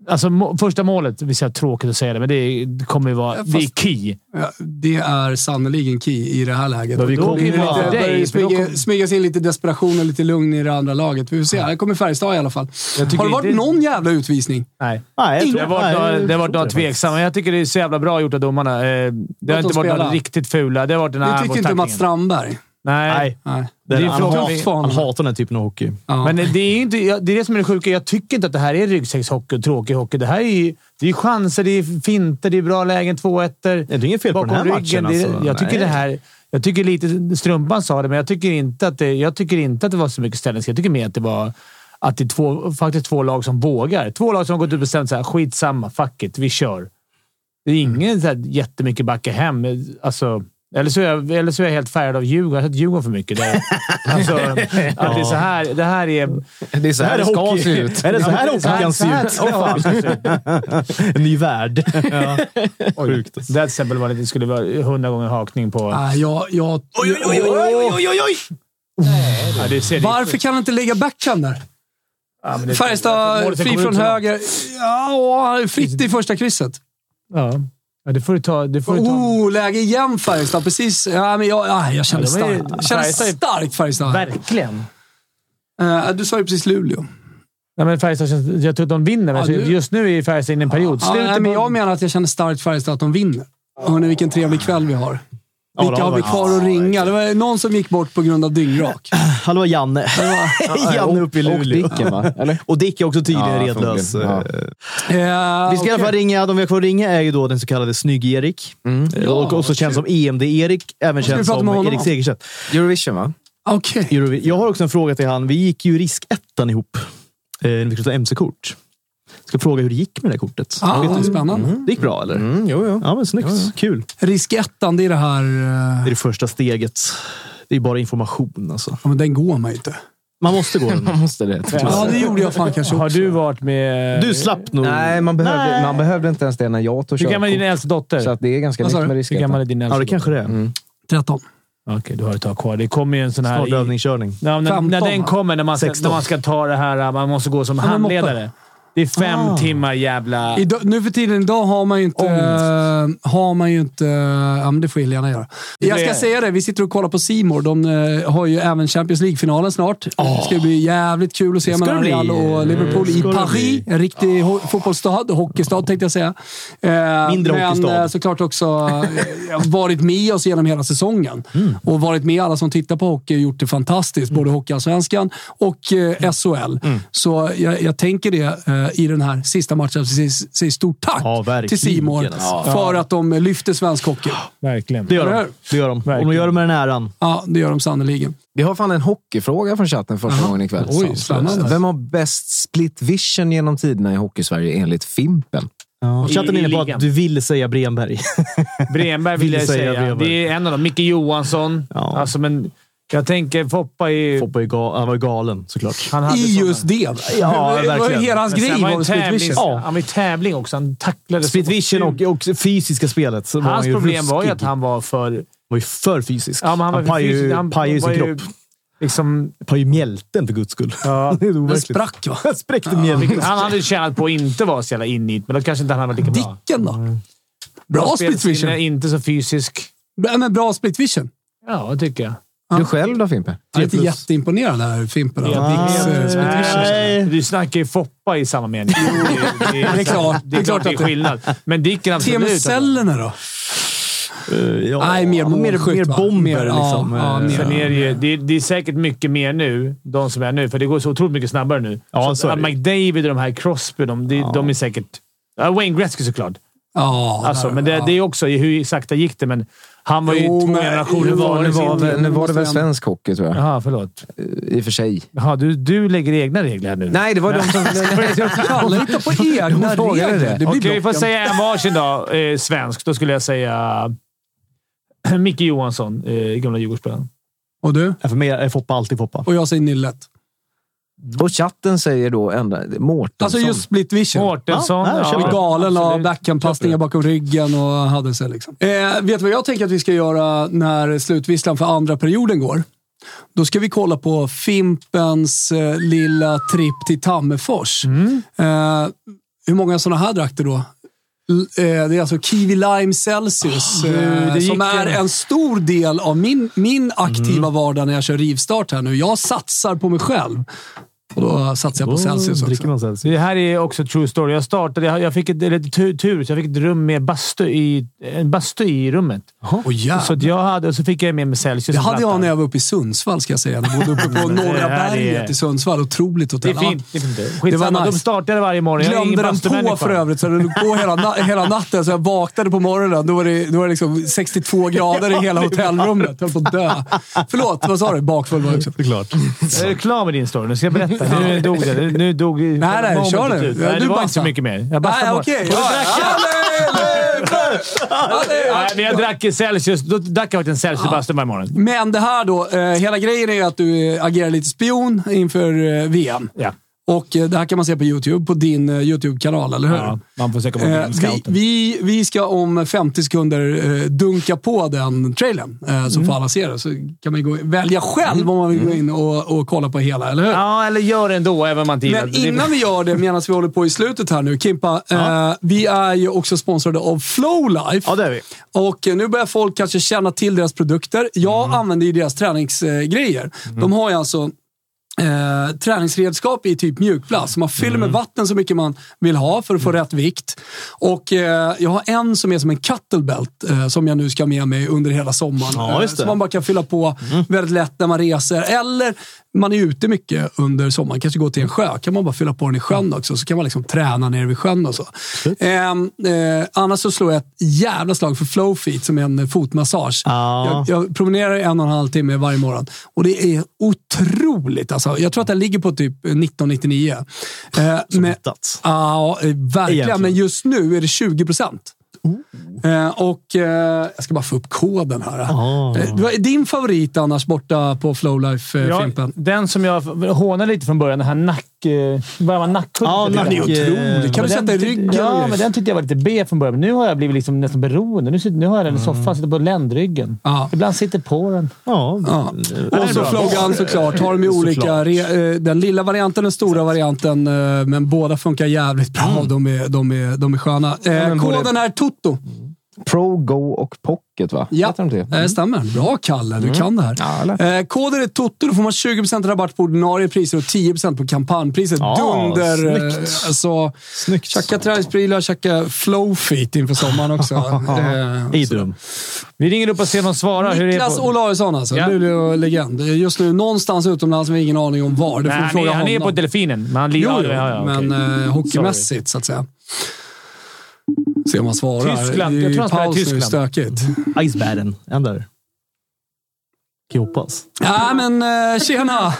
S4: Alltså, må, första målet, vi säger tråkigt att säga det, men det kommer ju vara...
S1: Ja,
S4: det är
S1: fast-
S4: key.
S1: Ja, det är sannerligen key i det här läget.
S4: Men vi
S1: Då
S4: kommer
S1: blir det
S4: ju
S1: lite- börjar
S4: vara- dig,
S1: det
S4: för då
S1: smyga,
S4: kommer-
S1: smygas in lite desperation och lite lugn i det andra laget. Vi får se. Här kommer Färjestad i alla fall.
S4: Jag tycker
S1: Har det varit
S4: inte-
S1: någon jävla utvisning?
S4: Nej.
S1: Nej, jag tror-
S4: det har varit
S1: nej,
S4: några,
S1: jag
S4: det
S1: tror
S4: har varit några
S1: det faktiskt.
S4: tveksamma. Jag tycker det är så jävla bra gjort av domarna. Eh, Det har
S1: dem
S4: inte varit
S1: spela.
S4: några riktigt fula. Det har varit den här
S1: Det tycker inte
S4: armbågstacklingen.
S1: Mats Strandberg.
S4: Nej.
S1: Nej.
S4: Det är
S3: han,
S4: frågan om-
S3: hatar, han hatar den här typen av hockey.
S4: Men det är ju inte, jag- det är det som är det sjuka. Jag tycker inte att det här är ryggsäckshockey och tråkig hockey. Det här är ju det är ju chanser, det är finter, det är bra lägen, två ettor
S3: Det är inget fel på den här matchen.
S4: det,
S3: alltså.
S4: Jag tycker
S3: Nej.
S4: det här... Jag tycker lite... Strumpan sa det, men jag tycker inte att det, jag tycker inte att det var så mycket ställningskrig. Jag tycker mer att det var att det är två, faktiskt två lag som vågar. Två lag som har gått ut och bestämt så här, skitsamma, fuck it, vi kör. Det är ingen så här, jättemycket backa hem. Alltså, eller, så är jag, eller så är jag helt färgad av Djurgården. Jag har sett Djurgården för mycket. Det, alltså, att det, är så här, det här är...
S5: Det är så här det ska se ut.
S4: Är det så
S3: här
S4: här
S3: hockey kan se ut? En ny värld.
S4: Ja. Sjukt. Det här till exempel var det, det skulle vara hundra gånger hakning på...
S1: Ah, jag, jag...
S4: Oj, oj, oj, oj, oj, oj, oj! Ja, du ser det.
S1: Varför kan han inte lägga backhand där?
S4: Ja, men det-
S1: Färjestad
S4: Målet
S1: fri
S4: kommer
S1: från
S4: ut så långt.
S1: höger. Ja, åh, han är fritt i första krysset.
S4: Ja. Ja, det får du ta. Det får du ta.
S1: Oh, läge igen Färjestad. Precis. Ja, men jag, ah, jag känner
S4: Ja, de är-
S1: starkt. Jag känner
S4: Färjestad är-
S1: starkt Färjestad.
S4: Verkligen.
S1: Eh, du sa ju precis Luleå.
S4: Nej, men Färjestad känns, jag tror att de vinner, men
S1: Ja,
S4: så
S1: du-
S4: just nu är Färjestad inne i en period.
S1: Ja,
S4: Slutet
S1: nej, men
S4: på-
S1: jag menar att jag känner starkt Färjestad att de vinner. Hörni, vilken trevlig kväll vi har.
S3: Ja, det
S1: Vilka
S3: har
S1: har vi
S3: vi.
S1: kvar att ringa? Det var någon som gick bort på grund av dyngrak.
S3: Hallå Janne. Janne uppe i Luleå.
S5: Och Dicken, va? Eller?
S3: Och Dick är också tydligen
S5: Ja,
S3: redlös. Eh,
S5: förmodligen. Ja.
S1: Eh,
S3: Vi ska i alla fall ringa, de vi har kvar att ringa är ju då den så kallade Snygg-Erik.
S5: Mm.
S3: Eh, Och också känd som EMD-Erik, även
S1: ska vi
S3: känd
S1: prata med
S3: som
S1: honom
S3: Erik
S1: om?
S3: Segerstedt.
S5: Eurovision, va?
S1: Okej.
S3: Eurovi- Jag har också en fråga till han. Vi gick ju riskettan ihop eh, när vi skulle ta MC-kort. Ska fråga hur det gick med det där kortet.
S1: Ah,
S3: Vet du?
S1: spännande.
S3: Det gick bra eller?
S5: Mm, jo, jo.
S3: Ja, men snyggt. Kul.
S1: Riskettan, det är det här...
S3: Det är
S1: eh,
S3: det första steget. Det är bara information alltså.
S1: Ja, men den går man ju inte.
S3: Man måste gå den.
S5: Man måste det. tror jag.
S1: Ja, det gjorde jag fan kanske
S4: Har
S1: också.
S4: du varit med...
S3: Du slapp nog.
S5: Nej, man behövde,
S4: Eh, Nej.
S5: man behövde inte ens det när jag tog
S4: Hur gammal är din
S5: körkort.
S4: äldsta dotter?
S5: Så att det är ganska
S1: Vad
S5: nytt
S1: sa
S5: med
S1: du?
S4: Hur
S5: risken.
S4: gammal är din äldsta
S3: Ja, det kanske det är.
S5: Mm.
S1: 13.
S4: dotter? Okej, du har ett tag kvar. Det kommer ju en sån här...
S3: Snart
S4: I,
S3: övningskörning.
S4: när, när, när
S1: 15,
S4: den
S1: va?
S4: kommer, när man, ska,
S3: 16.
S4: när man ska ta det här, man måste gå som
S1: men
S4: handledare.
S1: måtta.
S4: Det är fem
S3: Ah.
S4: timmar jävla...
S1: Idag, nu för tiden idag har man ju inte... eh, Har man ju inte ja, men det får Helena göra. Jag ska
S4: Det-
S1: säga det, vi sitter och kollar på Simor. De eh, har ju även Champions League-finalen snart. Det ska bli jävligt kul att se
S3: ska
S1: mellan
S3: det bli.
S1: Real och Liverpool
S3: Mm, ska
S1: i
S3: det
S1: Paris. En riktig ho- fotbollsstad. Hockeystad tänkte jag säga. Eh,
S3: Mindre
S1: men,
S3: hockeystad.
S1: eh, såklart också eh, varit med oss genom hela säsongen.
S3: Mm.
S1: Och varit med alla som tittar på hockey och gjort det fantastiskt. Både Hockeyallsvenskan och eh, SHL.
S3: Mm.
S1: Så jag, jag tänker det eh, i den här sista matchen. att vi s- Säger stort tack
S3: Ja, verkligen,
S1: till Simon
S3: alltså.
S1: för att de lyfter svensk hockey.
S4: Verkligen.
S3: Det gör de. Det gör de. Om
S4: Verkligen.
S3: de gör det med den äran.
S1: Ja, det gör de sannerligen.
S5: Vi har fan en hockeyfråga från chatten första
S1: Jaha.
S5: gången ikväll.
S1: Oj,
S5: Så-
S1: spännande.
S5: Vem har bäst split vision genom tiderna i Hockey-Sverige enligt Fimpen?
S3: Och Chatten är
S4: I- i
S3: inne på att
S4: ligan.
S3: du ville säga Bremberg.
S4: Bremberg vill
S3: Ville
S4: jag
S3: säga
S4: säga.
S3: Bremberg.
S4: Det är en av dem. Micke Johansson.
S3: Ja.
S4: Alltså, men jag tänker Foppa är...
S3: Foppa är ga- han var ju galen såklart.
S4: Han hade
S1: I
S4: såna.
S1: just det.
S3: Ja,
S1: det var ju
S3: verkligen.
S1: hela hans
S4: Men sen
S1: grej. Var
S4: var ju
S1: det split
S4: tävling-
S1: vision.
S4: Ja, han var i tävling också. Han tacklade...
S3: Split vision och, och fysiska spelet. så var han
S4: Hans
S3: ju
S4: problem var ju
S3: ruskig.
S4: att han var för...
S3: var ju för fysisk.
S4: Ja, men han var för
S3: pajade
S4: fysisk.
S3: ju-
S4: Han
S3: pajade ju
S4: var
S3: sin
S4: ju-
S3: kropp.
S4: Liksom,
S3: Pajade ju mjälten för guds skull.
S4: ja.
S3: Det är
S1: Den
S3: overkligt.
S1: sprack va?
S3: Han spräckte mjälten.
S4: Han hade tjänat på att inte vara så jävla inne i det, men då kanske inte han hade varit lika bra.
S1: Dicken då? Bra split
S4: Spelsinne,
S1: vision.
S4: Inte så fysisk.
S1: Bra- Men bra split vision.
S4: Ja, det tycker jag.
S5: Du själv då Fimpen?
S1: Jag är inte
S3: plus.
S1: jätteimponerad här, Fimpen. av
S4: Ja,
S1: Dicks, eh, split vision.
S4: Nej, du snackar ju Foppa i samma mening. det,
S1: Det är klart.
S4: Det är klart att det är skillnad. Men Dicken absolut.
S1: Temucellerna då?
S3: Eh, ja.
S1: Nej, mer målskytt,
S3: Mer
S1: va?
S3: bomber
S1: Mer- ja,
S3: liksom.
S1: ja,
S3: Eh,
S1: mer.
S4: Sen är det, ju, det, är, det är säkert mycket mer nu, de som är nu, för det går så otroligt mycket snabbare nu.
S3: Ja, så är
S4: att
S3: det.
S4: McDavid och de här Crosby, de, de, de är säkert... Ja, Wayne Gretzky såklart.
S1: Ja,
S4: Alltså,
S1: där,
S4: men det,
S1: ja.
S4: det är också hur sakta gick det, men han var ju
S1: Jo,
S4: två
S1: men-
S4: generationer
S1: jo,
S4: före
S5: Nu var,
S4: sin
S5: väl,
S4: tid.
S5: nu var det väl
S1: måste jag-
S5: svensk hockey tror jag.
S4: Jaha, förlåt.
S5: I och för sig.
S4: Jaha, du, du lägger egna regler här nu?
S5: Nej, det var de som...
S1: Kalle hittar på egna
S5: Jag frågade
S1: regler.
S5: det.
S1: Det blir
S4: Okej, vi får
S1: blocken.
S4: säga en varsin då. Eh, svensk. Då skulle jag säga Micke Johansson, eh, gamla Djurgårdsspelaren.
S1: Och du?
S3: Ja, För mig är Foppa alltid Foppa.
S1: Och jag säger Nillet.
S5: Och chatten säger då ända, Mårtensson.
S1: Alltså just split vision.
S4: Mårtensson.
S3: Ja, nej, jag
S1: Jag
S3: köper
S1: är
S3: det.
S1: galen
S4: absolut.
S1: av backhandpassningar bakom ryggen och hade sig liksom. Eh, vet du vad jag tänker att vi ska göra när slutvisslan för andra perioden går? Då ska vi kolla på Fimpens eh, lilla tripp till Tammerfors. Eh, Hur många sådana här drack du då? L- eh, Det är alltså Kiwi Lime Celsius,
S4: Ah,
S1: eh,
S4: du, det
S1: som
S4: gick
S1: är
S4: ju.
S1: en stor del av min, min aktiva vardag när jag kör rivstart här nu. Jag satsar på mig själv. Och då satsar jag på Celsius också.
S4: dricker
S3: man Celsius.
S4: Det här är också true story. Jag startade... Jag, jag fick ett, lite tur, tur, så jag fick ett rum med bastu i, en bastu i rummet.
S1: jävlar.
S4: så att jag hade, och så fick jag med mig Celsius.
S1: Det
S4: och
S1: hade
S4: plattan.
S1: jag när jag var uppe i Sundsvall, ska jag säga. Jag bodde uppe på
S4: Mm, det
S1: Norra
S4: här är-
S1: berget i Sundsvall. Otroligt
S4: Det
S1: hotell.
S4: är fint. Det är fint.
S1: Det var
S4: Skitsamma,
S1: nice.
S4: de startade varje morgon. Jag är ingen
S1: glömde den på
S4: bastumänniska.
S1: för övrigt, så den låg på hela, na- hela natten. Så jag vaknade på morgonen. Då var det, då var det liksom 62 grader i hela hotellrummet. Jag höll på att dö. Förlåt, vad sa du? Bakfull var jag också.
S3: Såklart.
S4: Jag är klar med din story. Nu ska jag berätta. Nu dog det. Nu dog det.
S1: Nej, nej, kör
S4: Momentet
S1: nu.
S4: ut. Nej,
S1: Du
S4: det var
S1: bastar.
S4: inte så mycket mer. Jag
S1: Nej,
S4: bastade bara.
S1: okej.
S4: Och då
S1: Ja,
S4: drack jag- Nej, men jag drack Celsius. Då drack jag faktiskt en Celsius i bastun varje morgon.
S1: Men det här då. Eh, hela grejen är ju att du eh, agerar lite spion inför eh, VM.
S4: Ja.
S1: Och eh, det här kan man se på YouTube, på din eh, YouTube-kanal, eller hur?
S4: Ja, man får söka på
S1: Eh, vi,
S4: Filmscouten.
S1: vi, vi ska om 50 sekunder eh, dunka på den trailern, eh, så får alla se det. Så kan man ju gå, välja själv om man vill gå in och, och kolla på hela, eller hur?
S4: Ja, eller gör det ändå, även om man inte gillar
S1: Men
S4: det.
S1: innan vi gör det, medan vi håller på i slutet här nu, Kimpa. Eh, vi är ju också sponsrade av Flowlife. Ja,
S3: det är vi.
S1: Och eh, nu börjar folk kanske känna till deras produkter. Jag använder ju deras träningsgrejer. De har ju alltså eh, träningsredskap i typ mjukplast. Så man fyller med vatten så mycket man vill ha för att få rätt vikt. Och eh, jag har en som är som en kettlebelt eh, som jag nu ska ha med mig under hela sommaren.
S3: Ja, just det.
S1: eh, som
S3: Mm.
S1: man bara kan fylla på väldigt lätt när man reser. Eller man är ute mycket under sommaren. Kanske går till en sjö. kan man bara fylla på den i
S3: Mm.
S1: sjön också. Så kan man liksom träna nere vid sjön och så. Ehm, eh, annars så slår jag ett jävla slag för Flowfeet som är en eh, fotmassage.
S3: Ja.
S1: Jag, jag promenerar en och en halv timme varje morgon och det är otroligt. Alltså, jag tror att den ligger på typ 1999. Eh, men, ja, eh, verkligen.
S3: Egentligen.
S1: Men just nu är det 20 procent. Eh, och eh, jag ska bara få upp koden här. Eh, vad är din favorit annars borta på Flowlife, eh,
S4: Ja,
S1: Fimpen?
S4: den som jag hånade lite från början, den här nack... eh, Vad var nackkudden?
S1: Ja,
S4: Den
S1: nack- eh, Kan du sätta i
S4: tyckte-
S1: ryggen och
S4: Ja,
S1: grejer?
S4: men den tyckte jag var lite B från början. Men nu har jag blivit liksom nästan beroende. Nu, sitter, nu har jag den i soffan, sitter på ländryggen. Ibland sitter på den.
S3: Ja.
S1: Och så Flowgun såklart. Har de ju olika. Re, eh, den lilla varianten, den stora varianten. eh, Men båda funkar jävligt bra. De, är, de, är, de är sköna. Eh,
S5: men både-
S1: koden är Toto.
S5: Pro, Go och Pocket, va?
S1: Ja,
S5: de
S1: det
S4: Mm.
S1: Eh, stämmer. Bra Kalle, du
S5: Mm.
S1: kan det här. Eh, koden är TOTO, då får man 20% rabatt på ordinarie priser och 10% på kampanjpriset.
S3: Ja,
S1: Dunder! eh,
S3: snyggt.
S1: Alltså,
S3: snyggt.
S1: Tjacka träningsprylar, tjacka flowfeet inför sommaren också. Eh,
S3: Idrum.
S4: Vi ringer upp och ser om de svarar. Hur det är
S1: Niklas
S4: på-
S1: Olausson alltså,
S4: Ja.
S1: Luleå-legend. Eh, Just nu någonstans utomlands, men ingen aning om var. Du får
S4: Nej,
S1: fråga
S4: han är
S1: honom.
S4: på Delfinen, men han lirar.
S1: Jo, jo,
S4: ja, ja, okej.
S1: men eh, hockeymässigt så att säga. Se om han svarar.
S3: Tyskland.
S1: Det är
S3: Jag
S1: ju
S3: tror han spelar
S1: paus
S3: i
S1: nu,
S3: Tyskland.
S1: stökigt.
S3: Icebaden. Är han där? Kan jag hoppas.
S1: Ja, men eh, tjena!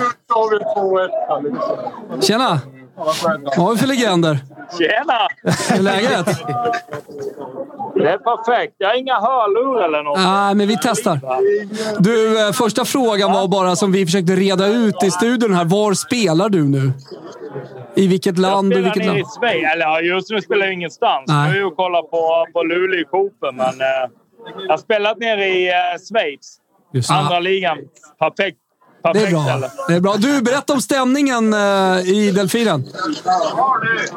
S1: Tjena! Vad har vi för legender?
S13: Tjena!
S1: Hur är läget?
S13: Det är perfekt. Jag har inga hörlurar eller något.
S1: Nej, men vi testar. Du, eh, första frågan var bara som vi försökte reda ut i studion här. Var spelar du nu? I vilket land och i
S13: Spelar
S1: vilket
S13: ni
S1: land?
S13: i Sverige? Eller ja, just nu spelar jag ingenstans.
S1: Nej.
S13: Jag är ju och kollar på, på Luleå Coopen, men eh, jag har spelat nere i eh, Schweiz.
S1: Just det.
S13: Andra ligan. Perfekt.
S1: Det
S13: Perfekt
S1: är bra.
S13: ställe.
S1: Det är bra. Du, berätta om stämningen eh, i Delfinen.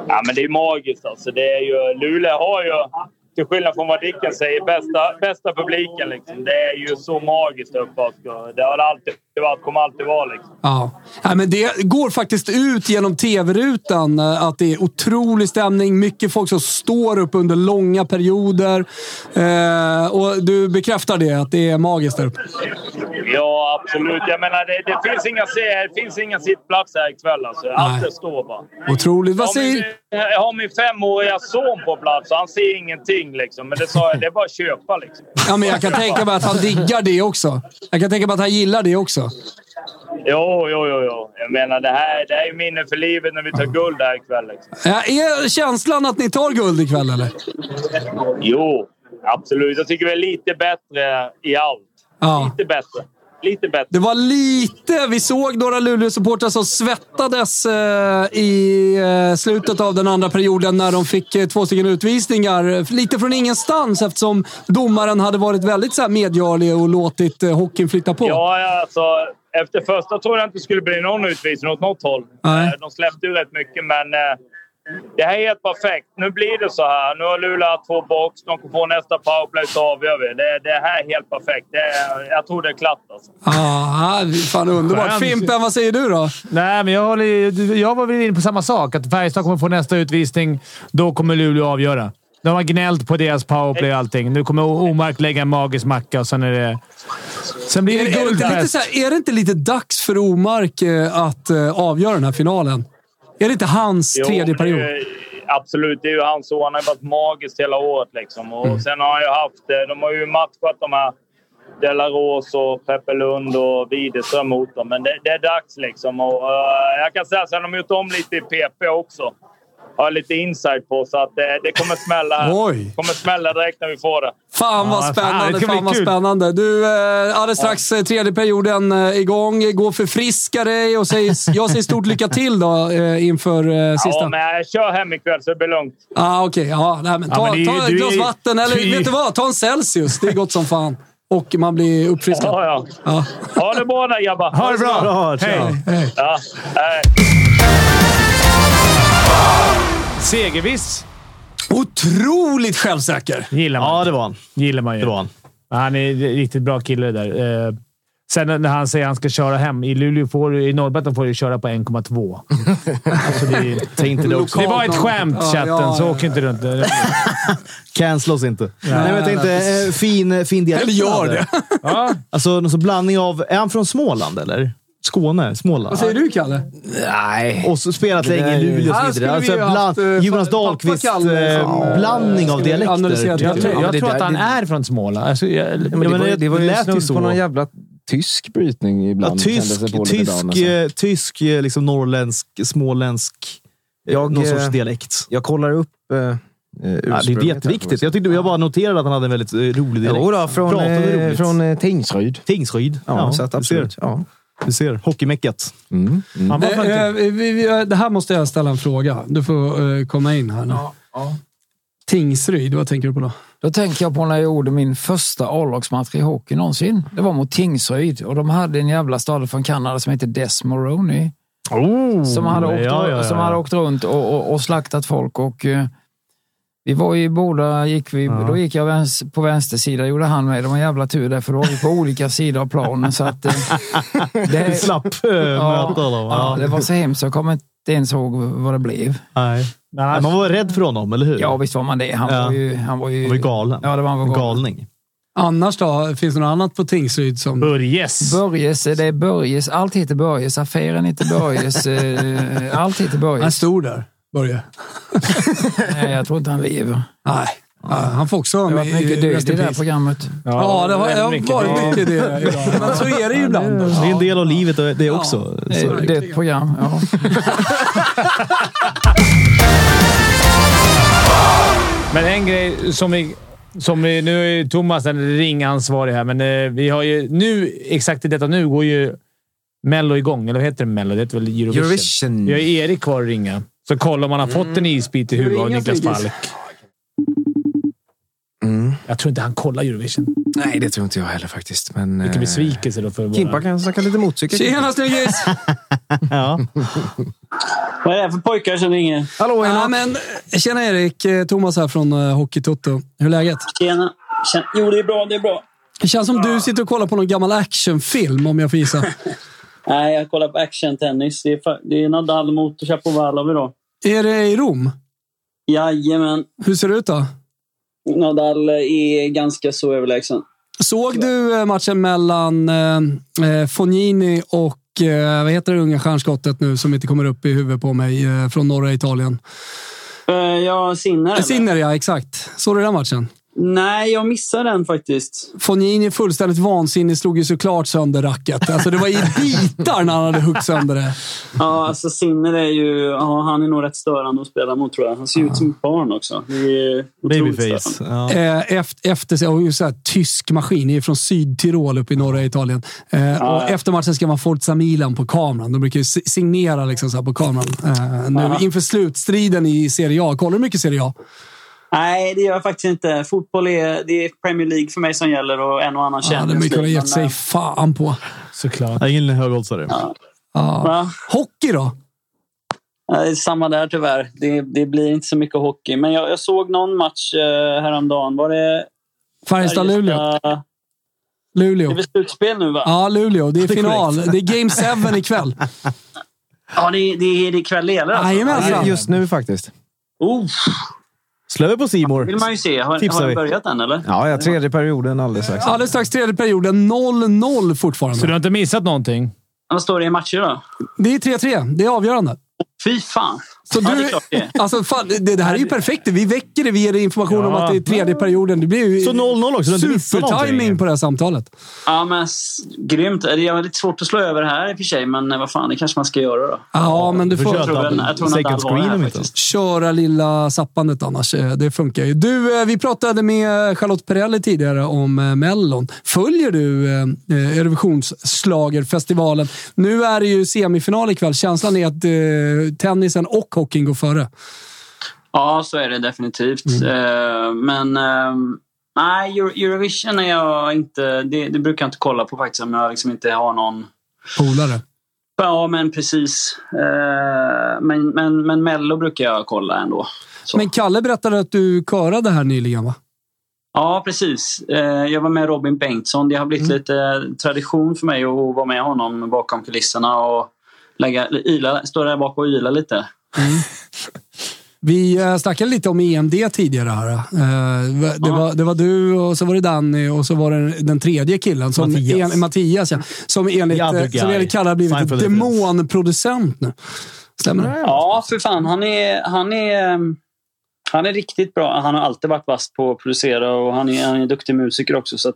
S13: Ja, men det är magiskt alltså. Det är ju, Luleå har ju, till skillnad från vad Dicken säger, bästa, bästa publiken. Liksom. Det är ju så magiskt där uppe. alltså. Det har det alltid varit, kommer alltid vara. Liksom.
S1: Ja. Nej, men det går faktiskt ut genom tv-rutan eh, att det är otrolig stämning. Mycket folk som står upp under långa perioder. Eh, och du bekräftar det, att det är magiskt där uppe.
S13: Ja, absolut. Jag menar, det, det, finns inga, se- det finns inga sittplatser här ikväll. Alltså. Allt det står bara.
S1: Otroligt. Vad
S13: Jag har
S1: säger...
S13: min- Jag har min femåriga son på plats och han ser ingenting. Liksom. Men det sa jag, det är bara att köpa. Liksom.
S1: Ja, men jag kan tänka mig att han diggar det också. Jag kan tänka mig att han gillar det också.
S13: Jo, jo, jo. jo. Jag menar, det här det här är minne för livet när vi tar guld här ikväll. Liksom.
S1: Ja, Är känslan att ni tar guld ikväll, eller?
S13: Jo, absolut. Jag tycker vi är lite bättre i allt.
S1: Ja.
S13: Lite bättre. Lite bättre.
S1: Det var lite... Vi såg några Luleå-supportrar som svettades eh, i eh, slutet av den andra perioden när de fick eh, två stycken utvisningar. Lite från ingenstans eftersom domaren hade varit väldigt så här, medgörlig och låtit eh, hockeyn flytta på.
S13: Ja, ja, alltså, efter första trodde jag inte det skulle bli någon utvisning åt något håll.
S1: Nej.
S13: Eh, De släppte ju rätt mycket, men eh, Det här är helt perfekt. Nu blir det så här. Nu har Luleå haft två box. De kommer få nästa powerplay så avgör vi. Det, det här är helt perfekt. Det, är- jag tror det är klart alltså.
S1: Ah, det är fan underbart.
S4: Skönt.
S1: Fimpen, vad säger du då?
S4: Nej, men jag, håller, ju- jag var väl inne på samma sak. Att Färjestad kommer få nästa utvisning. Då kommer Luleå avgöra. De har gnällt på deras powerplay och allting. Nu kommer Omark lägga en magisk macka och sen är det... Sen blir
S1: Är,
S4: det
S1: är, det
S4: guld
S1: inte lite så här, är det inte lite dags för Omark eh, att eh, avgöra den här finalen? Är det inte hans
S13: Jo,
S1: tredje
S13: men det är
S1: period?
S13: ju- Absolut, det är ju han så. Han har ju varit magiskt hela året. Liksom. Och
S1: Mm.
S13: Sen har han ju haft... eh, De har ju matchat de här Delaros och Peppe Lund och Widerström mot dem. Men det, det är dags liksom. Och, eh, jag kan säga så här, de har gjort om lite i PP också. Har jag lite insight på, så att eh, det kommer smälla.
S1: Oj.
S13: kommer smälla direkt när vi får det.
S1: Fan vad spännande! Fan, vad spännande. Du, eh, alldeles strax eh, tredje perioden eh, igång. Gå och förfriska dig och säg, jag säger stort lycka till då eh, inför eh, sista.
S13: Ja, men jag kör hem ikväll så det blir lugnt.
S1: Ah, Okej, ja. nej, men
S13: Ja,
S1: ta,
S13: men det är-
S1: ta ett
S13: du
S1: glas
S13: är-
S1: vatten eller
S13: du är-
S1: vet du vad? Ta en Celsius. Det är gott som fan. Och man blir uppfriskad.
S13: Ja, ja.
S1: Ja.
S13: Ha det bra där grabbar!
S1: Ha det bra. Bra, tja. Hej. Hej.
S13: Ja, hej.
S4: Segerviss.
S1: Otroligt självsäker!
S4: Gillar man.
S3: Ja, det var han.
S4: Gillar man ju.
S3: Det var han.
S4: Han är en riktigt bra kille där. Eh, Sen när han säger att han ska köra hem. I Luleå får du, i Norrbotten får du köra på 1,2. alltså det, är-
S3: inte det också.
S4: det var ett skämt,
S3: Ja,
S4: chatten,
S3: ja,
S4: så
S3: ja.
S4: åk inte runt.
S3: Cancel oss inte. Nej, men jag
S4: nej.
S3: tänkte eh, fin, fin dialekt.
S4: Eller gör
S3: han hade.
S4: det.
S3: Alltså, någon sån blandning av... Är han från Småland, eller? Skåne? Småland?
S1: Vad säger du, Kalle?
S3: Nej. Och så spelat
S1: Det
S3: länge
S1: där
S3: i
S1: är-
S3: Luleå och
S1: Här
S3: så
S1: skulle vi
S3: vidare. Alltså,
S1: ju haft,
S3: bland,
S1: eh,
S3: Jonas
S1: pappa Kalle som, eh,
S3: Dahlqvist-blandning av
S1: skulle analysera
S3: dialekter.
S4: Jag, tror, jag tror att han
S3: är...
S4: är från Småland. Alltså, jag,
S3: men det var ju- det var ju snudd
S5: på någon jävla tysk brytning
S3: Ja,
S5: ibland. kändes det
S3: tysk,
S5: på lite ibland, alltså.
S3: tysk, eh, tysk eh, liksom norrländsk, småländsk.
S5: Jag,
S3: någon
S5: eh,
S3: sorts dialekt.
S5: Jag kollar upp eh, eh,
S3: Ja, det är
S5: ursprunget här,
S3: jätteviktigt. Jag, tyckte, jag bara noterade att han hade en väldigt eh, rolig dialekt.
S5: Jo då, från,
S3: Pratade
S5: eh,
S3: roligt.
S5: från eh, Tingsryd.
S3: Tingsryd.
S5: Ja, så att
S3: du
S5: absolut.
S3: ser.
S5: Ja. Mm,
S3: Du ser. Hockeymeckat.
S1: Han var faktiskt- Eh, eh, vi- vi- Det här måste jag ställa en fråga. Du får eh, komma in här nu. Tingsryd, vad tänker du på då?
S7: Då tänker jag på när jag gjorde min första A-lagsmatch i hockey någonsin. Det var mot Tingsryd och de hade en jävla stad från Kanada som heter Des Moroni.
S3: Oh,
S7: som hade åkt,
S4: ja, ja, ja.
S7: Som hade åkt runt och, och, och slaktat folk. Och, eh, vi var ju båda, gick vi, då gick jag väns, på vänster sida, gjorde han med. Det var en jävla tur där, för då var vi på olika sidor av planen. Så att, eh,
S3: Du slapp, eh, möta
S7: ja,
S3: honom.
S7: ja,
S3: Ja.
S7: det var så hemskt. Jag kommer inte ens ihåg vad det blev.
S3: Nej. Men Man var rädd för honom, eller hur?
S7: Ja, visst var man det. Han var ju... Han var ju,
S3: han var ju galen.
S7: Ja, det var han var galen.
S3: Galning.
S1: Annars då? Finns det något annat på Tingsryd som...
S4: Börjes.
S7: Börjes, det är Börjes. Allt heter Börjes. Affären heter Börjes. eh, Allt heter Börjes.
S1: Han stod där, Börje.
S7: Nej, jag tror inte han lever.
S1: Nej. Ja, han får också
S7: Det har varit mycket död i det här programmet.
S1: Ja, det har, jag har varit mycket det. ibland. Men så är det ju ibland.
S3: Det är en del av livet och det också.
S7: Det
S3: Så-
S7: är, det är ett program. Ja.
S4: Men en grej som vi... Som vi, nu är ju Thomas den ringansvarig här, men eh, vi har ju nu, exakt i detta nu, går ju Mello igång. Eller vad heter det Mello? Det heter väl Eurovision?
S5: Eurovision.
S4: Vi har ju Erik kvar att ringa. Så kolla om han har fått en isbit i huvudet av
S1: Mm. Ringa,
S4: Niklas
S1: Sigis.
S4: Falk. Jag tror inte han kollar Eurovision.
S5: Mm. Nej, det tror inte jag heller faktiskt. Men,
S4: Vilken
S5: eh,
S4: besvikelse då för våra...
S5: Kimpa kan snacka lite motorcykel.
S1: Tjena snyggis!
S3: ja.
S14: Vad är det här för pojkar? Jag känner ingen.
S1: Hallå, ja, men, Tjena Erik! Eh, Thomas här från eh, Hockeytoto. Hur är läget?
S14: Tjena. Tjena. Jo, det är bra. Det är bra.
S1: Det känns som du sitter och kollar på någon gammal actionfilm, om jag får gissa.
S14: Nej, jag kollar på actiontennis. Det är, fa- det är Nadal mot Chapovalov idag.
S1: är det i Rom?
S14: Jajamän.
S1: Hur ser det ut då?
S14: Nadal är ganska så överlägsen.
S1: Såg du eh, matchen mellan eh, eh, Fognini och eh, vad heter det unga stjärnskottet nu som inte kommer upp i huvudet på mig eh, från norra Italien?
S14: Eh, Jag sinnar. eller?
S1: Sinner ja, exakt. Såg du den matchen?
S14: Nej, jag missar den faktiskt.
S1: Fognini fullständigt vansinnig, slog ju såklart sönder racket. Alltså det var i bitar när han hade huggit sönder det.
S14: Ja, alltså Sinner är ju... Ja, han är nog rätt störande att spela mot, tror jag. Han ser ut som ett barn också. Det är otroligt
S3: Babyface.
S14: störande.
S3: Ja.
S1: Eh, efter, efter, och ju så här, tysk maskin, är från Sydtirol uppe i norra Italien. Eh, och
S14: ja.
S1: Efter matchen ska man Forza Milan på kameran. De brukar ju si- signera liksom så här på kameran. Eh, nu,
S14: Ja.
S1: Inför slutstriden i Serie A. Kollar du mycket Serie A?
S14: Nej, det gör jag faktiskt inte. Fotboll är, det är Premier League för mig som gäller och en och annan
S1: Ja,
S14: Champions
S1: det mycket har
S14: League,
S1: gett sig
S14: men,
S1: fan på.
S4: Såklart.
S3: Ingen högoddsare.
S1: Ja.
S14: Va?
S1: Hockey då?
S14: Nej, samma där tyvärr. Det, det blir inte så mycket hockey. Men jag, jag såg någon match eh, häromdagen. Var det...
S1: Färjestad-Luleå. Luleå.
S14: Det är väl slutspel nu va?
S1: Ja, Luleå. Det är final. Det är Game 7 ikväll.
S14: Ja, det, är- det är det är ikväll det gäller alltså.
S5: Nej, Just nu faktiskt.
S14: Oh,
S3: Slå över på Simor.
S14: vill man ju se. Har,
S3: Tipsar
S14: har
S3: vi.
S14: den börjat än eller?
S5: Ja, ja, tredje perioden alldeles strax.
S1: Alldeles strax tredje perioden. 0-0 fortfarande.
S4: Så du har inte missat någonting?
S14: Vad står det i matcher då?
S1: Det är 3-3. Det är avgörande.
S14: Fy fan!
S1: Så
S14: Ja, det är
S1: du,
S14: klart det är.
S1: alltså, fan, det, det här är ju perfekt. Vi väcker det. Vi ger dig information om
S14: Ja.
S1: att det är tredje perioden. Det blir ju
S14: Så 0-0 också, du har inte missat
S1: Supertiming
S14: någonting.
S1: på det här samtalet.
S14: Ja, men s- grymt. Det är lite svårt att slå över här i och för sig, men eh, vad fan, det kanske man ska göra då.
S1: Ja, men du får
S14: Jag tror den- jag tror den hade allvar här faktiskt.
S1: köra lilla sappandet annars. Eh, Det funkar ju. Du, eh, vi pratade med Charlotte Perrelli tidigare om eh, Mellon. Följer du eh, eh, Eurovisionsschlagerfestivalen? Nu är det ju semifinal ikväll. Känslan är att eh, tennisen och hockeyn går före.
S14: Ja, så är det definitivt.
S1: Mm.
S14: Eh, men eh, nej, Euro- Eurovision är jag inte... Det, det brukar jag inte kolla på faktiskt om jag liksom inte har någon...
S1: Polare.
S14: Ja, men precis. Eh, men, men, men Mello brukar jag kolla ändå.
S1: Men Kalle berättade att du körade här nyligen, va?
S14: Ja, precis. Eh, Jag var med Robin Bengtsson. Det har blivit lite tradition för mig att vara med honom bakom kulisserna och lägga, ila, stå där bak och yla lite.
S1: Vi eh, snackade lite om EMD tidigare här. Eh, Det var, det var du och så var det Danny och så var det den tredje killen. Som
S3: Mattias.
S1: En, Mattias ja, som enligt,
S3: The other
S1: eh, som
S3: guy.
S1: enligt Kalle har blivit en
S3: Seinfeld
S1: demonproducent nu. Stämmer det?
S14: Ja, för fan. Han är, han är, ehm, han är riktigt bra. Han har alltid varit vass på att producera och han är, han är en duktig musiker också. Så att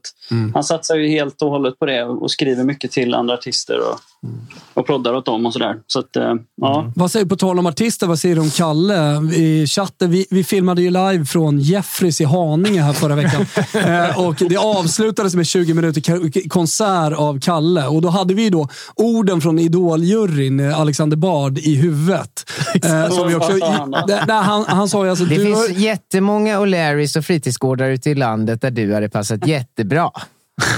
S14: Han satsar ju helt och hållet på det och skriver mycket till andra artister och, och proddar åt dem och sådär. Så att, eh, ja.
S3: Mm.
S1: Vad säger du på tal om artister? Vad säger du om Kalle i chatten? Vi, vi filmade ju live från Jeffries i Haninge här förra veckan. eh, och det avslutades med 20 minuter ka- konsert av Kalle. Och då hade vi ju då orden från idoljuryn eh, Alexander Bard i huvudet. Eh, som vi också,
S15: Vad sa han då?
S1: nej, nej, han, han sa ju alltså...
S15: Det
S1: du
S15: finns
S1: har-
S15: jättemånga O'Larrys och fritidsgårdar ute i landet där du hade passat jättebra.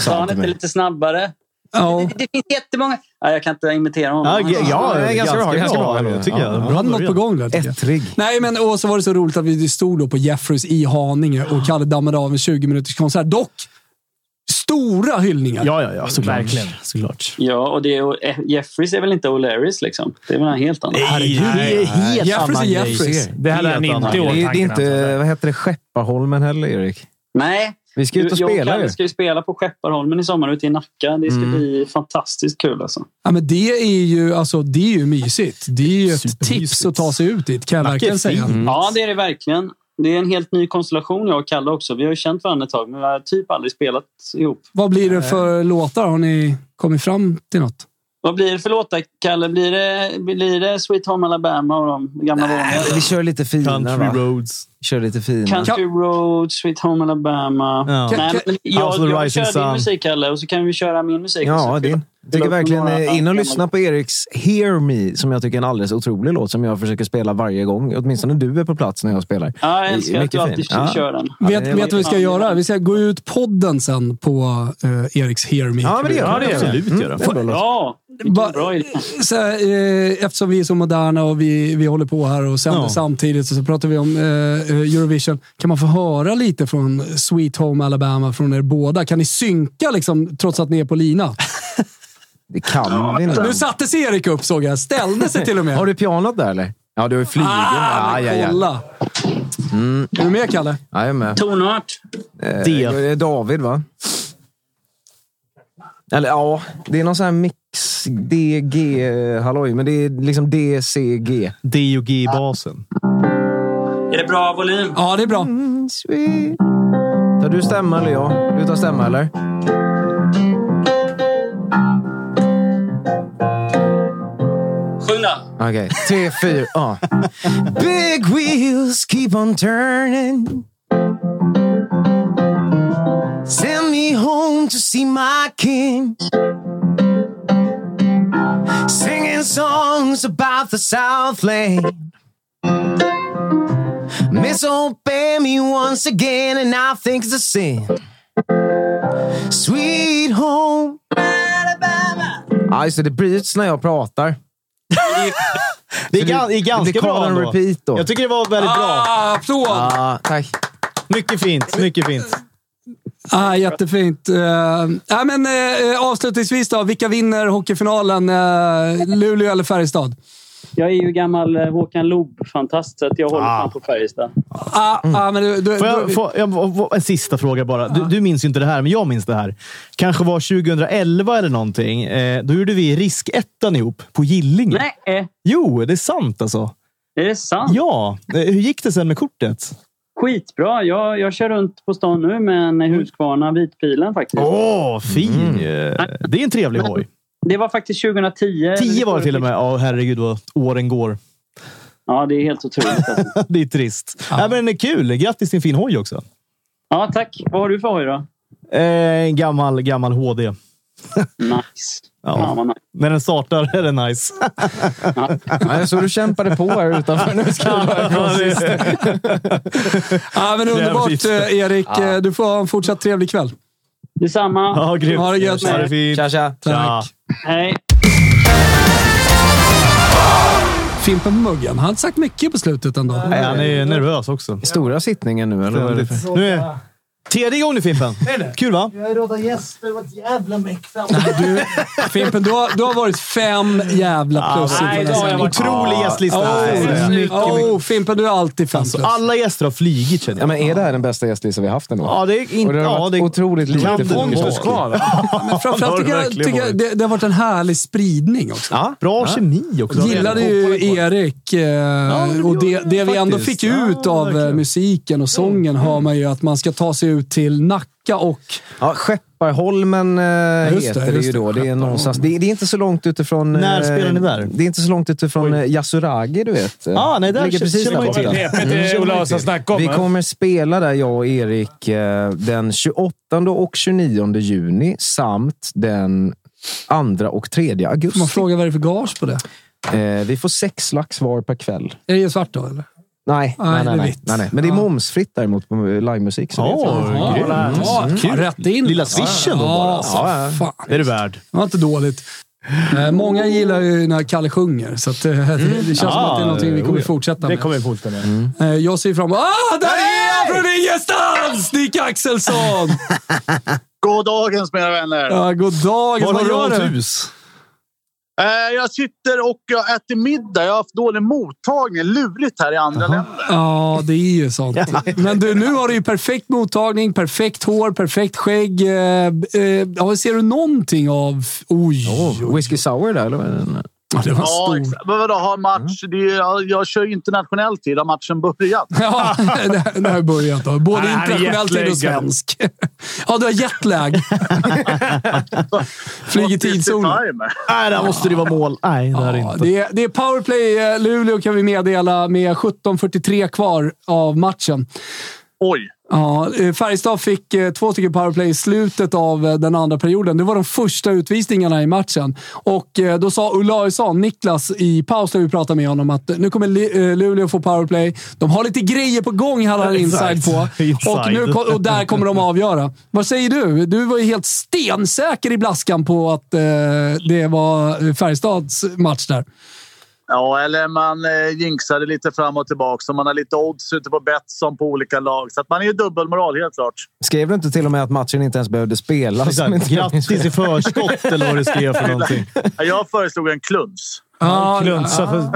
S14: Sa han
S15: till
S14: inte
S15: mig.
S14: lite snabbare?
S1: Ja.
S14: Det, det finns jättemånga... Ja, jag kan inte imitera honom.
S15: Ja, ja, ja, det är ganska bra, ganska bra.
S3: tycker jag. Bra
S1: Han har något på
S3: början.
S1: gång där. tycker jag. Nej, men och så var det så roligt att vi stod då på Jeffreys i Haninge och Kalle dammade av en 20 minuters konsert. Dock stora hyllningar.
S3: Ja, ja, ja. Såklart.
S1: Verkligen.
S3: Såklart.
S14: Ja, och det är, eh, Jeffries är väl inte O'Larrys liksom? Det är väl en helt annan?
S3: Herregud, det är helt Jeffries är annan grej. Jeffries.
S14: Det hade han
S5: Helt
S14: inte
S5: annan. Det, är-
S14: i
S5: det är
S14: åtanke när han sa
S5: inte, vad heter det, Skepparholmen heller, Erik?
S14: Nej.
S5: Vi ska ut och
S14: jag
S5: spela
S14: Kalle
S5: ju. Mm.
S14: ska ju spela på Skepparholmen i sommar ute i Nacka. Det ska bli fantastiskt kul alltså.
S1: Ja, men det är ju, alltså, det är ju mysigt. Det är ju ett tips att ta sig ut dit, kan jag verkligen säga.
S5: Mm.
S14: Ja, det är det verkligen. Det är en helt ny konstellation jag och Kalle också. Vi har ju känt varandra ett tag, men vi har typ aldrig spelat ihop.
S1: Vad blir
S5: Eh.
S1: det för låtar? Har ni kommit fram till något?
S14: Vad blir det för låtar, Kalle? Blir det, blir det Sweet Home Alabama och de gamla vanliga?
S5: Vi kör lite fina,
S14: Country
S5: va?
S3: Roads.
S5: Kör lite fina.
S14: Country Road, Sweet Home Alabama.
S5: Ja.
S14: Nej, men
S5: House
S14: jag,
S5: of the
S14: jag
S5: Rising
S14: kör din
S5: Sun.
S14: musik, Kalle, och så kan vi köra min musik.
S5: Ja,
S14: Så-
S5: din. Jag tycker verkligen eh, in och lyssna på Eriks Hear Me, som jag tycker är en alldeles otrolig låt som jag försöker spela varje gång. Åtminstone du är på plats när jag spelar.
S14: Ja, jag älskar att du alltid kör den.
S1: Vet, vet du vad vi ska göra? Vi ska gå ut podden sen på eh, Eriks Hear Me.
S5: Ja, men det gör vi. Ja, det gör vi. Absolut Mm, göra. det är en bra låt.
S14: Ja,
S1: Ba, så här, eh, eftersom vi är så moderna och vi, vi håller på här och sänder
S3: Ja.
S1: samtidigt så, så pratar vi om eh, eh, Eurovision. Kan man få höra lite från Sweet Home Alabama från er båda? Kan ni synka liksom, trots att ni är på lina?
S5: Det kan vi
S1: Nu satte sig Erik upp såg jag. Ställde sig till och med.
S5: Har du pianot där eller? Ja, du har ju flugor.
S1: Ah,
S5: aj, aj, aj.
S1: kolla!
S5: Mm.
S1: Är du med Kalle?
S5: Ja, jag är med.
S14: Tonart.
S5: Eh,
S1: Det.
S5: Det är David, va? Eller ja, det är någon sån här mix DG eh, halloj, men det är liksom DCG.
S3: D och G-basen.
S14: Är det bra volym?
S1: Ja, det är bra.
S5: Mm, Tar du stämma eller jag? Du tar stämma eller?
S14: Sjung då!
S5: Okej, tre, fyra. ah. ja. Big wheels keep on turning.
S15: Send me home to see my king. Singing songs about the Southland. Misobey me once again, and I think it's a sin. Sweet home.
S5: Aj, så det bryts när jag pratar.
S3: Det är,
S5: Så
S3: ga-
S5: det-
S3: det är
S5: det
S3: ganska
S5: blir
S3: bra
S5: Karl
S3: ändå.
S5: on repeat då.
S3: Jag tycker det var väldigt
S1: bra. Applåd!
S3: Ah, tack. Mycket fint. Mycket fint.
S1: Ah, jättefint. Eh, ja, men, eh, avslutningsvis då, vilka vinner hockeyfinalen? Eh, Luleå eller Färjestad?
S14: Jag är ju gammal eh, Håkan Loob-fantast, så att jag håller fan på Färjestad.
S1: Ah, ah, men du, du,
S3: Mm. Får jag,
S1: du, Ah.
S3: får, jag, får- en sista fråga bara. Du, du minns ju inte det här, men jag minns det här. Kanske var 2011 eller någonting. Eh, då gjorde vi riskettan ihop på Gillinge.
S14: Nej! eh,
S3: Jo, det är sant alltså.
S14: Är det sant?
S3: Ja. Eh, Hur gick det sen med kortet?
S14: Skitbra! Jag, jag kör runt på stan nu med en
S5: Mm.
S14: Husqvarna Vitpilen faktiskt.
S3: Åh, fin!
S14: Mm.
S3: Eh, Det är en trevlig hoj.
S14: Det var faktiskt 2010.
S3: 10 var det till och med. Ja, herregud vad åren går.
S14: Ja, det är helt otroligt. Alltså.
S3: det är trist. Ja. men det är kul. Grattis till en fin hoj också.
S14: Ja, tack. Vad har du för hoj då?
S3: Eh, En gammal, gammal HD.
S14: nice.
S3: Ja. När den startar är den nice.
S5: Ja, jag såg du kämpade på här utanför. Nu ska du vara grossist.
S1: ah, men underbart
S5: Jävligt.
S1: eh, Erik.
S5: Ja.
S1: Eh, Du får ha en fortsatt trevlig kväll.
S14: Detsamma.
S1: Ja, grymt. Ha det gött. Ha det fint.
S5: Tja, tja.
S1: Tack.
S14: Hej.
S1: Fimpen på muggen. Han har inte sagt mycket på slutet ändå.
S3: Nej, han är nervös också.
S5: Stora sittningen nu, eller? vad är det för-
S3: Nu är tredje gången nu Fimpen. Kul va?
S16: Jag har rådat gäster. Det var ett jävla mäkta.
S1: Fimpen, du har, du har varit fem jävla plus.
S3: nej,
S1: i den här
S3: idag har jag varit-
S1: sändningen.
S3: Otrolig gästlista.
S1: Oh,
S3: Nej, det är mycket,
S1: oh, Fimpen, du är alltid fem plus.
S3: Alltså, Alla gäster har flygit känner
S5: Ja, men är det här den bästa gästlista vi har haft ändå?
S3: Ja, det är inte-
S5: Och det har
S3: ja,
S5: varit
S3: det-
S5: otroligt
S3: Kan
S5: lite
S3: Pontus
S5: fokus
S3: kvar, va?
S1: Men framförallt tycker jag, tycker jag det, det har varit en härlig spridning också.
S3: bra kemi också.
S1: Gillade ju Erik eh, och det, det vi ändå
S3: faktiskt.
S1: fick ut av eh, musiken och sången hör man ju att man ska ta sig ut till Nacka och...
S5: Ja, Skepparholmen eh,
S1: Just det,
S5: heter det,
S1: just
S5: ju
S1: det.
S5: då. Det är, någonstans, det, det är inte så långt utifrån... eh,
S3: När spelar ni där?
S5: Det är inte så långt utifrån eh, Yasuragi, du vet.
S3: Ah, nej, där
S5: Ligger
S3: känner-
S5: precis
S3: känner man ju
S5: borta.
S3: till. Det är
S5: Mm.
S3: Ola Hansson snackade om,
S5: Vi
S3: va?
S5: kommer spela där, jag och Erik, eh, den 28 och 29 juni samt den 2 och 3 augusti.
S1: Man frågar vad det är för gage på det.
S5: Eh, vi får sex lax var per kväll.
S1: Är det svart då, eller?
S5: Nej,
S1: Nej,
S5: nej,
S1: det är
S5: nej, nej,
S1: vitt.
S5: nej, nej. Men det är momsfritt däremot på eh, livemusik. så det är
S3: Åh,
S5: fint.
S3: grymt.
S1: Ja,
S3: Mm.
S1: kul. Rätt in.
S3: Lilla swishen då bara.
S1: Ja, ja, ja. Fan.
S3: Det är du värd.
S1: Det var inte dåligt. Eh, många gillar ju när Kalle sjunger, så att, eh, det, det känns som att det är någonting vi kommer fortsätta med.
S4: Det kommer vi fortsätta med.
S1: Eh, Jag ser fram emot... Ah, där är han från ingenstans! Nick Axelsson!
S16: God dagens mina vänner.
S1: Ja, god dag.
S16: Var
S1: Vad
S16: har du
S1: gör
S16: hållit hus? Eh, jag sitter och jag äter middag. Jag har haft dålig mottagning. Lurigt här i andra länder.
S1: Ja, det är ju sånt. Men du, nu har du ju perfekt mottagning, perfekt hår, perfekt skägg. Eh, eh, ja, ser du någonting av... Oj!
S5: Whiskey sour där, eller? vad är det?
S1: Ja, det var
S16: Ja,
S1: stor. Mm.
S16: exakt. Men vadå, har match? Det är, jag, jag kör ju internationell tid. Har matchen börjat?
S1: Ja, det- det har jag börjat då. Både
S16: Nej, han är
S1: internationell tid och
S16: jetlaggad.
S1: svensk. Ja, du har jetlag. Flyger tidszoner.
S3: Nej, där måste det vara mål. Nej, det är det
S1: Ja,
S3: inte.
S1: Det är, det är powerplay eh, Luleå kan vi meddela med 17.43 kvar av matchen.
S16: Oj!
S1: Ja, eh, Färjestad fick eh, två stycken powerplay i slutet av eh, den andra perioden. Det var de första utvisningarna i matchen. Och eh, då sa Olausson, Niklas, i paus när vi pratade med honom att eh, nu kommer Li- eh, Luleå få powerplay. De har lite grejer på gång, hade han inside
S3: Exakt.
S1: på. Och,
S3: Inside.
S1: nu, ko- och där kommer de avgöra. Vad säger du? Du var ju helt stensäker i blaskan på att eh, det var eh, Färjestads match där.
S16: Ja, eller man eh, jinxade lite fram och tillbaka. Så man har lite odds ute på Betsson på olika lag. Så att man är ju dubbelmoral, helt klart.
S5: Skrev du inte till och med att matchen inte ens behövde spelas?
S16: Exakt. Grattis i förskott, eller vad du skrev för någonting. Jag föreslog en kluns.
S1: Ja, klunsa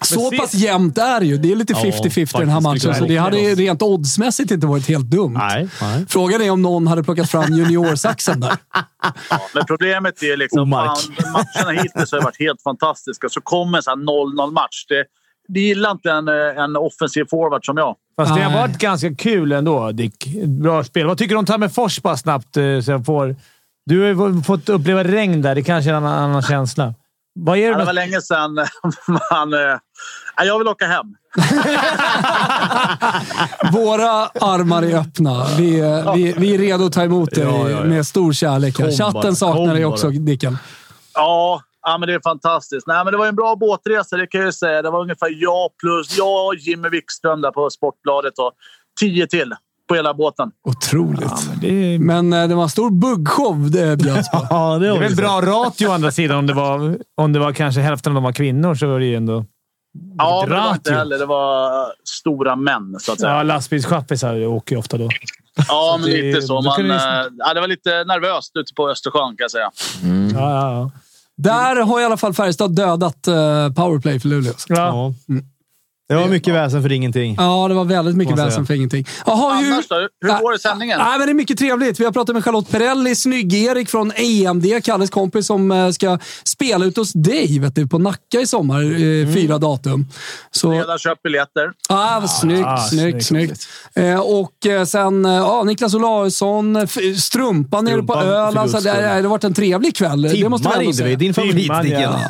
S1: Så pass jämnt är det ju. Det är lite
S16: Ja,
S1: 50-50 den här
S16: faktiskt,
S1: matchen,
S16: det alltså.
S1: så
S16: kan
S1: det
S16: jag
S1: hade ju rent oddsmässigt inte varit helt dumt. Frågan är om någon hade plockat fram juniorsaxen där.
S16: Ja, men problemet är liksom fan, matcherna hittills har ju varit helt fantastiska. Så kommer en sån här 0-0-match. Det, det gillar inte en, eh, en offensiv forward som jag.
S4: Fast det har varit ganska kul ändå, Dick. Bra spel. Vad tycker du om Tammerfors bara snabbt? eh, Så jag får... Du har ju fått uppleva regn där. Det kanske är en annan, annan känsla. Vad är
S16: Ja,
S4: det?
S16: det var länge sedan man... eh, ja, Jag vill åka hem.
S1: Våra armar är öppna. Vi är, vi, vi är redo att ta emot dig med stor kärlek. här.
S16: Kom bara,
S1: Chatten saknar
S16: kom
S1: dig
S16: bara.
S1: också, Dicken.
S16: Ja, ja men det är fantastiskt. Nej, men det var ju en bra båtresa, det kan jag ju säga. Det var ungefär jag plus jag och Jimmy Wikström där på Sportbladet och tio till. på hela båten.
S1: Otroligt. men, eh, det var en stor buggshow det bjöds på.
S3: ja,
S4: Det är väl bra ratio å andra sidan. Om det, var, om det var kanske hälften av dem var kvinnor så var det ju ändå...
S16: Ja, men det var inte
S4: ratio.
S16: heller. Det var eh, stora män, så att säga.
S4: Ja, lastbilschaffisar åker ju ofta då.
S16: Ja, men
S4: Så det-
S16: lite så.
S4: då
S16: Man,
S4: kan det-
S16: eh, ja, det var lite nervöst ute på Östersjön, kan jag säga.
S4: Ja, ja, ja.
S1: Där har i alla fall Färjestad dödat eh, powerplay för Luleå.
S4: Ja. Mm.
S3: Det var mycket väsen för ingenting.
S1: Ja, det var väldigt mycket
S3: Får man
S1: väsen
S3: säga.
S1: för ingenting. Jaha,
S16: Annars då? Hur går det i sändningen?
S1: Nej, men det är mycket trevligt. Vi har pratat med Charlotte Perrelli, snygg-Erik från EMD, Kalles kompis, som eh, ska spela ut hos dig vet du, på Nacka i sommar. eh, Fyra datum. Så,
S16: Redan köpt biljetter.
S1: Ah, vad snyggt,
S16: Ah,
S1: snyggt,
S16: snyggt.
S1: snyggt. Eh, och eh, sen eh, ja, Niklas Olausson, f- Strumpan nere på
S3: Strumpan, för
S1: Öland.
S3: guds
S1: Så det,
S3: skull.
S1: det har varit en trevlig kväll. det måste man
S3: Timmar
S1: ändå
S3: rinner vi.
S1: säga.
S3: Din favorit,
S1: Timman,
S3: Dicken.
S1: ja.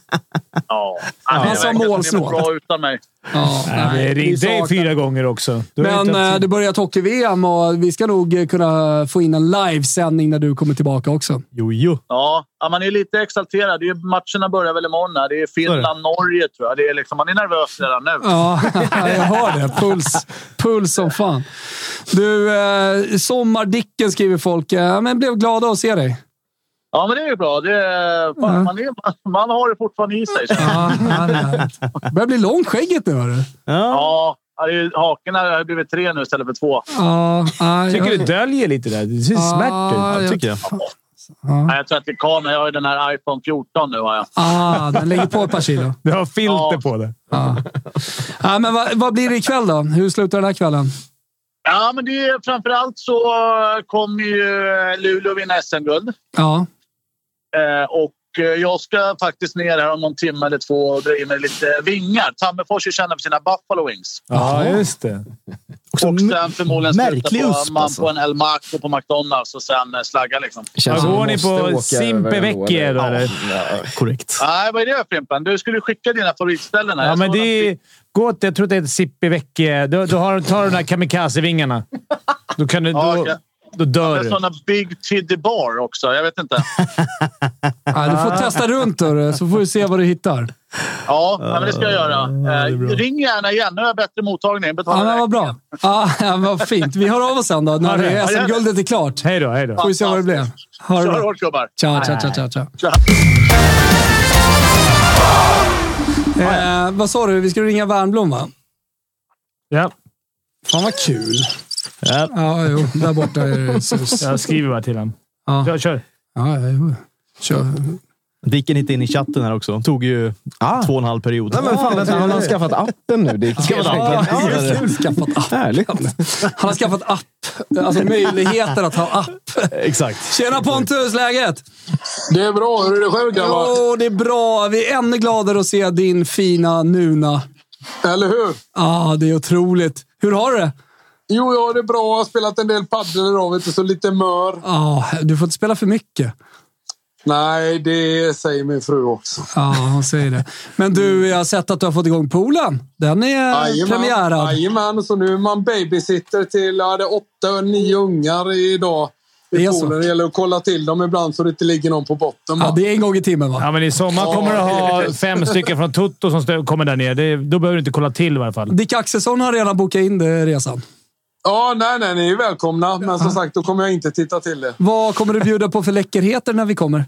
S16: Ja.
S1: Han
S16: det
S1: sa
S16: verkar som det går
S1: målsnål.
S16: bra utan mig.
S1: Ja,
S4: Nej, vi ringde dig
S1: saknar-
S4: fyra gånger också. Du har ju
S1: Men
S4: inte haft
S1: eh,
S4: tid.
S1: det börjar ett hockey-VM och vi ska nog eh, kunna få in en livesändning när du kommer tillbaka också.
S3: Jo, jo.
S16: Ja, ja, man är lite exalterad. Det är, matcherna börjar väl imorgon. Här. Det är Finland, Norge tror jag. Det är liksom, man är nervös redan nu.
S1: Ja, jag hör det. Puls, puls som fan. Du, eh, sommardicken skriver folk. Eh, men blev glada att se dig.
S16: Ja, men det är ju bra. Det är, fan, man, är, man, man har det fortfarande i sig.
S1: Ja, ja, det är härligt. Det börjar bli långt skägget nu, hörru.
S16: Ja, ja det är, ju- hakorna har blivit tre nu istället för två.
S1: Ja, ja,
S4: tycker
S1: jag-
S4: du döljer lite där. Det ser
S1: Ja,
S4: smärt ut.
S1: jag- tycker jag.
S16: Nej, jag tror att det är kameran. Jag har ju den här iPhone 14 nu. Har jag.
S1: Ah, den lägger på ett par kilo.
S4: Du har filter på det.
S1: Ja, men vad, vad blir det ikväll då? Hur slutar den här kvällen?
S16: Ja, men det är, framförallt så kommer ju Luleå vinna SM-guld.
S1: Ja.
S16: Eh, och eh, jag ska faktiskt ner här om någon timme eller två och dra in mig lite vingar. Tammerfors är kända för sina Buffalo Wings.
S4: Ja, just det.
S16: och sen förmodligen sluta
S4: märklig
S16: på,
S4: USP,
S16: man
S4: alltså.
S16: på en El Maco på McDonalds och sen eh, slagga liksom.
S4: Känns Ja, som går man ni måste på åka Simpevecchie över ändå, då, eller? eller?
S3: Korrekt.
S16: Nej, vad är det Fimpen? Du skulle skicka dina favoritställen här.
S4: Ja,
S16: Jag
S4: men
S16: såg
S4: det
S16: dem.
S4: är... Gå till, jag tror att det är Sippi Vecchie. Då, då har, tar du de där kamikazevingarna. Då kan du... Då, då dör
S16: Det är
S4: du.
S16: sådana Big Tiddy Bar också. Jag vet inte.
S1: Ja, du får testa runt hörru, så får vi se vad du hittar.
S16: Ja, ja men det ska jag göra. Eh,
S1: bra.
S16: ring gärna igen. Nu har jag bättre mottagning. Betala
S1: Ja, men vad bra. Ja, ja, vad fint. Vi hör av oss sen då, när
S16: Ja, det
S1: det-
S16: är-
S1: SM-guldet är klart.
S4: Hej då, hej då.
S1: Får vi se vad det blev. Ha det
S16: Kör
S1: bra.
S16: hårt gubbar.
S1: Tja, tja, tja, tja, tja. Eh, vad sa du? Vi skulle ringa Värnblom, va?
S4: Ja.
S1: Fan vad kul. Ja, jo. Där borta är det sus.
S4: Jag skriver bara till honom.
S1: Ja.
S4: Kör, kör.
S1: Ja, jo. Kör.
S3: Dicken hittade in i chatten här också. Tog ju två och en halv period.
S5: Ah. Nej, men fan, han har skaffat appen nu. Det är
S3: Skaffat appen.
S5: Ja, det är kul.
S1: Skaffat app.
S5: Härligt.
S1: Han har skaffat app. Alltså möjligheten att ha app.
S3: Exakt.
S1: Tjena Pontus, läget?
S10: Det är bra. Hur är det själv grabbar?
S1: Jo, det är bra. Vi är ännu gladare att se din fina Nuna.
S10: Eller hur?
S1: ah, det är otroligt. Hur har du det?
S10: Jo, jag har det bra. Jag har spelat en del padel idag, vet du, så lite mör.
S1: Ah, du får inte spela för mycket.
S10: Nej, det säger min fru också.
S1: Ja, hon säger det. Men du, jag har sett att du har fått igång poolen. Den är eh, premiärad.
S10: Jajamän, så nu är man babysitter till ja, det är åtta, nio ungar idag.
S1: Det
S10: I
S1: är så.
S10: poolen. Det gäller att kolla till dem ibland så det inte ligger någon på botten.
S1: Ja,
S10: bara.
S1: det är en gång i timmen, va?
S4: Ja, men i sommar kommer du ha fem stycken från Toto som stö- kommer där nere. Det, då behöver du inte kolla till i varje fall.
S1: Dick Axelsson har redan bokat in det, resan.
S10: Ja, nej, nej, ni är välkomna. Men som sagt, då kommer jag inte titta till det.
S1: Vad kommer du bjuda på för läckerheter när vi kommer?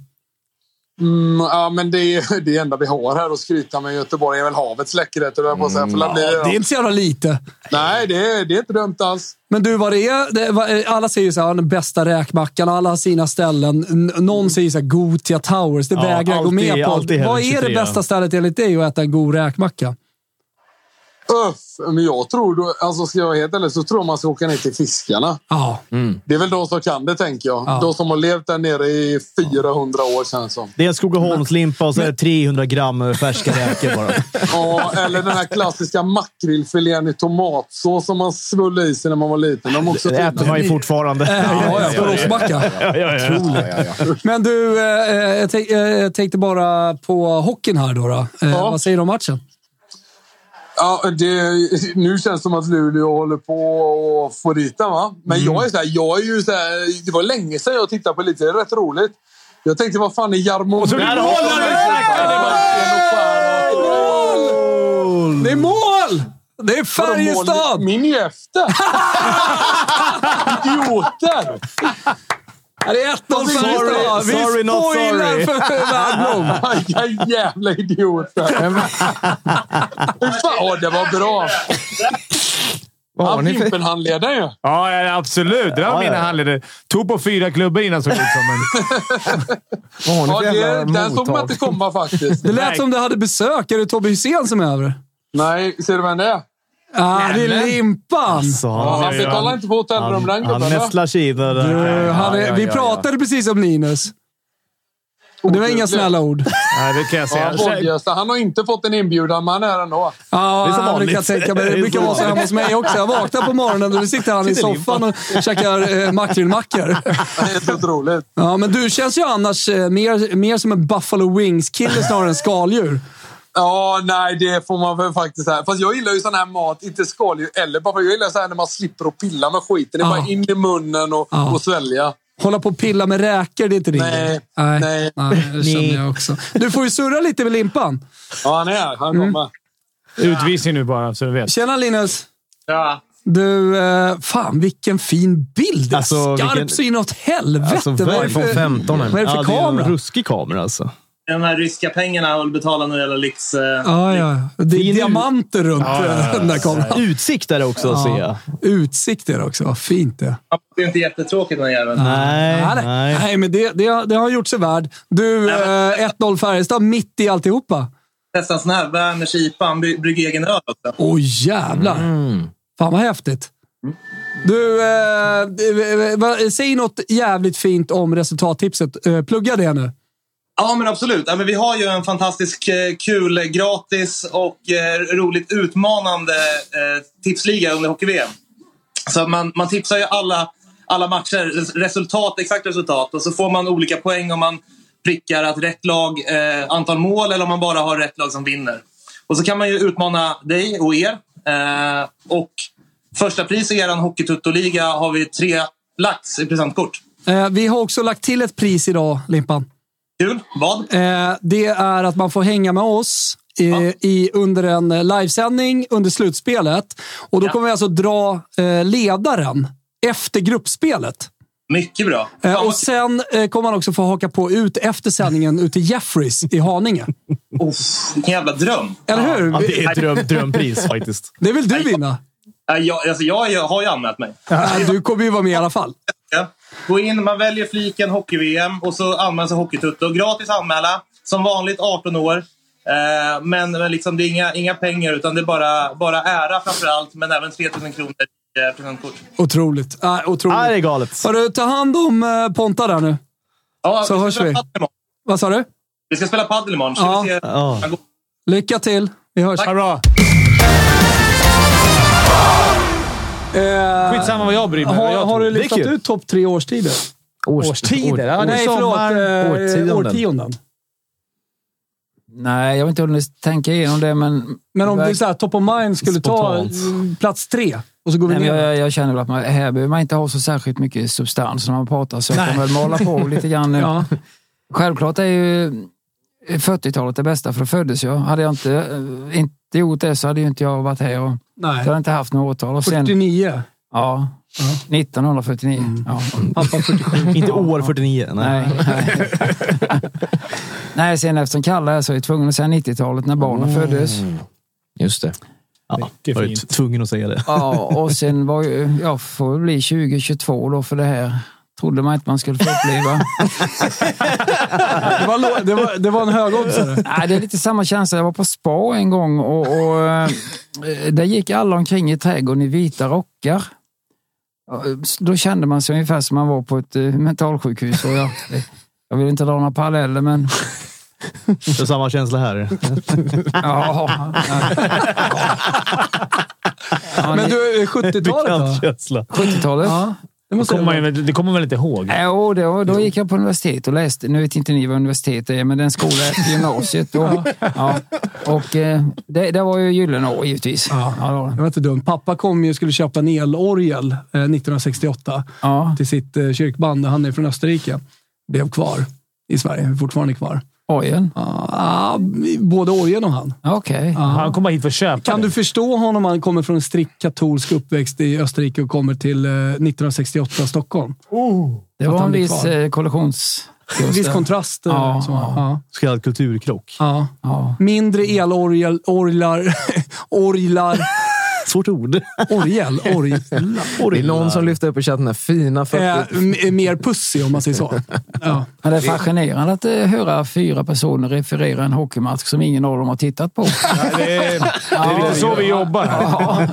S10: Mm, ja, men det är det enda vi har här att skryta med i Göteborg är väl havets läckerheter, höll jag på att säga. För
S4: Mm,
S10: det blir
S1: Ja, det är
S10: det,
S1: inte så jävla lite.
S10: nej, det är, det är inte dumt alls.
S1: Men du, vad det är, det, vad, eh, alla säger ju så här, den bästa räkmackan, alla har sina ställen. N- Någon säger så här, Gotia Towers. Det
S3: Mm. Ja,
S1: vägrar jag gå
S3: alltid-
S1: med på.
S3: alltid hellre
S1: Vad är det
S3: 23?
S1: bästa stället enligt dig att äta en god räkmacka?
S10: Öff, men jag tror, då, alltså ska jag vara helt ärlig, så tror jag man ska åka ner till fiskarna.
S1: Ja.
S10: Det är väl de som kan det, tänker jag.
S3: Ja.
S10: De som har levt där nere i 400 år, känns som.
S3: Det är Skogaholmslimpa och så är det 300 gram färska räkor bara.
S10: Ja, eller den här klassiska makrillfilén i tomatsås som man svullde i sig när man var liten. De är också
S3: Det äter
S10: fina.
S3: man ju fortfarande.
S1: ja, ja. Boråsbacka.
S3: Ja, ja, ja.
S1: Men du, eh, eh, jag tänk- eh, jag tänkte bara på hockeyn här då. då. Eh, Vad säger du om matchen?
S10: Ja, det, nu känns det som att Luleå håller på att få dit den, va? Men
S1: Mm.
S10: jag är så här, jag är ju så här, Det var länge sedan jag tittade på lite. Det är rätt roligt. Jag tänkte, vad fan är Jarmo...
S4: Där håller du!
S10: Det är mål!
S1: Det är mål! Det är Färjestad!
S10: Min är ju efter. Idioter!
S1: Det är 1-0 Färjestad. Vi spoilar för Värnblom.
S10: Vilka jävla idioter! Fy fan, åh, det var bra!
S5: Vad har
S10: Han
S5: ni för-
S10: Fimpen-handledaren ju.
S17: Ja, ja, absolut. Det där var
S10: Ja, ja.
S17: mina handledare. Tog på fyra klubbor innan såg det ut som. Men...
S5: Vad har
S10: Ja, det, den såg man inte komma faktiskt.
S1: Det lät som du hade besök. Är det Tobbe Hysén som är över?
S10: Nej, ser du vem det är?
S1: Ah, det är
S10: Nämen.
S1: Limpan!
S10: Ja, han betalar inte på hotellrum den gubben. va?
S3: sig in
S1: Du,
S3: där.
S1: Eh, han är,
S3: Ja, ja,
S1: vi
S3: ja, ja.
S1: pratade precis om Linus. Det var inga
S10: Otroligt.
S1: snälla ord.
S17: Nej, det kan jag
S10: Ja, Borgesta, han har inte fått en inbjudan, men han är här ändå.
S1: Ja, men det kan jag tänka mig. Det brukar vara så hemma hos mig också. Jag vaknar på morgonen och då sitter han i
S10: Sitter
S1: soffan och käkar eh, makrillmackor.
S10: Helt otroligt.
S1: Ja, men du känns ju annars eh, mer, mer som en Buffalo Wings-kille snarare än skaldjur.
S10: Ja, nej, det får man väl faktiskt säga. Fast jag gillar ju sån här mat, inte skaldjur eller bara jag gillar så här när man slipper att pilla med skiten. Det är
S1: Ja.
S10: bara in i munnen och,
S1: Ja.
S10: och svälja.
S1: Hålla på och pilla med räkor, det är inte din
S10: Nej,
S1: grej. Nej,
S10: nej.
S1: nej. Det
S10: Nej.
S1: känner jag också. Du får ju surra lite med Limpan.
S10: Ja, han är här. Han
S4: Mm.
S10: kommer.
S17: Utvisning nu bara, så du vet.
S1: Tjena Linus!
S10: Ja.
S1: Du, eh, fan vilken fin bild!
S3: Alltså,
S1: Skarp
S3: vilken-
S1: så inåt helvete!
S3: Alltså,
S1: Vad är det för-
S3: iPhone 15
S1: Vad är det för
S3: Ja, det är en
S1: kamera?
S3: ruskig kamera alltså.
S18: De här ryska pengarna och betala några jävla lyx... eh,
S1: Ja, ja. Det är diamanter runt den där kameran.
S3: Utsikt är det också, ser jag.
S1: Utsikt är det också. Vad fint det är.
S18: Det är inte jättetråkigt den jäveln.
S1: nej, nej. nej men det, det, har- det har gjort sig värd. Du, eh, 1-0 Färjestad mitt i alltihopa.
S18: Testa en sån här. Werners IPA. Han bry- brygger egen öl också.
S1: Åh jävlar!
S3: Mm.
S1: Fan vad häftigt. Du, eh, eh, va- säg något jävligt fint om resultattipset. Eh, plugga det nu.
S18: Ja, men absolut. Ja, men vi har ju en fantastisk eh, kul, eh, gratis och eh, roligt utmanande eh, tipsliga under Hockey-VM. Så man, man tipsar ju alla, alla matcher, res- resultat, exakt resultat. Och så får man olika poäng om man prickar att rätt lag, eh, antal mål eller om man bara har rätt lag som vinner. Och så kan man ju utmana dig och er. Eh, och första pris i er Hockeytuttoliga har vi tre lax i presentkort.
S1: Eh, vi har också lagt till ett pris idag, Limpan.
S18: Kul. Vad?
S1: Eh, det är att man får hänga med oss i, i, under en eh, livesändning under slutspelet. Och då kommer vi alltså dra eh, ledaren efter gruppspelet.
S18: Mycket bra.
S1: Eh, och sen eh, kommer man också få haka på ut efter sändningen ut till Jeffries i Haninge.
S18: Vilken jävla dröm.
S1: Eller hur? Ja, det är ett dröm- drömpris
S3: faktiskt.
S1: Det vill du vinna.
S18: Ja, Jag, alltså jag, jag har ju anmält mig.
S1: Ja, du kommer ju vara med i alla fall.
S18: Ja. Gå in, man väljer fliken hockey-VM och så anmäler sig Hockeytutto. Gratis anmäla. Som vanligt 18 år. Eh, men men liksom, det är inga, inga pengar utan det är bara, bara ära framför allt. Men även 3000 kronor i eh, presentkort.
S1: Otroligt. Äh, otroligt.
S18: Ja, det är
S3: galet.
S1: Hörru, ta hand om eh, Ponta där nu.
S18: Ja,
S1: så
S18: vi ska
S1: hörs
S18: spela
S1: vi.
S18: padel imorgon.
S1: Vad sa du?
S18: Vi ska spela padel imorgon. Så
S1: Ja.
S18: vi ser-
S1: Ja. Lycka till. Vi hörs.
S18: Tack. Ha det
S17: bra.
S1: Eh,
S4: Skitsamma vad jag bryr mig.
S1: Har,
S4: vad jag
S1: har du
S4: tror.
S1: listat
S4: Det är kul.
S1: ut topp tre årstider?
S4: Årst- Årstider? Ja, det är
S1: Nej,
S4: sommar-
S1: förlåt.
S4: årtionden.
S1: Årtionden. årtionden.
S7: Nej, jag har inte hunnit tänka igenom det, men...
S1: Men om du så här, top of mind skulle
S7: Spontant.
S1: ta mm, plats tre och så går vi
S7: Nej, men
S1: ner.
S7: jag, jag känner väl att man, här behöver man inte ha så särskilt mycket substans när man pratar, så jag kommer väl mala på lite grann nu.
S1: Ja.
S7: Självklart är ju 40-talet det bästa, för då föddes jag. Hade jag inte, eh, inte gjort det så hade ju inte jag varit här. Och,
S1: Nej.
S7: Jag hade inte haft några årtal. Och sen,
S1: 49.
S7: Ja, 1949. Ja.
S1: Pappa 47.
S3: Inte år 49. Nej.
S7: Nej. Nej, sen eftersom Kalle är så är jag tvungen att säga 90-talet när barnen föddes.
S5: Mm. Just det.
S3: Mm. Ja, var ju t- tvungen att säga det.
S7: Ja, och sen var ju, jag får väl bli 2022 då för det här trodde man inte man skulle få uppleva.
S1: det, var, lo- det, var, det var en högoddsare.
S7: Nej, det är lite samma känsla. Jag var på spa en gång och, och eh, där gick alla omkring i trädgården i vita rockar. Eh, Då kände man sig ungefär som man var på ett eh, mentalsjukhus. Och jag, jag vill inte dra några paralleller, men
S3: Det är samma känsla här.
S7: ja.
S4: Oh,
S1: Men du, 70-talet då?
S7: 70-talet?
S1: Det,
S7: måste
S4: kommer
S7: det
S4: man ju, det kommer man väl inte ihåg?
S7: Jo, då, då gick jag på universitet och läste. Nu vet inte ni vad universitet är, men det är en skola efter gymnasiet. Då. Ja. Och eh, det, det var ju gyllene år givetvis. Ja.
S1: Det var inte dumt. Pappa kom ju och skulle köpa en elorgel eh, 1968 till sitt eh, kyrkband. Han är från Österrike. Blev kvar i Sverige. är Fortfarande kvar.
S7: Ojen?
S1: Ah, både Ojen och han.
S7: Okej.
S4: Han kommer hit för att köpa
S1: Kan du förstå honom om han kommer från en strikt katolsk uppväxt i Österrike och kommer till eh, 1968 Stockholm?
S7: Det
S1: Att
S7: var
S1: han
S7: en
S1: blir
S7: viss
S1: kvar.
S7: eh, kollations...
S1: Viss kontrast. eh,
S7: Ja,
S1: så, ja.
S3: Så kallad kulturkrock.
S1: Ja. Mindre elorgel, orglar,
S17: Eh,
S1: orglar.
S3: Svårt ord.
S1: Orgel, orglar.
S5: Det är någon som lyfter upp i chatten här. Fina
S1: Eh,
S5: fötter.
S1: m- mer pussy om man säger så. Ja.
S7: Ja, det är fascinerande att eh, höra fyra personer referera en hockeymatch som ingen av dem har tittat på.
S17: Det är, det är lite så vi jobbar.
S1: Ja,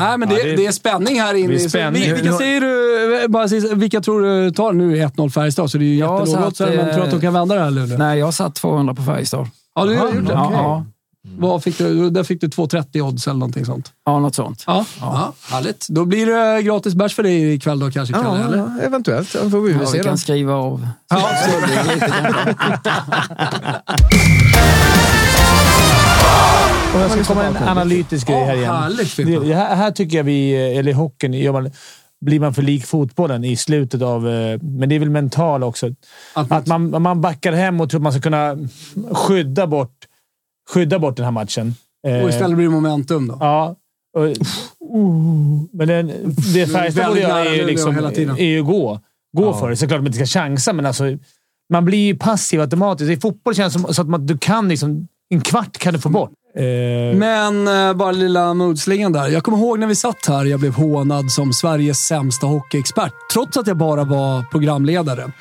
S1: nej, men det,
S17: Ja, det-
S1: det, är spänning här
S17: Det
S1: inne.
S17: är spänning.
S1: Vi, vilka säger du? eh, Bara, sist- vilka tror du tar? Nu är det 1-0 Färjestad, så det är ju
S7: Jag
S1: jättelågt.
S7: satt,
S1: så Man tror att de kan vända det här, Luleå.
S7: Nej, jag satt 200 på Färjestad.
S1: Ja, du har gjort det?
S7: Ja,
S1: Okej. Mm.
S7: ja.
S1: Vad fick du? Där fick du 2,30 odds eller någonting sånt.
S7: Ja, något sånt.
S1: Ja, ja. härligt. Då blir det eh, gratis bärs för dig ikväll då kanske, Kalle? eller?
S5: eventuellt. Ja, får vi
S7: Ja,
S5: väl se
S7: vi
S5: då.
S7: kan skriva av.
S4: Och jag ska komma med en analytisk grej här igen.
S1: det,
S4: det här, här tycker jag vi, eh, eller i hockeyn, gör man, blir man för lik fotbollen i slutet av... eh, Men det är väl mental också. Att man, man backar hem och tror att man ska kunna skydda bort, skydda bort den här matchen. Eh,
S1: Och istället blir det momentum då.
S4: Ja. Och, men den, det Färjestad borde
S1: Väldigt
S4: göra
S1: nära
S4: är ju
S1: Luleå
S4: liksom,
S1: hela tiden.
S4: är ju gå. Gå
S1: Ja.
S4: för det. Såklart att man inte ska chansa, men alltså, man blir ju passiv automatiskt. I fotboll känns det som så att man, du kan liksom, en kvart kan du få bort.
S1: Men eh, bara lilla modslingan där. Jag kommer ihåg när vi satt här jag blev hånad som Sveriges sämsta hockeyexpert, trots att jag bara var programledare.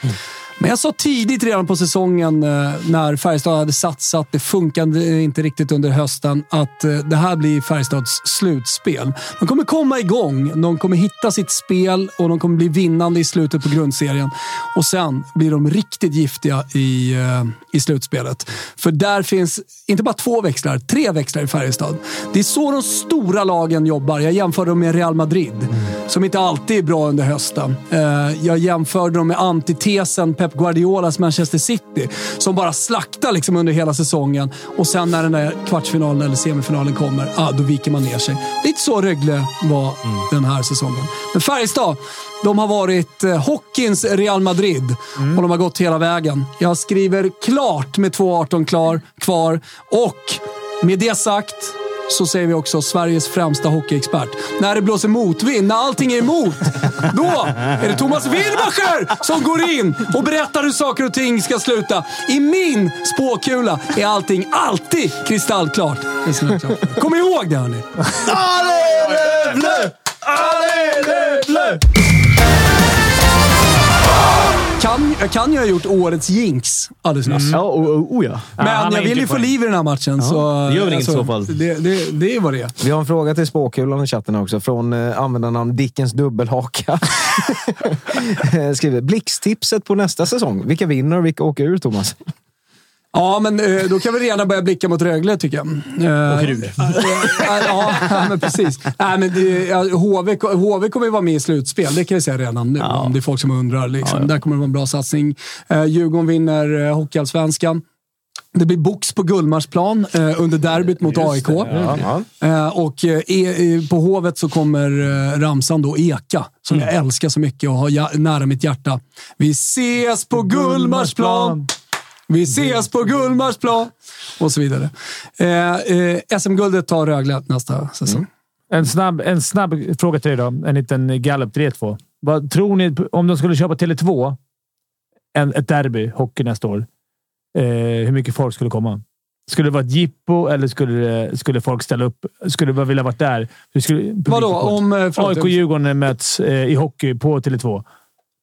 S1: Men jag sa tidigt redan på säsongen eh, när Färjestad hade satsat, det funkade inte riktigt under hösten, att eh, det här blir Färjestads slutspel. De kommer komma igång, de kommer hitta sitt spel och de kommer bli vinnande i slutet på grundserien. Och sen blir de riktigt giftiga i, eh, i slutspelet. För där finns inte bara två växlar, tre växlar i Färjestad. Det är så de stora lagen jobbar. Jag jämför dem med Real Madrid, som inte alltid är bra under hösten. Eh, Jag jämförde dem med antitesen Pep Guardiolas Manchester City, som bara slaktar liksom under hela säsongen. Och sen när den där kvartsfinalen eller semifinalen kommer, ah, då viker man ner sig. Lite så Rögle var den här säsongen. Men Färjestad, de har varit eh, hockeyns Real Madrid och de har gått hela vägen. Jag skriver klart med 2.18 klar, kvar och med det sagt så säger vi också Sveriges främsta hockeyexpert. När det blåser motvind, när allting är emot, då är det Thomas Wilbacher som går in och berättar hur saker och ting ska sluta. I min spåkula är allting alltid kristallklart. Det är snart. Kom ihåg det hörni!
S3: Allez les bleus! Allez les bleus!
S1: Kan, kan jag ha gjort årets jinx alldeles nyss?
S5: Mm.
S3: Ja,
S5: oh,
S3: o, o, o, ja.
S1: Men jag vill ju få liv i den här matchen. Så, alltså,
S5: det gör väl inget i så fall.
S1: Det, det, det är vad det är.
S5: Vi har en fråga till spåkulan i chatten också från eh, användarnamn Dickens dubbelhaka. Eh, Skriver blixttipset på nästa säsong. Vilka vinner och vilka åker ur, Thomas?
S1: Ja, men eh, då kan vi redan börja blicka mot Rögle, tycker jag. Åker ur. Ja, ja, men precis. Nej, men det, ja, HV, ko- HV kommer ju vara med i slutspel, det kan jag säga redan nu. Om det är folk som undrar. Liksom. Där kommer det vara en bra satsning. Eh, Djurgården vinner eh, Hockeyallsvenskan. Det blir box på Gullmarsplan eh, under derbyt mot AIK.
S5: Ja.
S1: Eh, och eh, e- eh, på Hovet så kommer eh, ramsan då eka, som jag
S4: Mm.
S1: älskar så mycket och har ja- nära mitt hjärta. Vi ses på Gullmarsplan! Vi ses på Gullmarsplan! Och så vidare. Eh, eh, SM-guldet tar Rögle nästa säsong.
S4: Mm. En snabb, en snabb fråga till dig då. En liten gallup till er två. Vad tror ni, om de skulle köpa Tele2, en, ett derby, hockey nästa år, eh, hur mycket folk skulle komma? Skulle det vara ett jippo eller skulle, det- skulle folk ställa upp? Skulle man vilja varit där? Hur skulle,
S1: Vadå? Om, eh, förlåt,
S4: AIK
S1: jag-
S4: och Djurgården möts eh, i hockey på Tele2.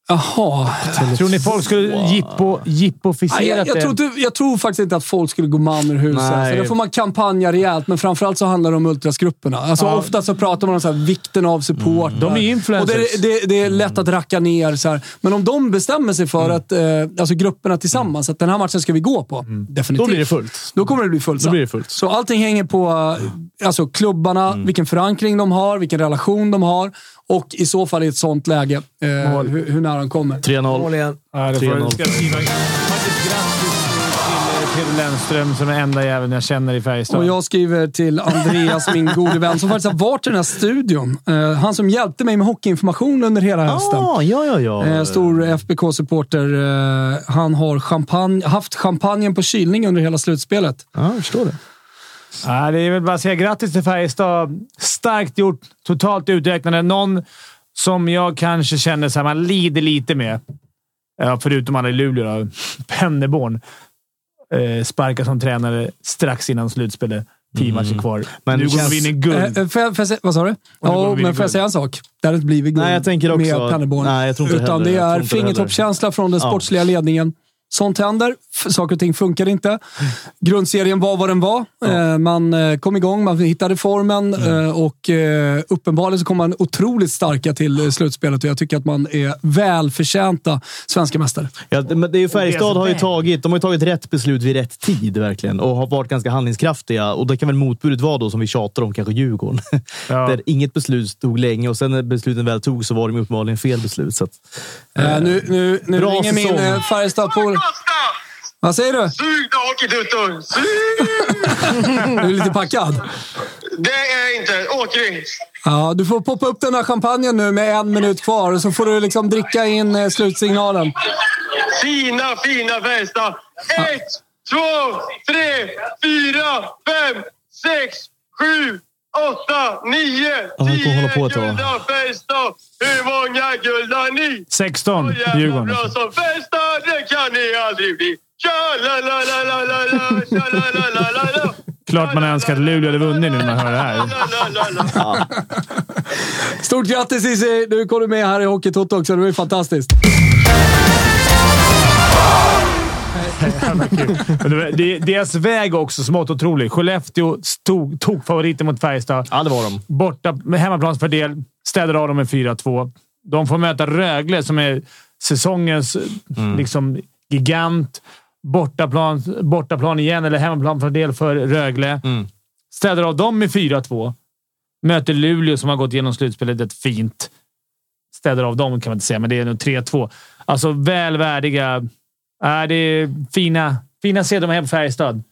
S1: Jaha.
S4: Tror ni folk skulle jippo, jippoficerat
S1: Nej, jag, jag,
S4: det?
S1: tror inte, jag tror faktiskt inte att folk skulle gå man ur huset.
S4: Nej.
S1: Så där får man kampanja rejält, men framförallt så handlar det om ultrasgrupperna. Alltså,
S4: Ja. Mm.
S1: Ofta så pratar man om så här, vikten av support.
S4: De är influencers.
S1: Och det, det, det är lätt att racka ner. Så här. Men om de bestämmer sig
S4: Mm.
S1: för att, eh, alltså grupperna tillsammans, att den här matchen ska vi gå på. Definitivt.
S3: Mm. Då blir det fullt.
S1: Då kommer det bli fullsatt.
S3: Då blir det fullt. Mm.
S1: Så allting hänger på eh, alltså, klubbarna, vilken förankring de har, vilken relation de har och i så fall i ett sånt läge, eh, hur, hur nära de kommer.
S3: 3-0.
S5: igen.
S1: Ja, det får-
S3: 3-0.
S1: ska jag
S4: Grattis till Peter Lennström som är enda jäveln jag känner i Färjestad.
S1: Och jag skriver till Andreas, min gode vän, som faktiskt har varit i den här studion. Eh, han som hjälpte mig med hockeyinformation under hela hösten.
S3: Ah, ja, ja, ja.
S1: Eh, stor FBK-supporter. Eh, han har champagne, haft champagnen på kylning under hela slutspelet.
S3: Ja, jag förstår det.
S4: Ja, det är väl bara att säga grattis till Färjestad. Starkt gjort. Totalt uträknande. Någon som jag kanske känner så här, man lider lite med. Ja, förutom alla i Luleå då. Penneborn. Eh, sparkar som tränare strax innan slutspelet.
S3: Mm.
S4: Tio matcher kvar.
S1: Men
S4: nu går de vinner guld.
S1: Eh, eh, får jag, får jag, sä- vad sa du?
S4: nu går de
S1: Ja,
S4: vinna
S1: men får jag
S4: guld.
S1: säga en sak? Det hade inte blivit guld
S4: Nej, jag tänker också
S1: med
S4: att-
S1: Pennerborn.
S4: nej, jag tror inte det
S1: utan
S4: heller.
S1: det
S4: Jag tror
S1: är
S4: inte det heller.
S1: fingertoppskänsla från den
S4: Ja.
S1: sportsliga ledningen. Sånt händer. F- Saker och ting funkar inte. Grundserien var vad den var. Eh, Man eh, kom igång, man hittade formen
S4: Mm.
S1: eh, och eh, uppenbarligen så kom man otroligt starka till eh, slutspelet och jag tycker att man är välförtjänta svenska mästare.
S3: Ja, det- men det är ju
S1: Och
S3: Färjestad
S1: det är
S3: har ju
S1: så
S3: tagit, de har ju tagit rätt beslut vid rätt tid verkligen och har varit ganska handlingskraftiga. Och det kan väl motbudet vara då, som vi tjatar om, kanske Djurgården. Där inget beslut tog länge och sen när besluten väl tog så var de ju uppenbarligen fel beslut. Så att,
S1: Eh, Nu, nu, nu
S3: Bra
S1: ringer min
S3: säsong.
S1: eh, Färjestad-polare. Vad säger du?
S12: Sug då hockeytuttor!
S1: Du är lite packad.
S12: Det är jag inte. Åkering!
S1: Ja, du får poppa upp den här champagnen nu med en minut kvar och så får du liksom dricka in eh, slutsignalen.
S12: Fina, fina Färjestad! Ett, två, tre, fyra, fem, sex, sju, åtta, nio,
S4: Ja, vi får hålla på ett tag.
S12: gulda Färjestad! Hur många guld har ni?
S4: 16,
S12: Jävla
S4: Djurgården. alltså.
S12: bra som Färjestad, det kan ni aldrig bli! Tja, la, la, la, la, la, la, tja, la, la, la, la, la.
S4: Klart man önskar att Luleå hade vunnit nu när man hör det här.
S1: Stort grattis Cissi! Nu kom du med här i Hockeytoto också. Det var ju fantastiskt.
S4: Men det- det- Deras väg också smått otrolig. Skellefteå stod, tog favoriter mot Färjestad.
S3: Ja, det var de.
S4: Borta med hemmaplansfördel. Städar av dem med 4-2. De får möta Rögle som är säsongens
S3: Mm.
S4: liksom, gigant. Bortaplan, bortaplan igen, eller hemmaplansfördel för Rögle.
S3: Mm.
S4: Städar av dem med 4-2. Möter Luleå som har gått igenom slutspelet ett fint. Städar av dem kan man inte säga, men det är nog 3-2. Alltså väl värdiga. Äh, det är fina, fina sedermera på Färjestad.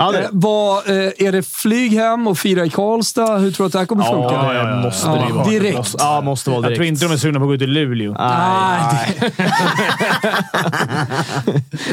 S1: Eh, vad, eh, är det flyg hem och fira i Karlstad? Hur tror du att det här kommer funka? Ja, Direkt.
S3: Ja, måste vara direkt.
S4: Jag tror inte de är sugna på att gå ut i Luleå.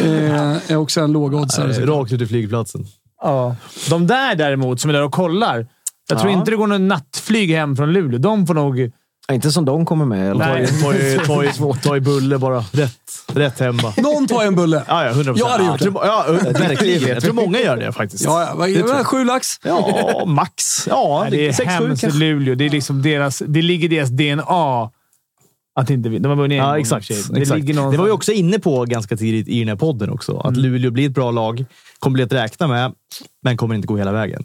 S1: Eh, är också en lågoddsare. såklart.
S3: Rakt ut i flygplatsen.
S4: Ja. De där däremot, som är där och kollar. Jag tror
S3: Ja.
S4: inte det går någon nattflyg hem från Luleå. De får nog...
S5: Inte som de kommer med.
S4: eller?
S3: Ta ju- ta ju- ta ju- Ta ju bulle bara. Rätt, rätt hem bara.
S1: Någon tar en bulle.
S3: Ja, ja, 100%.
S1: Jag hade gjort det.
S3: Ja, ja, verkligen. Jag tror många gör det faktiskt.
S1: Ja, ja. Vad är
S3: Det
S1: det?
S3: tror jag.
S1: Sju lax?
S3: Ja, max. Ja,
S4: Nej, det är
S3: sex, sju
S4: hemskt
S3: kanske.
S4: Luleå. Det, är liksom deras, det ligger i deras DNA att inte vinna. De har vunnit en gång
S3: Ja,
S4: i och
S3: exakt.
S4: för sig.
S3: Det, exakt.
S4: ligger någon... Mm.
S3: det var vi också inne på ganska tidigt i den här podden också. Att Luleå blir ett bra lag, kommer bli att räkna med, men kommer inte gå hela vägen.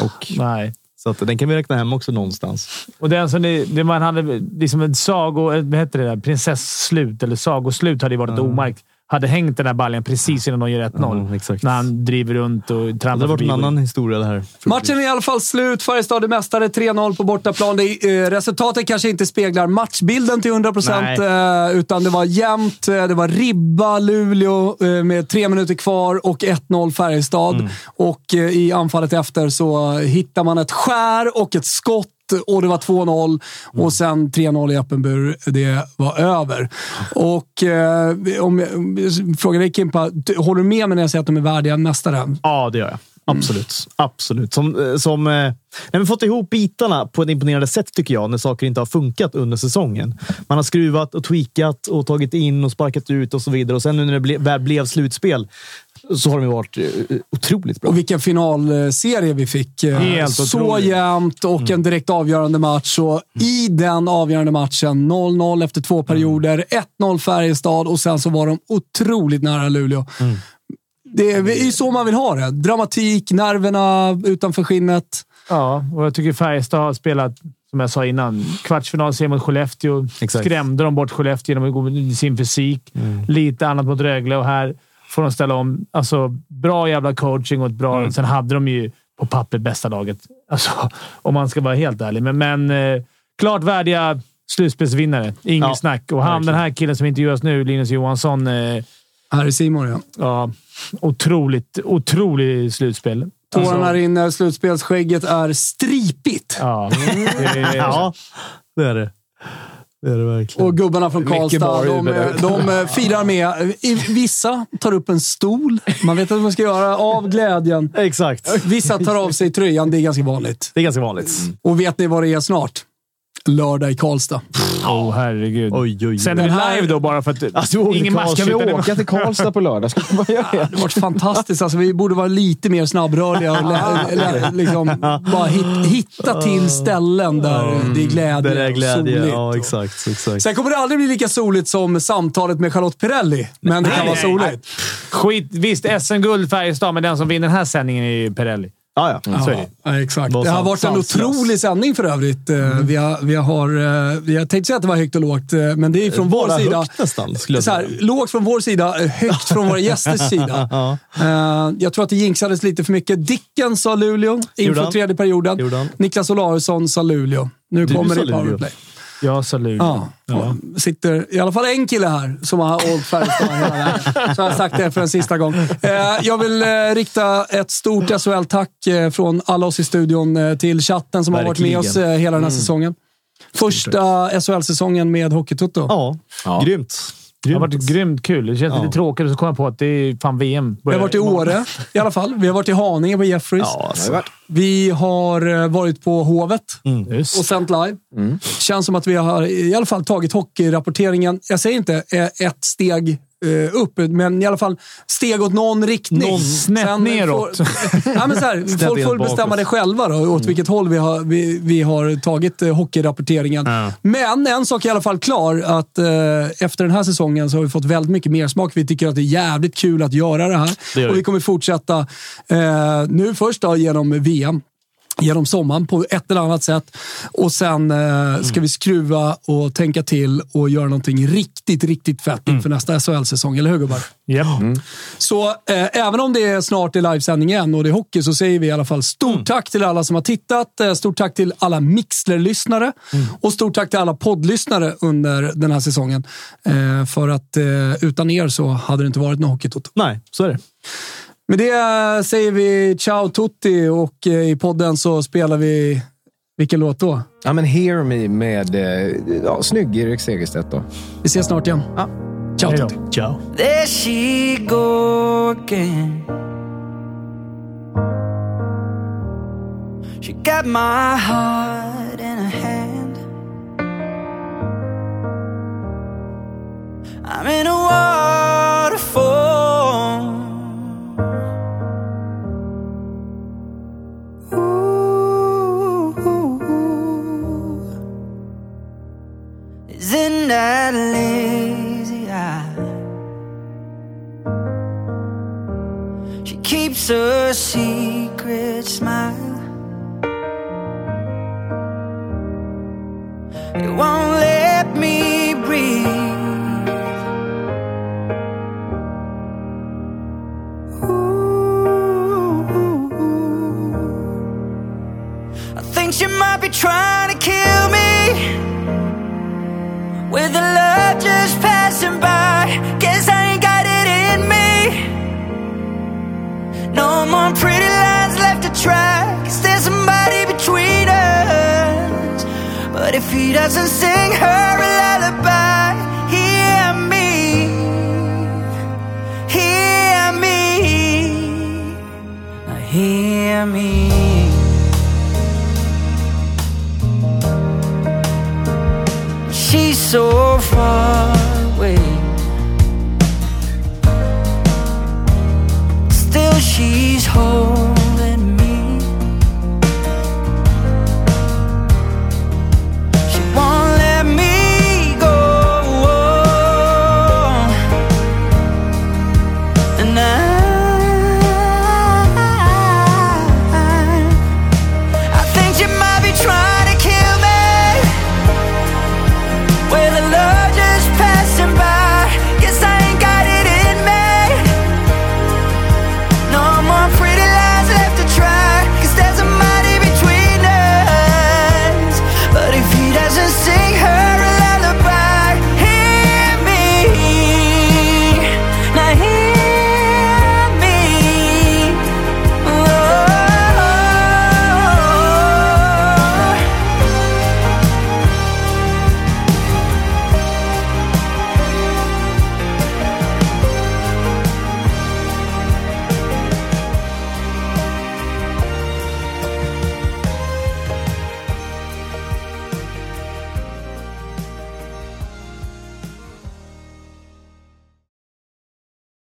S3: Och,
S4: Nej.
S3: Så att den kan vi räkna hem också någonstans.
S4: Och den som det, det man hade liksom ett sago... ett- Vad heter det där? Prinsesslut eller sagoslut hade ju varit omarkt. Hade hängt den där baljan precis innan de gör 1-0. När han driver runt och trampar
S3: Det hade varit en
S4: förbi.
S3: annan historia det här.
S1: Matchen är i alla fall slut. Färjestad är mästare. 3-0 på bortaplan. Det, eh, resultatet kanske inte speglar matchbilden till 100 procent, eh, utan det var jämnt. Eh, Det var ribba Luleå eh, med tre minuter kvar och 1-0 Färjestad. Och eh, i anfallet efter så hittar man ett skär och ett skott. Och det var 2-0 och sen 3-0 i öppen bur. Det var över. Och eh, om jag om jag frågar dig Kimpa, du- håller du med mig när jag säger att de är värdiga mästare?
S3: Ja, det gör jag. Absolut. Absolut. Som, eh, som, eh, nej, men fått ihop bitarna på ett imponerande sätt tycker jag, när saker inte har funkat under säsongen. Man har skruvat och tweakat och tagit in och sparkat ut och så vidare. Och sen nu när det ble, väl blev slutspel så har de ju varit eh, otroligt bra.
S1: Och vilken finalserie vi fick. Eh,
S3: Helt
S1: Så
S3: otroligt. Mm.
S1: jämnt och en direkt avgörande match. Och I den avgörande matchen, 0-0 efter två perioder, 1-0 Färjestad och sen så var de otroligt nära Luleå.
S3: Mm.
S1: Det är det är ju så man vill ha det. Dramatik, nerverna utanför skinnet.
S4: Ja, och jag tycker Färjestad har spelat, som jag sa innan, kvartsfinalserie mot Skellefteå.
S3: Exakt. Mm.
S4: Skrämde de bort Skellefteå genom att gå med sin fysik. Lite annat mot Rögle och här får de ställa om. Alltså, bra jävla coaching och ett bra...
S3: Mm.
S4: Sen hade de ju på pappret bästa laget. Alltså, om man ska vara helt ärlig. Men, men eh, klart värdiga slutspelsvinnare. Inget
S3: Ja,
S4: snack. Och han, den här killen som intervjuas nu, Linus Johansson, eh,
S1: Här är Simon ja.
S4: Ja. Otroligt, otroligt slutspel.
S1: Tårarna
S3: Alltså.
S1: rinner, slutspelsskägget är stripigt.
S4: Ja,
S3: ja, det är det. Det är det verkligen.
S1: Och gubbarna från
S3: Mycket
S1: Karlstad,
S3: Borg
S1: de,
S3: med det.
S1: de eh, firar med. I- Vissa tar upp en stol. Man vet inte vad man ska göra. Av glädjen.
S3: Exakt.
S1: Vissa tar av sig tröjan. Det är ganska vanligt. Mm.
S3: Det är ganska vanligt.
S1: Och vet ni vad det är snart? Lördag i Karlstad.
S4: Åh, herregud.
S3: Oj, oj, oj.
S4: Sänder vi live då bara för att...
S3: Alltså,
S4: ingen mask
S1: Kan
S5: på lördag? Ska man göra
S1: det? hade varit fantastiskt. Alltså, vi borde vara lite mer snabbrörliga och lä- lä- liksom, bara hit- hitta till ställen där det är glädje,
S3: Där Mm, det är
S1: och
S3: glädje.
S1: soligt.
S3: Ja, exakt. exakt.
S1: Sen kommer det aldrig bli lika soligt som samtalet med Charlotte Perrelli, men det kan vara soligt.
S4: Skit. Visst, SM-guld Färjestad, men den som vinner den här sändningen är ju Perrelli.
S3: Ja,
S1: ja.
S4: Så är det.
S1: Ja, exakt. Det har varit en
S4: sanslös.
S1: otrolig sändning för övrigt. Eh,
S4: Mm.
S1: Vi har, vi har, eh, jag tänkte säga att det var högt och lågt, eh, men det är från vår
S3: Bara
S1: sida.
S3: högt nästan, skulle jag
S1: så här, lågt från vår sida, eh, högt från våra gästers sida.
S3: Ja.
S1: Eh, Jag tror att det jinxades lite för mycket. Dicken sa Luleå
S4: Gjorde
S1: inför
S4: han?
S1: tredje perioden.
S4: Gjorde han?
S1: Niklas Olausson sa Luleå. Nu
S4: Du
S1: kommer
S4: sa
S1: det
S4: Luleå.
S1: powerplay.
S4: Jag sa Luleå.
S1: Ja. Sitter i alla fall en kille här som har åkt Färjestad hela vägen. Så har jag sagt det för en sista gång. Eh, jag vill eh, rikta ett stort SHL-tack eh, från alla oss i studion eh, till chatten som har varit med
S3: Verkligen.
S1: oss eh, hela den här
S3: Mm.
S1: säsongen. Första SHL-säsongen med Hockeytutto.
S3: Ja. Grymt.
S4: Det har varit grymt kul. Det känns lite tråkigt och så kom jag på att det är fan VM.
S1: Vi har varit i Åre i alla fall. Vi har varit i Haninge på Jeffreys.
S4: alltså. Det har vi varit.
S1: Vi har eh, varit på Hovet
S4: Mm,
S1: och sänt live. Känns som att vi har i alla fall tagit hockeyrapporteringen, jag säger inte eh, ett steg eh, upp, men i alla fall steg åt någon riktning.
S4: Någon snett
S1: Sen
S4: neråt.
S1: Får, ja, men så här,
S4: Snett
S1: folk får
S4: helt
S1: bestämma
S4: bakåt.
S1: det själva då, åt
S4: Mm.
S1: vilket håll vi har, vi, vi har tagit eh, hockeyrapporteringen. Men en sak är i alla fall klar, att eh, efter den här säsongen så har vi fått väldigt mycket mer smak. Vi tycker att det är jävligt kul att göra det här.
S4: Det gör
S1: och vi
S4: vi.
S1: kommer fortsätta eh, nu först då, genom VM. Genom sommaren på ett eller annat sätt. Och sen eh,
S3: Mm.
S1: ska vi skruva och tänka till och göra någonting riktigt, riktigt fett
S3: Mm.
S1: inför nästa SHL-säsong. Eller hur gubbar?
S4: Yep.
S1: Så eh, även om det är snart är livesändning igen och det är hockey så säger vi i alla fall stort
S3: Mm.
S1: tack till alla som har tittat. eh, Stort tack till alla Mixler-lyssnare
S3: Mm.
S1: och stort tack till alla poddlyssnare under den här säsongen. Eh, för att eh, utan er så hade det inte varit någon hockeytoto.
S3: Nej, så är det.
S1: Med det eh, säger vi ciao tutti och eh, i podden så spelar vi... Vilken låt då?
S5: Ja, men Hear Me med eh, ja, snygg Erik Segerstedt då.
S1: Vi ses snart igen. Ciao tutti.
S3: Ciao.
S12: There she go again. She got my heart in her hand. I'm in a waterfall. Ooh, isn't that lazy eye? She keeps her secret smile. It won't let me breathe. Ooh, I think she might be trying to kill me. With the love just passing by, guess I ain't got it in me. No more pretty lines left to try. Is there somebody between us? But if he doesn't sing her Oh.